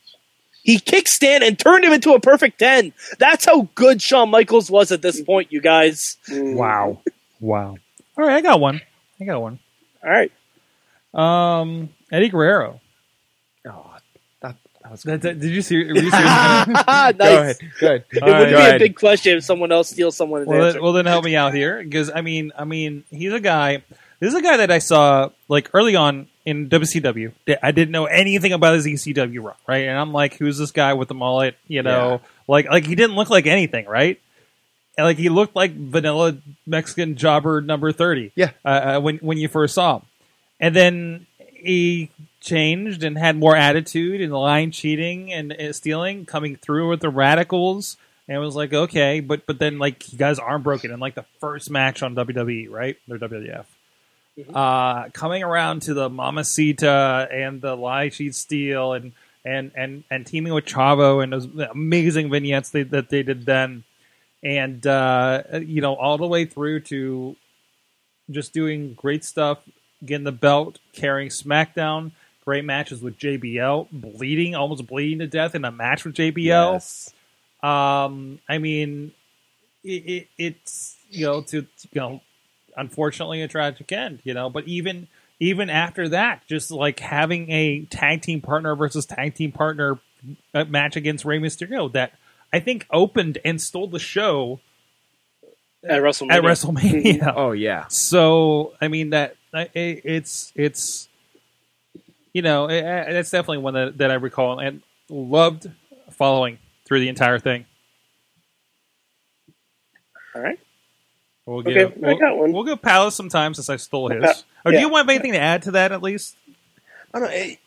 [SPEAKER 3] He kicked Stan and turned him into a perfect 10. That's how good Shawn Michaels was at this point, you guys.
[SPEAKER 2] wow. Wow. All right, I got one. I got one.
[SPEAKER 3] All right.
[SPEAKER 2] Um, Eddie Guerrero.
[SPEAKER 5] Oh, that, that was
[SPEAKER 2] That-
[SPEAKER 5] good.
[SPEAKER 2] that- did you see? were you serious?
[SPEAKER 3] nice.
[SPEAKER 5] Go ahead. Good.
[SPEAKER 3] It would be
[SPEAKER 2] All
[SPEAKER 3] a
[SPEAKER 5] right.
[SPEAKER 3] big question if someone else steals someone's
[SPEAKER 2] well,
[SPEAKER 3] answer.
[SPEAKER 2] then, well, then help me out here, because I mean, I mean, he's a guy. This is a guy that I saw like early on in WCW. that I didn't know anything about his ECW run, right? And I'm like, who's this guy with the mullet? You know, like, like he didn't look like anything, right? And, like he looked like vanilla Mexican jobber number thirty.
[SPEAKER 5] Yeah.
[SPEAKER 2] uh, uh, when when you first saw him, and then he changed and had more attitude and line cheating and, and stealing coming through with the radicals and it was like okay but but then like he got his arm broken in like the first match on WWE right or WWF uh coming around to the Mamacita and the lie sheet steal and and and and teaming with Chavo and those amazing vignettes they, that they did then and uh you know all the way through to just doing great stuff, getting the belt, carrying SmackDown, great matches with JBL, bleeding, almost bleeding to death in a match with JBL.
[SPEAKER 5] Yes.
[SPEAKER 2] Um, I mean, it, it, it's you know to you know, unfortunately a tragic end, you know. But even even after that, just like having a tag team partner versus tag team partner uh, match against Rey Mysterio that I think opened and stole the show
[SPEAKER 3] at WrestleMania.
[SPEAKER 2] at WrestleMania.
[SPEAKER 5] Oh yeah.
[SPEAKER 2] So I mean that I- i it's it's you know i i- that's definitely one that, that I recall and loved following through the entire thing.
[SPEAKER 3] All right.
[SPEAKER 2] We'll
[SPEAKER 4] Okay,
[SPEAKER 2] give-
[SPEAKER 4] I
[SPEAKER 2] we'll,
[SPEAKER 4] got one.
[SPEAKER 2] We'll go Palace sometime since I stole his.
[SPEAKER 4] Pa-
[SPEAKER 2] Or do
[SPEAKER 4] yeah.
[SPEAKER 2] you want anything to add to that at least?
[SPEAKER 5] I don't. It,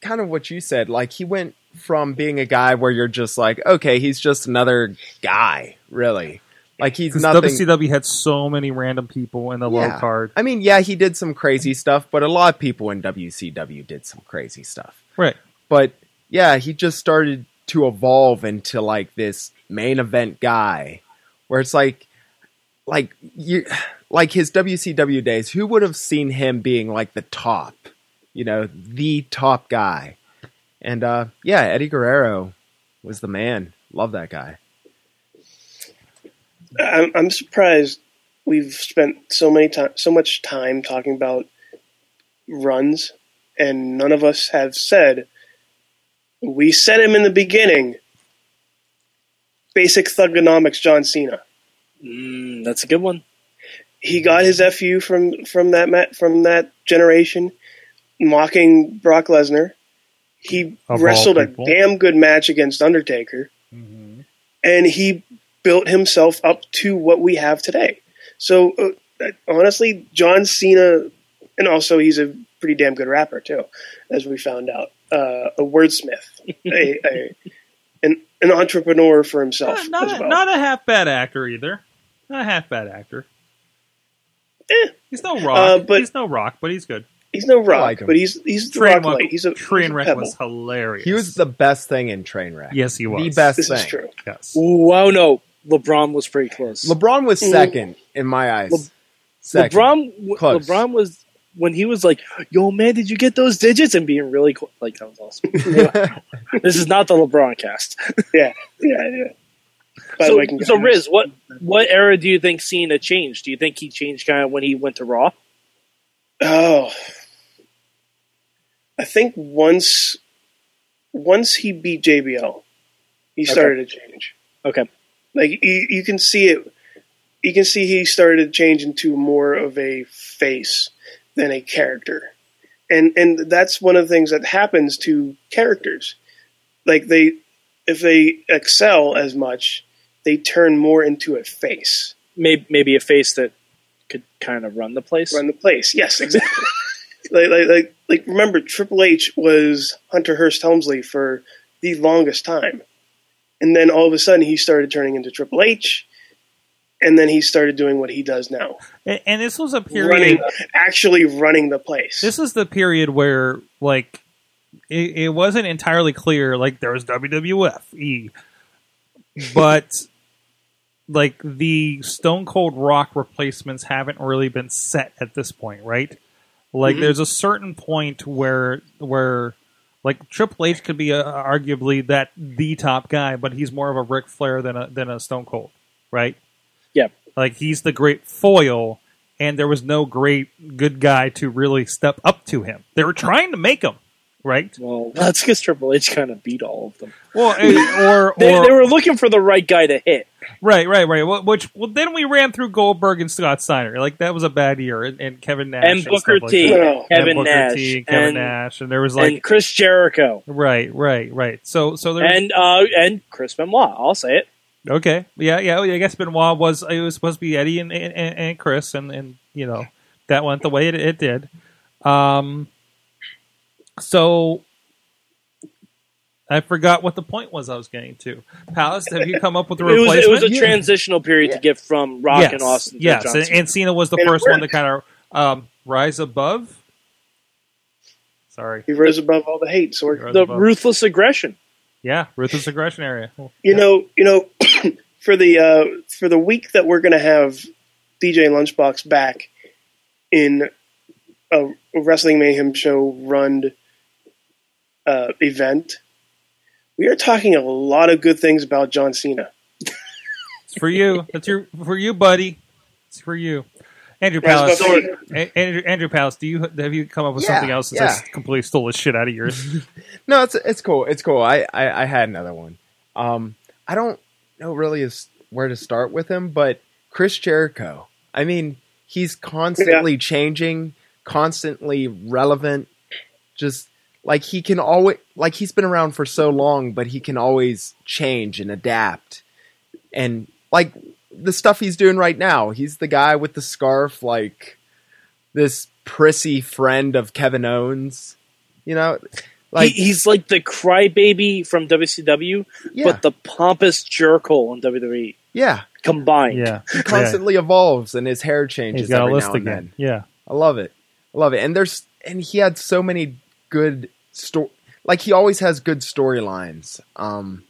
[SPEAKER 5] kind of what you said. Like he went from being a guy where you're just like, okay, he's just another guy, really. Like he's
[SPEAKER 2] Because
[SPEAKER 5] nothing.
[SPEAKER 2] WCW had so many random people in the
[SPEAKER 5] Yeah.
[SPEAKER 2] low card.
[SPEAKER 5] I mean, yeah, he did some crazy stuff, but a lot of people in WCW did some crazy stuff.
[SPEAKER 2] Right.
[SPEAKER 5] But yeah, he just started to evolve into like this main event guy where it's like like you like his WCW days, who would have seen him being like the top, you know, the top guy. And uh yeah, Eddie Guerrero was the man. Love that guy.
[SPEAKER 4] I'm, I'm surprised we've spent so many time, so much time talking about runs, and none of us have said we said him in the beginning. Basic thugonomics, John Cena.
[SPEAKER 3] Mm, that's a good one.
[SPEAKER 4] He got his fu from from that ma- from that generation, mocking Brock Lesnar. He
[SPEAKER 2] Of all
[SPEAKER 4] wrestled a
[SPEAKER 2] people. Mm-hmm.
[SPEAKER 4] damn good match against Undertaker. and he built himself up to what we have today. So uh, honestly, John Cena, and also he's a pretty damn good rapper too, as we found out. Uh, a wordsmith, a, a an, an entrepreneur for himself
[SPEAKER 2] Not, not,
[SPEAKER 4] as
[SPEAKER 2] a,
[SPEAKER 4] well.
[SPEAKER 2] not a half bad actor either. Not a half bad actor.
[SPEAKER 4] Eh.
[SPEAKER 2] He's no rock.
[SPEAKER 4] Uh, but-
[SPEAKER 2] he's no rock, but he's good.
[SPEAKER 4] he's no rock,
[SPEAKER 5] like him.
[SPEAKER 4] but he's he's the
[SPEAKER 2] Train
[SPEAKER 4] rock
[SPEAKER 2] wreck,
[SPEAKER 4] light. He's a he's a
[SPEAKER 2] train wreck
[SPEAKER 4] pebble.
[SPEAKER 2] was hilarious.
[SPEAKER 5] He was the best thing in Trainwreck.
[SPEAKER 2] yes, he was
[SPEAKER 5] the best
[SPEAKER 4] This
[SPEAKER 5] thing.
[SPEAKER 4] is true.
[SPEAKER 2] Yes.
[SPEAKER 3] Wow, no. LeBron was pretty close.
[SPEAKER 5] LeBron was second in my eyes.
[SPEAKER 3] Mm. Le-
[SPEAKER 5] second.
[SPEAKER 3] LeBron, w-
[SPEAKER 5] Close.
[SPEAKER 3] LeBron was when he was like, "Yo, man, did you get those digits?" and being really cool. like that was awesome. Anyway, this is not the LeBron cast.
[SPEAKER 4] Yeah, yeah, yeah. By
[SPEAKER 3] so,
[SPEAKER 4] the way, congrats.
[SPEAKER 3] so Riz, what what era do you think Cena changed? Do you think he changed kind of when he went to Raw?
[SPEAKER 4] Oh, I think once once he beat JBL, he started to change.
[SPEAKER 3] Okay,
[SPEAKER 4] like you, you can see it you can see he started changing to more of a face than a character and and that's one of the things that happens to characters like they if they excel as much they turn more into a face
[SPEAKER 3] maybe maybe a face that could kind of run the place.
[SPEAKER 4] run the place. Yes, exactly. like, like, like, like, remember, Triple H was Hunter Hearst Helmsley for the longest time. And then all of a sudden, he started turning into Triple H. And then he started doing what he does now
[SPEAKER 2] And, and this was a period.
[SPEAKER 4] running, actually running the place.
[SPEAKER 2] This is the period where like it, it wasn't entirely clear. Like there was WWF, E. but like the Stone Cold Rock replacements haven't really been set at this point, right? Like there's a certain point where where like Triple H could be uh arguably that the top guy, but he's more of a Ric Flair than a than a Stone Cold, right?
[SPEAKER 3] Yeah.
[SPEAKER 2] Like he's the great foil, and there was no great good guy to really step up to him. They were trying to make him, right?
[SPEAKER 3] Well, that's because Triple H kind of beat all of them.
[SPEAKER 2] Well, and- or,
[SPEAKER 3] They,
[SPEAKER 2] or
[SPEAKER 3] they were looking for the right guy to hit.
[SPEAKER 2] right, right, right. Well, Which well, then we ran through Goldberg and Scott Steiner. Like that was a bad year, and, and Kevin Nash
[SPEAKER 3] And Booker
[SPEAKER 2] stuff like
[SPEAKER 3] T,
[SPEAKER 2] that.
[SPEAKER 4] No.
[SPEAKER 2] And
[SPEAKER 3] Kevin
[SPEAKER 2] Booker
[SPEAKER 3] Nash,
[SPEAKER 2] T, and Kevin
[SPEAKER 3] and-
[SPEAKER 2] Nash, and there was like
[SPEAKER 3] and Chris Jericho,
[SPEAKER 2] right, right, right. So, so there.
[SPEAKER 3] and uh, and Chris Benoit. I'll say it.
[SPEAKER 2] okay, yeah, yeah. I guess Benoit was it was supposed to be Eddie and and, and and Chris, and and you know that went the way it, it did. Um, so I forgot what the point was I was getting to. Palace, have you come up with a
[SPEAKER 3] It was,
[SPEAKER 2] replacement?
[SPEAKER 3] it was a transition transitional period to get from Rock
[SPEAKER 2] yes,
[SPEAKER 3] and Austin to
[SPEAKER 2] yes,
[SPEAKER 3] John
[SPEAKER 2] and,
[SPEAKER 3] Cena.
[SPEAKER 2] and Cena was the
[SPEAKER 4] And it
[SPEAKER 2] first one to
[SPEAKER 4] worked.
[SPEAKER 2] kind of um, rise above. Sorry,
[SPEAKER 4] he rose above all the hate. So we're,
[SPEAKER 2] Rose
[SPEAKER 3] the
[SPEAKER 2] above.
[SPEAKER 3] ruthless aggression.
[SPEAKER 2] yeah, ruthless aggression area.
[SPEAKER 4] you know, you know, for the uh, for the week that we're gonna have DJ Lunchbox back in a Wrestling Mayhem show run uh, event, we are talking a lot of good things about John Cena.
[SPEAKER 2] It's for you. That's your for you, buddy. It's for you, Andrew
[SPEAKER 4] That's
[SPEAKER 2] Palace.
[SPEAKER 4] my favorite.
[SPEAKER 2] A- Andrew, Andrew Palace, do you have you come up with
[SPEAKER 5] Yeah,
[SPEAKER 2] something else
[SPEAKER 5] yeah.
[SPEAKER 2] that's completely stole the shit out of yours?
[SPEAKER 5] No, it's it's cool. It's cool. I I, I had another one. Um, I don't know really is where to start with him, but Chris Jericho. I mean, he's constantly changing, constantly relevant. Just like he can always, like he's been around for so long, but he can always change and adapt. And like the stuff he's doing right now, he's the guy with the scarf, like this prissy friend of Kevin Owens. You know, like
[SPEAKER 3] he, he's like the crybaby from WCW,
[SPEAKER 5] yeah.
[SPEAKER 3] but the pompous jerkhole on WWE
[SPEAKER 5] Yeah,
[SPEAKER 3] E combined.
[SPEAKER 2] yeah,
[SPEAKER 5] he constantly evolves and his hair changes
[SPEAKER 2] he's got
[SPEAKER 5] every
[SPEAKER 2] a list
[SPEAKER 5] now and
[SPEAKER 2] again.
[SPEAKER 5] then.
[SPEAKER 2] Yeah,
[SPEAKER 5] I love it. I love it. And there's and he had so many good story. Like he always has good storylines. Um,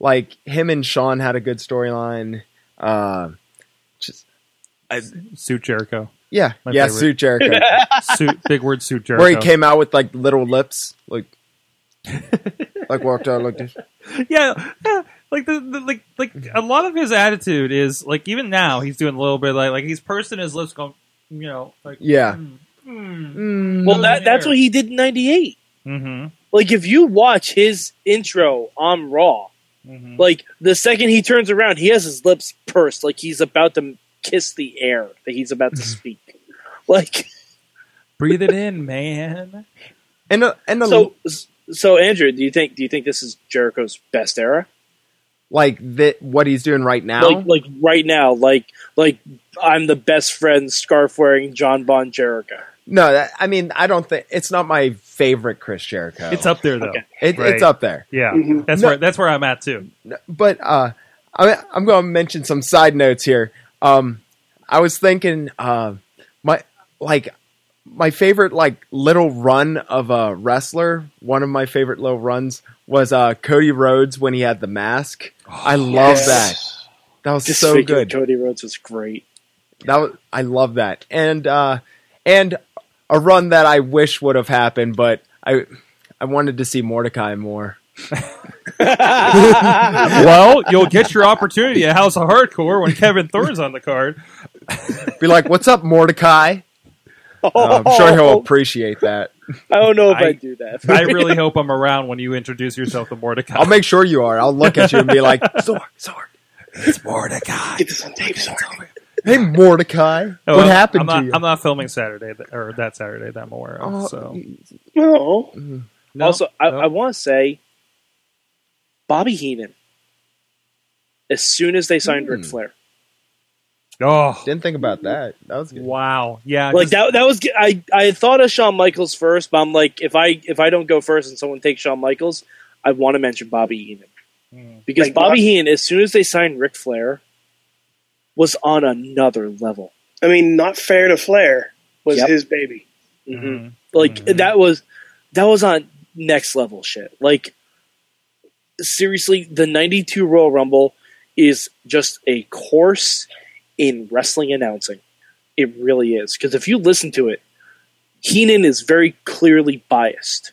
[SPEAKER 5] like him and Sean had a good storyline. Uh, just
[SPEAKER 2] suit Jericho,
[SPEAKER 5] yeah,
[SPEAKER 2] My
[SPEAKER 5] yeah,
[SPEAKER 2] favorite.
[SPEAKER 5] suit Jericho,
[SPEAKER 2] suit big word suit Jericho.
[SPEAKER 5] where he came out with like little lips, like like walked out like this.
[SPEAKER 2] yeah, yeah, like the, the like like a lot of his attitude is like even now he's doing a little bit like like he's pursing his lips, going you know like
[SPEAKER 5] Yeah.
[SPEAKER 2] Mm,
[SPEAKER 5] Mm.
[SPEAKER 3] Well, that, that's what he did in '98.
[SPEAKER 2] mm,
[SPEAKER 3] Like, if you watch his intro on Raw,
[SPEAKER 2] hmm hmm
[SPEAKER 3] like the second he turns around, he has his lips pursed, like he's about to kiss the air that he's about to speak. Like,
[SPEAKER 2] breathe it in, man.
[SPEAKER 5] and a, and a,
[SPEAKER 3] so, so Andrew, do you think do you think this is Jericho's best era?
[SPEAKER 5] like that what he's doing right now.
[SPEAKER 3] Like, like right now, like like I'm the best friend, scarf wearing John Bon Jericho.
[SPEAKER 5] No, that, I mean, I don't think it's not my favorite Chris Jericho.
[SPEAKER 2] It's up there though.
[SPEAKER 3] Okay.
[SPEAKER 5] It,
[SPEAKER 2] Right.
[SPEAKER 5] It's up there.
[SPEAKER 2] Yeah,
[SPEAKER 4] Mhm.
[SPEAKER 2] that's
[SPEAKER 5] Mm-hmm. No.
[SPEAKER 2] where that's where I'm at too.
[SPEAKER 5] But uh, I, I'm going to mention some side notes here. Um, I was thinking, uh, my like my favorite like little run of a wrestler. One of my favorite little runs was uh, Cody Rhodes when he had the mask.
[SPEAKER 2] Oh,
[SPEAKER 5] I love
[SPEAKER 4] yes.
[SPEAKER 5] that. That was so
[SPEAKER 3] Disfigured
[SPEAKER 5] good.
[SPEAKER 3] Cody Rhodes was great.
[SPEAKER 5] That was, I love that. And uh, and a run that I wish would have happened, but I I wanted to see Mordecai more.
[SPEAKER 2] well, you'll get your opportunity at House of Hardcore when Kevin Thorne's on the card.
[SPEAKER 5] Be like, "What's up, Mordecai?" Uh, I'm sure he'll appreciate that.
[SPEAKER 3] I don't know if
[SPEAKER 2] I-
[SPEAKER 3] I, do that.
[SPEAKER 2] I really hope I'm around when you introduce yourself to Mordecai.
[SPEAKER 5] I'll make sure you are. I'll look at you and be like, "So-
[SPEAKER 2] Mordecai.
[SPEAKER 4] Get this on tape, sorry.
[SPEAKER 5] "Hey, Mordecai,
[SPEAKER 2] Oh,
[SPEAKER 5] what
[SPEAKER 2] I'm-
[SPEAKER 5] happened
[SPEAKER 2] I'm not,
[SPEAKER 5] to you?"
[SPEAKER 2] I'm not filming Saturday th- or that Saturday that I'm aware of.
[SPEAKER 5] Oh,
[SPEAKER 2] so
[SPEAKER 4] No,
[SPEAKER 2] No,
[SPEAKER 3] also, I,
[SPEAKER 2] no.
[SPEAKER 3] I want to say Bobby Heenan. As soon as they signed Ric Flair,
[SPEAKER 2] Oh,
[SPEAKER 5] Didn't think about that. That was good.
[SPEAKER 2] wow. Yeah.
[SPEAKER 3] Like
[SPEAKER 2] just-
[SPEAKER 3] that that was I I thought of Shawn Michaels first, but I'm like if I if I don't go first and someone takes Shawn Michaels, I want to mention Bobby Heenan. Because
[SPEAKER 2] mm,
[SPEAKER 4] Like,
[SPEAKER 3] Bobby
[SPEAKER 4] Bob-
[SPEAKER 3] Heenan, as soon as they signed Ric Flair, was on another level.
[SPEAKER 4] I mean, not fair to Flair was
[SPEAKER 3] Yep.
[SPEAKER 4] his baby.
[SPEAKER 2] Mhm.
[SPEAKER 3] Like
[SPEAKER 2] Mhm.
[SPEAKER 3] that was that was on next level shit. Like seriously, the '92 Royal Rumble is just a course in wrestling announcing. It really is because if you listen to it, Heenan is very clearly biased.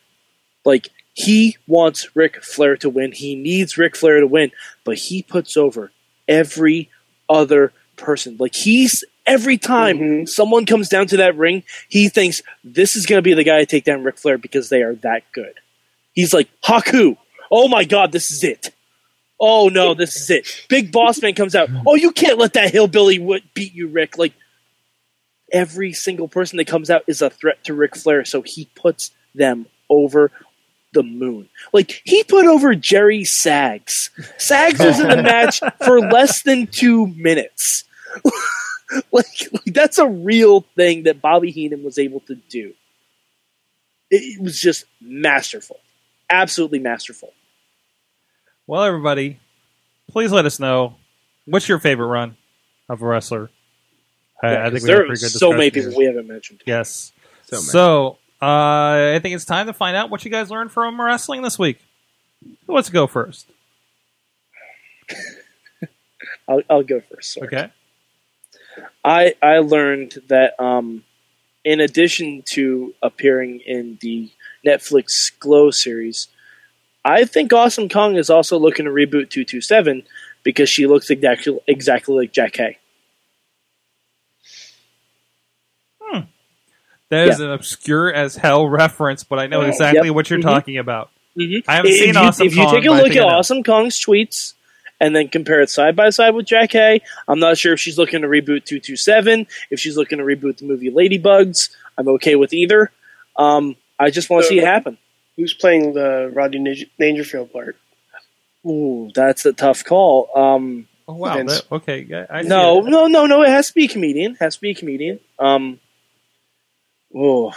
[SPEAKER 3] Like he wants Ric Flair to win. He needs Ric Flair to win, but he puts over every other person. Like he's every time
[SPEAKER 4] Mhm.
[SPEAKER 3] someone comes down to that ring, he thinks this is going to be the guy to take down Ric Flair because they are that good. He's like Haku. Oh my god, this is it. Oh no, this is it. Big Boss Man comes out. Oh, you can't let that hillbilly w- beat you, Rick. Like every single person that comes out is a threat to Ric Flair, so he puts them over the moon. Like he put over Jerry Sags. Sags was in the match for less than two minutes. like, like that's a real thing that Bobby Heenan was able to do. It, it was just masterful, absolutely masterful.
[SPEAKER 2] Well, everybody, please let us know what's your favorite run of a wrestler. I- I, think we
[SPEAKER 3] there
[SPEAKER 2] have a
[SPEAKER 3] are
[SPEAKER 2] pretty good
[SPEAKER 3] so many
[SPEAKER 2] discussion
[SPEAKER 3] people
[SPEAKER 2] here.
[SPEAKER 3] we haven't mentioned.
[SPEAKER 2] Yes.
[SPEAKER 5] So, man.
[SPEAKER 2] So uh, I think it's time to find out what you guys learned from wrestling this week. Who wants to go first?
[SPEAKER 3] I'll, I'll go first. sorry.
[SPEAKER 2] Okay.
[SPEAKER 3] I I learned that um, in addition to appearing in the Netflix Glow series, I think Awesome Kong is also looking to reboot two two seven because she looks exactly exactly like Jack Hay.
[SPEAKER 2] That is an obscure as hell reference, but I know exactly
[SPEAKER 3] Yep.
[SPEAKER 2] what you're
[SPEAKER 3] Mhm.
[SPEAKER 2] talking about.
[SPEAKER 3] Mhm.
[SPEAKER 2] I haven't
[SPEAKER 3] if
[SPEAKER 2] seen
[SPEAKER 3] you,
[SPEAKER 2] Awesome
[SPEAKER 3] If you
[SPEAKER 2] Kong,
[SPEAKER 3] take a
[SPEAKER 2] but I
[SPEAKER 3] look
[SPEAKER 2] think
[SPEAKER 3] at
[SPEAKER 2] I know.
[SPEAKER 3] Awesome Kong's tweets and then compare it side by side with Jack Hay, I'm not sure if she's looking to reboot 227, if she's looking to reboot the movie Ladybugs. I'm okay with either. Um, I just want to
[SPEAKER 4] So-
[SPEAKER 3] see it happen.
[SPEAKER 4] Who's playing the Rodney Nij- Dangerfield part?
[SPEAKER 3] Ooh, that's a tough call. Um,
[SPEAKER 2] Oh wow.
[SPEAKER 4] Vince.
[SPEAKER 2] that- okay. yeah, I see
[SPEAKER 3] no,
[SPEAKER 2] that.
[SPEAKER 3] no, no, no. It has to be a comedian. has to be a comedian. Um, oh,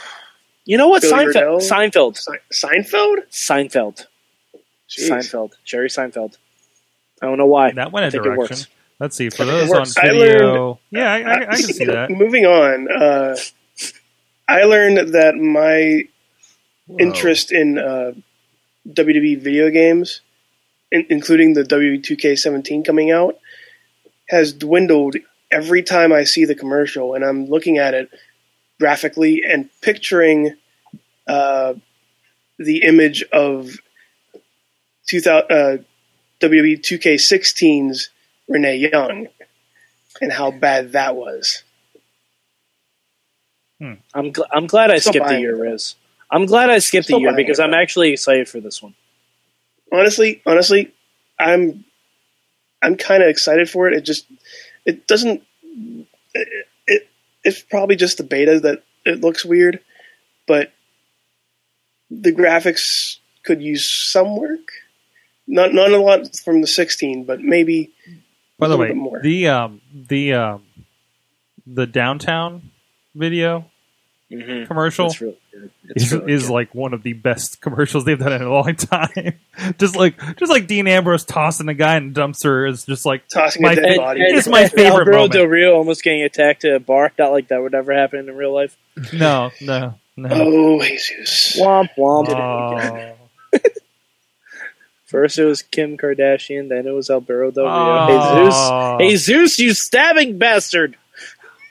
[SPEAKER 3] you know what?
[SPEAKER 4] Billy Riddell?
[SPEAKER 3] Seinfeld. Seinfeld.
[SPEAKER 4] Se- Seinfeld?
[SPEAKER 3] Seinfeld.
[SPEAKER 4] Jeez.
[SPEAKER 3] Seinfeld. Jerry Seinfeld. I don't know why.
[SPEAKER 2] That went
[SPEAKER 3] I
[SPEAKER 2] a
[SPEAKER 3] think it
[SPEAKER 2] direction.
[SPEAKER 3] works.
[SPEAKER 2] Let's see. For
[SPEAKER 4] I think it
[SPEAKER 2] those on
[SPEAKER 4] works. I
[SPEAKER 2] video, yeah, I, I, I can see that.
[SPEAKER 4] Moving on, uh, I learned that my interest in uh, WWE video games, in- including the E WWE 2K17 coming out, has dwindled every time I see the commercial, and I'm looking at it graphically and picturing uh, the image of 2000, uh, WWE 2K16's Renee Young and how bad that was.
[SPEAKER 3] I'm gl- I'm glad I
[SPEAKER 4] Still
[SPEAKER 3] skipped a
[SPEAKER 4] buying
[SPEAKER 3] year, Riz. I'm glad I skipped a
[SPEAKER 4] Still
[SPEAKER 3] year
[SPEAKER 4] buying
[SPEAKER 3] because
[SPEAKER 4] it,
[SPEAKER 3] I'm
[SPEAKER 4] though.
[SPEAKER 3] actually excited for this one.
[SPEAKER 4] honestly, honestly, I'm I'm kind of excited for it. It just it doesn't it, it it's probably just the beta that it looks weird, but the graphics could use some work. Not not a lot from the 16, but maybe
[SPEAKER 2] By the
[SPEAKER 4] A little
[SPEAKER 2] way,
[SPEAKER 4] bit more.
[SPEAKER 2] the um, the um, the downtown video
[SPEAKER 3] Mm-hmm.
[SPEAKER 2] commercial
[SPEAKER 3] It's really good. It's
[SPEAKER 2] is,
[SPEAKER 3] really
[SPEAKER 2] is
[SPEAKER 3] good.
[SPEAKER 2] like one of the best commercials they've done in a long time. just like just like Dean Ambrose tossing a guy in a dumpster is just like
[SPEAKER 4] tossing
[SPEAKER 2] My-
[SPEAKER 4] a dead
[SPEAKER 2] and-
[SPEAKER 4] body.
[SPEAKER 2] and- It's my
[SPEAKER 3] and
[SPEAKER 2] favorite
[SPEAKER 3] Alberto
[SPEAKER 2] moment.
[SPEAKER 3] Del Rio almost getting attacked at a bar. Not like that would ever happen in real life.
[SPEAKER 2] no, no, no.
[SPEAKER 4] oh, Jesus.
[SPEAKER 3] Womp womp.
[SPEAKER 2] Oh.
[SPEAKER 3] First it was Kim Kardashian, then it was Alberto Del Rio.
[SPEAKER 2] Oh.
[SPEAKER 3] Hey Zeus, hey Zeus, you stabbing bastard!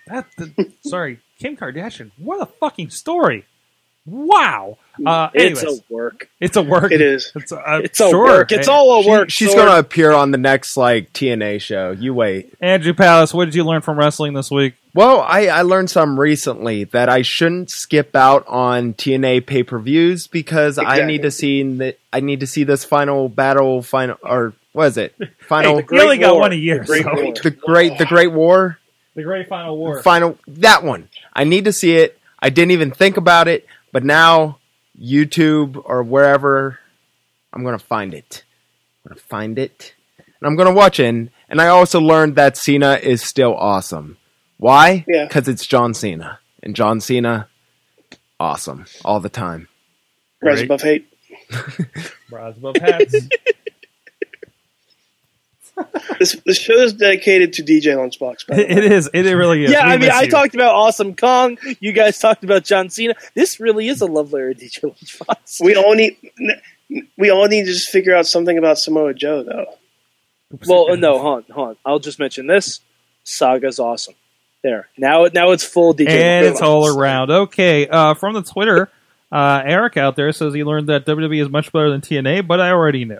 [SPEAKER 2] That, the, sorry, Kim Kardashian. What a fucking story! Wow. Uh, anyways,
[SPEAKER 3] It's a work.
[SPEAKER 2] work.
[SPEAKER 4] It is.
[SPEAKER 2] It's a, uh,
[SPEAKER 3] It's a
[SPEAKER 2] sure.
[SPEAKER 3] work. It's all a Oh, work.
[SPEAKER 5] She's
[SPEAKER 3] sword.
[SPEAKER 5] gonna appear on the next like TNA show. You wait.
[SPEAKER 2] Andrew Palace. What did you learn from wrestling this week?
[SPEAKER 5] Well, I, I learned some recently that I shouldn't skip out on TNA pay per views because I
[SPEAKER 4] Exactly.
[SPEAKER 5] need to see in the, I need to see this final battle final or what is it final
[SPEAKER 3] Hey,
[SPEAKER 2] Oh, You only got
[SPEAKER 3] War.
[SPEAKER 2] one a year.
[SPEAKER 3] The Great
[SPEAKER 2] so-
[SPEAKER 3] War.
[SPEAKER 5] the great the great war
[SPEAKER 2] The Great Final War.
[SPEAKER 5] final that one I need to see it. I didn't even think about it, but now YouTube or wherever I'm gonna find it. I'm gonna find it and I'm gonna watch it. And And I also learned that Cena is still awesome. Why?
[SPEAKER 4] Yeah.
[SPEAKER 5] Because it's John Cena. And John Cena, awesome. All the time.
[SPEAKER 4] Rise
[SPEAKER 2] Right.
[SPEAKER 4] above hate.
[SPEAKER 2] Rise above hats.
[SPEAKER 4] This this show is dedicated to DJ Lunchbox. By the way.
[SPEAKER 2] it is. It, it really is.
[SPEAKER 3] yeah,
[SPEAKER 2] We
[SPEAKER 3] I mean,
[SPEAKER 2] miss
[SPEAKER 3] I
[SPEAKER 2] you.
[SPEAKER 3] talked about Awesome Kong. You guys talked about John Cena. This really is a love letter to DJ Lunchbox.
[SPEAKER 4] We all need we all need to just figure out something about Samoa Joe though.
[SPEAKER 3] Well, no, hon, hon. I'll just mention this. Saga's awesome. There. Now, now it's full DJ.
[SPEAKER 2] and it's
[SPEAKER 3] Lunchbox.
[SPEAKER 2] all around. Okay, uh, from the Twitter, uh, Eric out there says he learned that WWE is much better than TNA, but I already knew.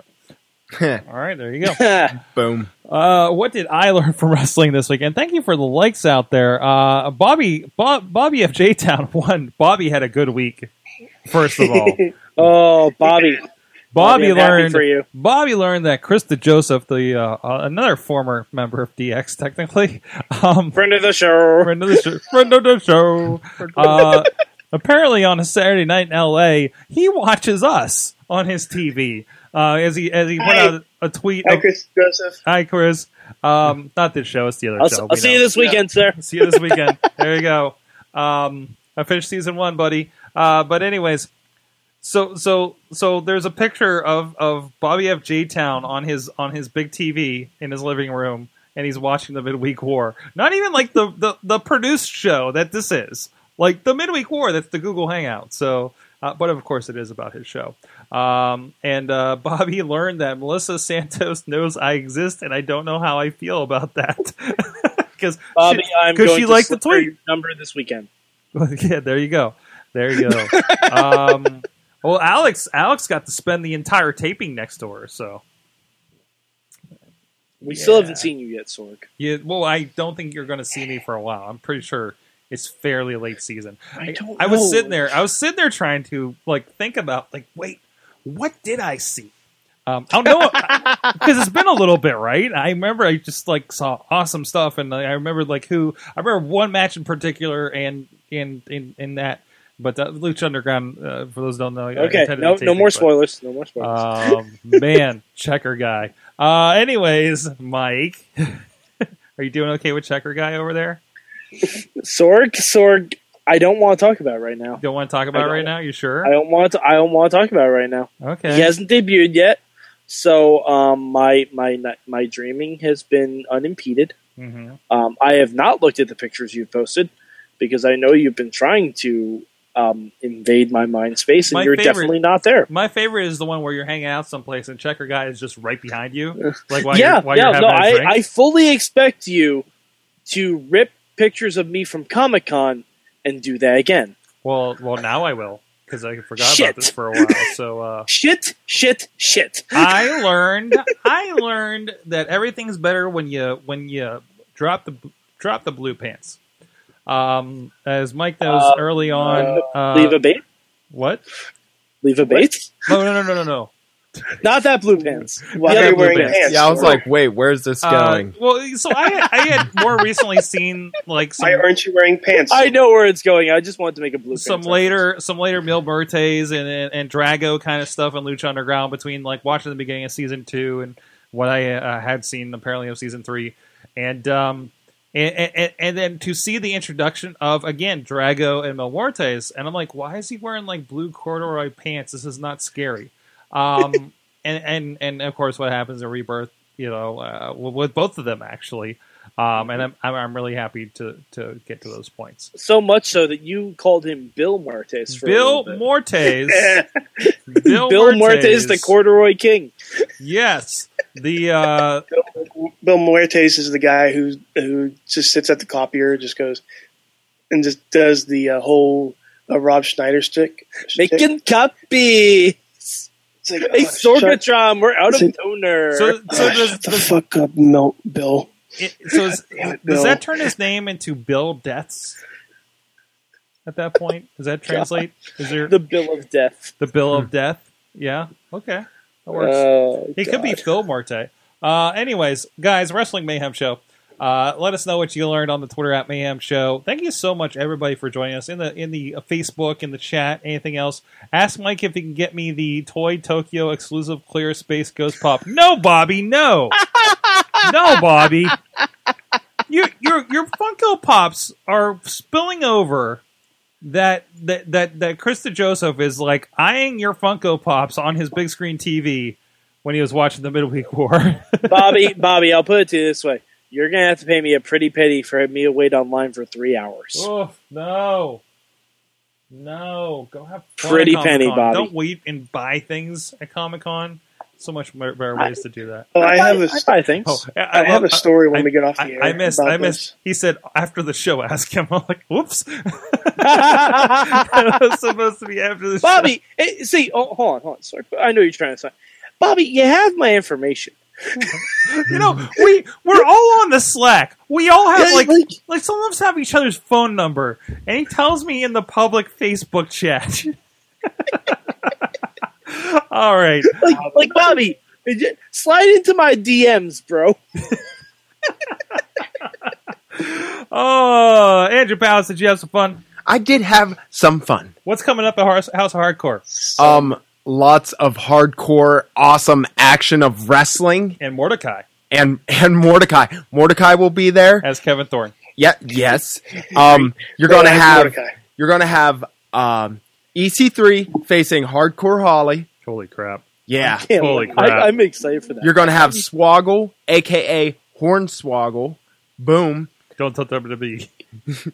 [SPEAKER 2] All right, there you go.
[SPEAKER 5] Boom.
[SPEAKER 2] Uh, what did I learn from wrestling this weekend? Thank you for the likes out there. Uh, Bobby, Bob, Bobby FJ Town won. Bobby had a good week. First of all,
[SPEAKER 3] oh, Bobby.
[SPEAKER 2] Bobby
[SPEAKER 3] I'm happy
[SPEAKER 2] learned.
[SPEAKER 3] for you.
[SPEAKER 2] Bobby learned that Krista Joseph, the uh, uh, another former member of DX, technically, um,
[SPEAKER 3] Friend of the show.
[SPEAKER 2] friend of the show. Friend of the show. Uh, apparently, on a Saturday night in L.A., he watches us on his TV. Uh, as he as he put
[SPEAKER 4] Hi.
[SPEAKER 2] out a tweet.
[SPEAKER 4] Hi,
[SPEAKER 2] Of,
[SPEAKER 4] Chris Joseph.
[SPEAKER 2] Hi, Chris. Um, not this show. It's the other
[SPEAKER 3] I'll,
[SPEAKER 2] show.
[SPEAKER 3] I'll
[SPEAKER 2] we
[SPEAKER 3] see
[SPEAKER 2] know.
[SPEAKER 3] you this weekend, sir.
[SPEAKER 2] See you this weekend. there you go. Um, I finished season one, buddy. Uh, but anyways, so so so there's a picture of of Bobby F. J. Town on his on his big TV in his living room, and he's watching the midweek war. Not even like the the, the produced show that this is, like the midweek war. That's the Google Hangout. So. Uh, but of course, it is about his show. Um, and uh, Bobby learned that Melissa Santos knows I exist, and I don't know how I feel about that. Because
[SPEAKER 3] Bobby, I'm
[SPEAKER 2] because
[SPEAKER 3] going
[SPEAKER 2] she
[SPEAKER 3] to
[SPEAKER 2] liked the
[SPEAKER 3] slip her
[SPEAKER 2] tweet.
[SPEAKER 3] number this weekend.
[SPEAKER 2] yeah, there you go. There you go. um, well, Alex, Alex got to spend the entire taping next door. So,
[SPEAKER 3] We still
[SPEAKER 2] Yeah.
[SPEAKER 3] haven't seen you yet, Sorg.
[SPEAKER 2] yeah, well, I don't think you're going to see me for a while. I'm pretty sure it's fairly late season.
[SPEAKER 4] I don't
[SPEAKER 2] I was
[SPEAKER 4] know.
[SPEAKER 2] sitting there. I was sitting there trying to like think about like, wait, what did I see? Um, I don't know because it's been a little bit, right? I remember I just like saw awesome stuff, and I I remember like who I remember one match in particular, and in in in that. But uh, Lucha Underground, uh, for those who don't know, I
[SPEAKER 3] Okay,
[SPEAKER 2] attended
[SPEAKER 3] no,
[SPEAKER 2] the
[SPEAKER 3] no
[SPEAKER 2] taping,
[SPEAKER 3] more
[SPEAKER 2] but-
[SPEAKER 3] spoilers. No more spoilers.
[SPEAKER 2] um, man, checker guy. Uh, anyways, Mike, are you doing okay with checker guy over there?
[SPEAKER 3] Sorg, Sorg, I don't want to talk about it right now.
[SPEAKER 2] You don't want to talk about it
[SPEAKER 3] don't.
[SPEAKER 2] right now? You
[SPEAKER 3] I
[SPEAKER 2] sure?
[SPEAKER 3] don't want to. I don't want to talk about it right now.
[SPEAKER 2] Okay.
[SPEAKER 3] He hasn't debuted yet, so um, my my my dreaming has been unimpeded.
[SPEAKER 2] hmm
[SPEAKER 3] Um, I have not looked at the pictures you've posted because I know you've been trying to um, invade my mind space, and
[SPEAKER 2] My
[SPEAKER 3] you're
[SPEAKER 2] favorite-
[SPEAKER 3] definitely not there.
[SPEAKER 2] My favorite is the one where you're hanging out someplace and checker guy is just right behind you. Like while
[SPEAKER 3] yeah,
[SPEAKER 2] you're, while
[SPEAKER 3] yeah.
[SPEAKER 2] you're having
[SPEAKER 3] No,
[SPEAKER 2] a drink.
[SPEAKER 3] I, I fully expect you to rip pictures of me from Comic Con and do that again.
[SPEAKER 2] well, well, now I will because I forgot
[SPEAKER 3] Shit.
[SPEAKER 2] about this for a while. So uh,
[SPEAKER 3] Shit, shit, shit.
[SPEAKER 2] I learned, I learned that everything's better when you when you drop the drop the blue pants. Um, as Mike knows
[SPEAKER 3] Uh,
[SPEAKER 2] early on, uh,
[SPEAKER 3] leave a bait.
[SPEAKER 2] What?
[SPEAKER 3] Leave a bait.
[SPEAKER 2] No, no, no, no, no, no.
[SPEAKER 3] Not that blue pants.
[SPEAKER 4] While
[SPEAKER 3] The
[SPEAKER 4] you're
[SPEAKER 3] other
[SPEAKER 4] wearing
[SPEAKER 3] blue pants.
[SPEAKER 4] pants.
[SPEAKER 5] Yeah, I was
[SPEAKER 4] Sorg.
[SPEAKER 5] like, wait, where's this
[SPEAKER 2] Uh,
[SPEAKER 5] going?
[SPEAKER 2] well, so I, I had more recently seen like some,
[SPEAKER 4] why aren't you wearing pants?
[SPEAKER 3] I know where it's going. I just wanted to make a blue.
[SPEAKER 2] some
[SPEAKER 3] pants
[SPEAKER 2] later some later Mil Bertes and, and and Drago kind of stuff in Lucha Underground between like watching the beginning of season two and what I uh, had seen apparently of season three, and um and, and and then to see the introduction of again Drago and Mil Muertes, and I'm like, why is he wearing like blue corduroy pants? This is not scary. Um and and and of course what happens in Rebirth, you know, uh, with with both of them actually. Um, and I'm, I'm I'm really happy to to get to those points.
[SPEAKER 3] So much so that you called him Bill Martes. For a
[SPEAKER 2] Bill
[SPEAKER 3] little bit.
[SPEAKER 2] Mortes.
[SPEAKER 3] Bill, Martes, the corduroy king.
[SPEAKER 2] Yes, the uh,
[SPEAKER 4] Bill Muertes is the guy who who just sits at the copier, just goes and just does the uh, whole uh, Rob Schneider stick.
[SPEAKER 3] Making copy.
[SPEAKER 4] It's like,
[SPEAKER 3] Hey,
[SPEAKER 4] oh, shut
[SPEAKER 3] Sorgatron, we're out of
[SPEAKER 4] Shut-
[SPEAKER 3] toner.
[SPEAKER 2] so so does,
[SPEAKER 4] shut the fuck up, Mel, Bill.
[SPEAKER 2] it, so is,
[SPEAKER 4] Damn it,
[SPEAKER 2] does
[SPEAKER 4] Bill.
[SPEAKER 2] that turn his name into Bill Deaths? At that point, does that translate? Is there
[SPEAKER 3] the Hmm.
[SPEAKER 2] the,
[SPEAKER 3] Bill of Death.
[SPEAKER 2] Bill of Death? Yeah. Okay, that works.
[SPEAKER 3] Oh,
[SPEAKER 2] It could be Phil Marte. Uh, anyways, guys, Wrestling Mayhem Show. Uh, let us know what you learned on the Twitter at Mayhem Show. Thank you so much, everybody, for joining us in the in the uh, Facebook, in the chat, anything else. Ask Mike if he can get me the Toy Tokyo exclusive clear space ghost pop. No, Bobby, no. no, Bobby. Your your your Funko Pops are spilling over. That that that that Krista Joseph is like eyeing your Funko Pops on his big screen TV when he was watching the midweek war.
[SPEAKER 3] Bobby, Bobby, I'll put it to you this way. You're going to have to pay me a pretty penny for me to wait online for three hours.
[SPEAKER 2] Oh no, no! Go have fun
[SPEAKER 3] Pretty
[SPEAKER 2] at
[SPEAKER 3] penny,
[SPEAKER 2] Comic-Con.
[SPEAKER 3] Bobby.
[SPEAKER 2] Don't wait and buy things at Comic Con. So much more- better ways to do that.
[SPEAKER 4] Well, I have a,
[SPEAKER 3] I buy things.
[SPEAKER 2] Oh,
[SPEAKER 4] I have
[SPEAKER 2] love-
[SPEAKER 4] a story when
[SPEAKER 2] I-
[SPEAKER 4] we get off the
[SPEAKER 2] I,
[SPEAKER 4] air.
[SPEAKER 2] I missed.
[SPEAKER 4] about
[SPEAKER 2] I missed.
[SPEAKER 4] this.
[SPEAKER 2] He said after the show, ask him. I'm like, whoops. that was supposed to be after the
[SPEAKER 3] Bobby, eh, see, oh, hold on, hold on. Sorry, I know what you're trying to say. Bobby, you have my information.
[SPEAKER 2] show. You know, we we're all on the Slack. We all have
[SPEAKER 3] Yeah,
[SPEAKER 2] like, like
[SPEAKER 3] like-
[SPEAKER 2] some of us have each other's phone number, and he tells me in the public Facebook chat. all right.
[SPEAKER 3] Like, like Bobby, eh, j- slide into my DMs, bro.
[SPEAKER 2] Oh, Andrew Powers, did you have some fun?
[SPEAKER 5] I did have some fun.
[SPEAKER 2] What's coming up at House House of Hardcore
[SPEAKER 5] Um, lots of hardcore, awesome action of wrestling
[SPEAKER 2] and Mordecai
[SPEAKER 5] and and Mordecai. Mordecai will be there.
[SPEAKER 2] as Kevin Thorne?
[SPEAKER 5] Yeah, yes. Um, you're
[SPEAKER 4] Well,
[SPEAKER 5] gonna
[SPEAKER 4] I
[SPEAKER 5] have
[SPEAKER 4] Mordecai.
[SPEAKER 5] you're gonna have um EC3 facing Hardcore Holly.
[SPEAKER 2] Holy crap!
[SPEAKER 5] Yeah,
[SPEAKER 3] Can't
[SPEAKER 2] Holy
[SPEAKER 3] wait.
[SPEAKER 2] crap.
[SPEAKER 3] I, I'm excited for that.
[SPEAKER 5] you're gonna have Swoggle, aka Hornswoggle. Boom.
[SPEAKER 2] Don't tell WWE.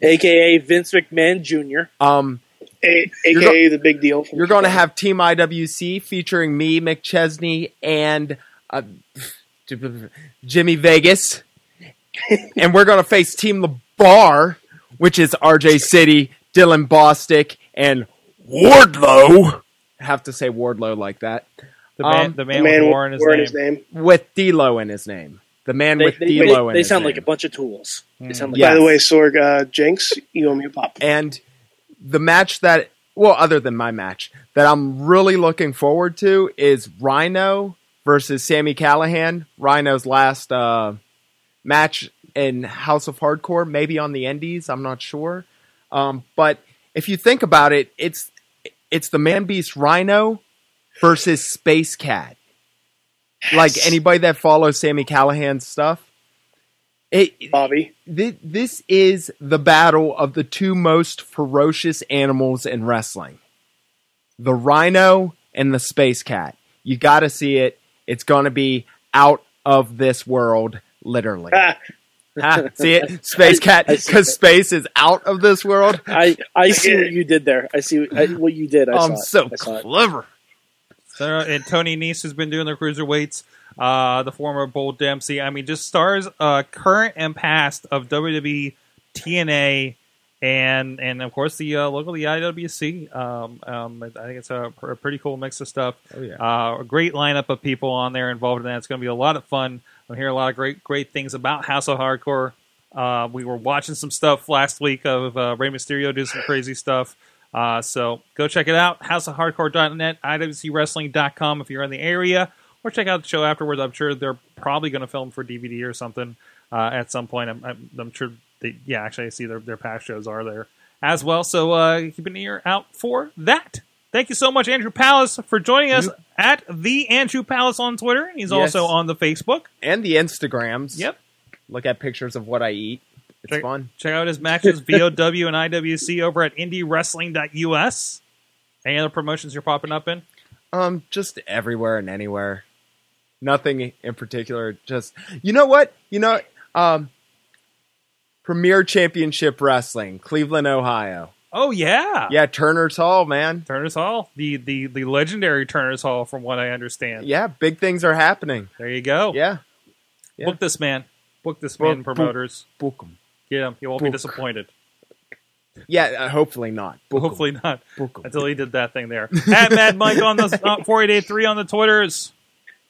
[SPEAKER 3] AKA Vince McMahon Jr.
[SPEAKER 5] Um,
[SPEAKER 4] A,
[SPEAKER 5] You're
[SPEAKER 4] AKA the big deal. from
[SPEAKER 5] You're going to
[SPEAKER 4] Chicago.
[SPEAKER 5] have Team IWC featuring me, McChesney, and uh, Jimmy Vegas. and we're going to face Team LeBar, which is RJ City, Dylan Bostick, and Wardlow. I have to say Wardlow like that.
[SPEAKER 2] The man,
[SPEAKER 5] Um,
[SPEAKER 2] the
[SPEAKER 4] the
[SPEAKER 2] man,
[SPEAKER 4] man
[SPEAKER 2] with
[SPEAKER 4] with
[SPEAKER 2] Warren in his
[SPEAKER 4] Warren
[SPEAKER 2] name.
[SPEAKER 4] his name.
[SPEAKER 5] With D'Lo in his name. The man
[SPEAKER 3] They,
[SPEAKER 5] with
[SPEAKER 3] they,
[SPEAKER 5] D'Lo in
[SPEAKER 3] they, they
[SPEAKER 5] his
[SPEAKER 3] sound
[SPEAKER 5] name.
[SPEAKER 3] like a bunch of tools. They sound like
[SPEAKER 5] Yeah.
[SPEAKER 4] By the
[SPEAKER 5] Yes.
[SPEAKER 4] way, Sorg, uh, Jenks, you owe me a pop.
[SPEAKER 5] And the match that, well, other than my match, that I'm really looking forward to is Rhino versus Sammy Callahan. Rhino's last uh, match in House of Hardcore, maybe on the Indies. I'm not sure. Um, but if you think about it, it's it's the Man Beast Rhino versus Space Cat. Like anybody that follows Sammy Callahan's stuff, it
[SPEAKER 4] Bobby.
[SPEAKER 5] Thi- this is the battle of the two most ferocious animals in wrestling the rhino and the space cat. You got to see it. It's going to be out of this world, literally.
[SPEAKER 4] Ah,
[SPEAKER 5] Ah, see it? Space cat,
[SPEAKER 3] I see
[SPEAKER 5] because
[SPEAKER 3] it.
[SPEAKER 5] space is out of this world.
[SPEAKER 3] I, I see what you did there. I see what, I, what you did. I saw
[SPEAKER 5] I'm
[SPEAKER 3] it.
[SPEAKER 5] so
[SPEAKER 3] I saw it.
[SPEAKER 5] clever.
[SPEAKER 2] So, and Tony Nese has been doing the cruiserweights. Uh, the former Bold Dempsey. I mean, just stars uh, current and past of E, WWE, TNA, and and of course the uh, local the IWC. Um, um, I think it's a, a pretty cool mix of stuff.
[SPEAKER 5] Oh, yeah.
[SPEAKER 2] Uh, a great lineup of people on there involved in that. It's going to be a lot of fun. I'm hearing a lot of great, great things about House of Hardcore. Uh, we were watching some stuff last week of uh, Rey Mysterio do some crazy stuff. Uh, so go check it out. Houseofhardcore.net, IWCWrestling.com if you're in the area, or check out the show afterwards. I'm sure they're probably going to film for DVD or something uh, at some point. I'm, I'm, I'm sure they, yeah, actually, I see their, their past shows are there as well. So uh, keep an ear out for that. Thank you so much, Andrew Palace, for joining us at the Andrew Palace on Twitter. and He's
[SPEAKER 5] Yes.
[SPEAKER 2] also on the Facebook.
[SPEAKER 5] And the Instagrams.
[SPEAKER 2] Yep.
[SPEAKER 5] Look at pictures of what I eat. It's
[SPEAKER 2] Check-
[SPEAKER 5] fun.
[SPEAKER 2] Check out his matches, VOW and IWC, over at IndieWrestling.us. Any other promotions you're popping up in?
[SPEAKER 5] Um, just everywhere and anywhere. Nothing in particular. Just you know what? You know, um, Premier Championship Wrestling, Cleveland, Ohio.
[SPEAKER 2] Oh yeah,
[SPEAKER 5] Yeah, Turner's Hall, man.
[SPEAKER 2] Turner's Hall, the the the legendary Turner's Hall, from what I understand.
[SPEAKER 5] Yeah, big things are happening.
[SPEAKER 2] There you go.
[SPEAKER 5] Yeah, yeah.
[SPEAKER 2] Book this man. Book this
[SPEAKER 5] Book-
[SPEAKER 2] man. Promoters,
[SPEAKER 5] book 'em.
[SPEAKER 2] get him. You won't be
[SPEAKER 5] book.
[SPEAKER 2] disappointed.
[SPEAKER 5] Yeah, uh, hopefully not. Book 'em.
[SPEAKER 2] Hopefully not.
[SPEAKER 5] Book 'em.
[SPEAKER 2] Until he did that thing there. At Mad Mike on the uh, four eight eight three on the Twitters.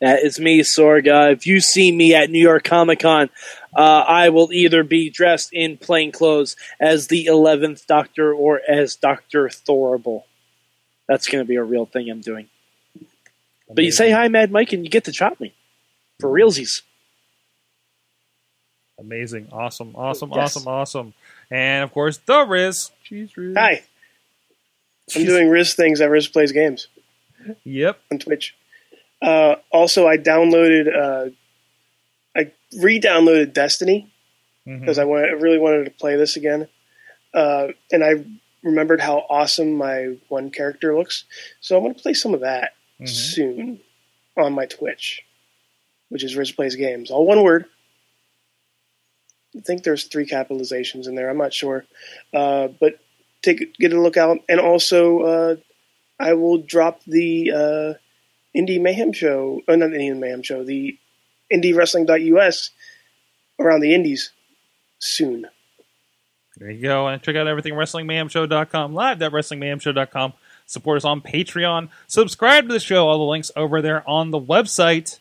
[SPEAKER 3] That is Uh, me, Sorga. If you see me at New York Comic Con, uh, I will either be dressed in plain clothes as the Eleventh Doctor or as Doctor Thorable. That's going to be a real thing I'm doing. But you say hi, Mad Mike, and you get to chop me for realsies.
[SPEAKER 2] Amazing, awesome, awesome,
[SPEAKER 3] Yes.
[SPEAKER 2] awesome, awesome, and of course the Riz.
[SPEAKER 4] hi. I'm doing Riz things at Riz Plays Games
[SPEAKER 2] Yep.
[SPEAKER 4] on Twitch. Uh, also, I downloaded uh, I re-downloaded Destiny
[SPEAKER 2] Mhm.
[SPEAKER 4] because I wa- I really wanted to play this again. Uh, and I remembered how awesome my one character looks. So I'm going to play some of that
[SPEAKER 2] Mhm.
[SPEAKER 4] soon on my Twitch, which is Riz Plays Games. All one word. I think there's three capitalizations in there. I'm not sure. Uh, but take get a look out. And also, uh, I will drop the uh, Indie Mayhem Show, oh, not the Indie Mayhem Show, the Indie Wrestling.us around the Indies soon.
[SPEAKER 2] There you go. And check out everything WrestlingMayhemShow.com, live at WrestlingMayhemShow.com. Support us on Patreon. Subscribe to the show. All the links over there on the website.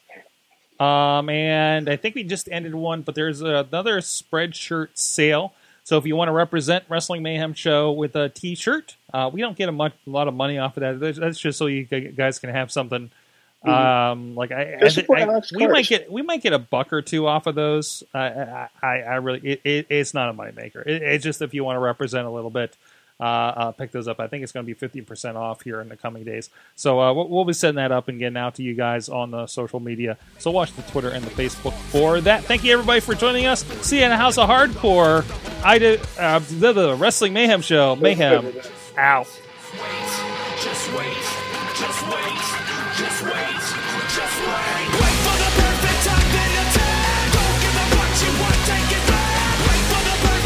[SPEAKER 2] Um, and I think we just ended one, but there's another Spreadshirt sale. So if you want to represent Wrestling Mayhem Show with a T-shirt, uh, we don't get a, much, a lot of money off of that. That's- That's just so you gu- guys can have something. Um, like I, I,
[SPEAKER 4] Go support
[SPEAKER 2] I-
[SPEAKER 4] Alex
[SPEAKER 2] we might
[SPEAKER 4] Kurtz.
[SPEAKER 2] get we might get a buck or two off of those. I I, I, I really it, it, it's not a moneymaker. It, it's just if you want to represent a little bit, uh, uh, pick those up. I think it's going to be fifteen percent off here in the coming days. So uh, we'll, we'll be setting that up and getting out to you guys on the social media. So watch the Twitter and the Facebook for that. Thank you everybody for joining us. See you in the House of Hardcore. I did uh, the, the Wrestling Mayhem Show. Mayhem out.
[SPEAKER 1] Just wait, just wait, just wait, just wait. Wait for the perfect time, then attack. Don't give up what you want, take it back. Wait for the perfect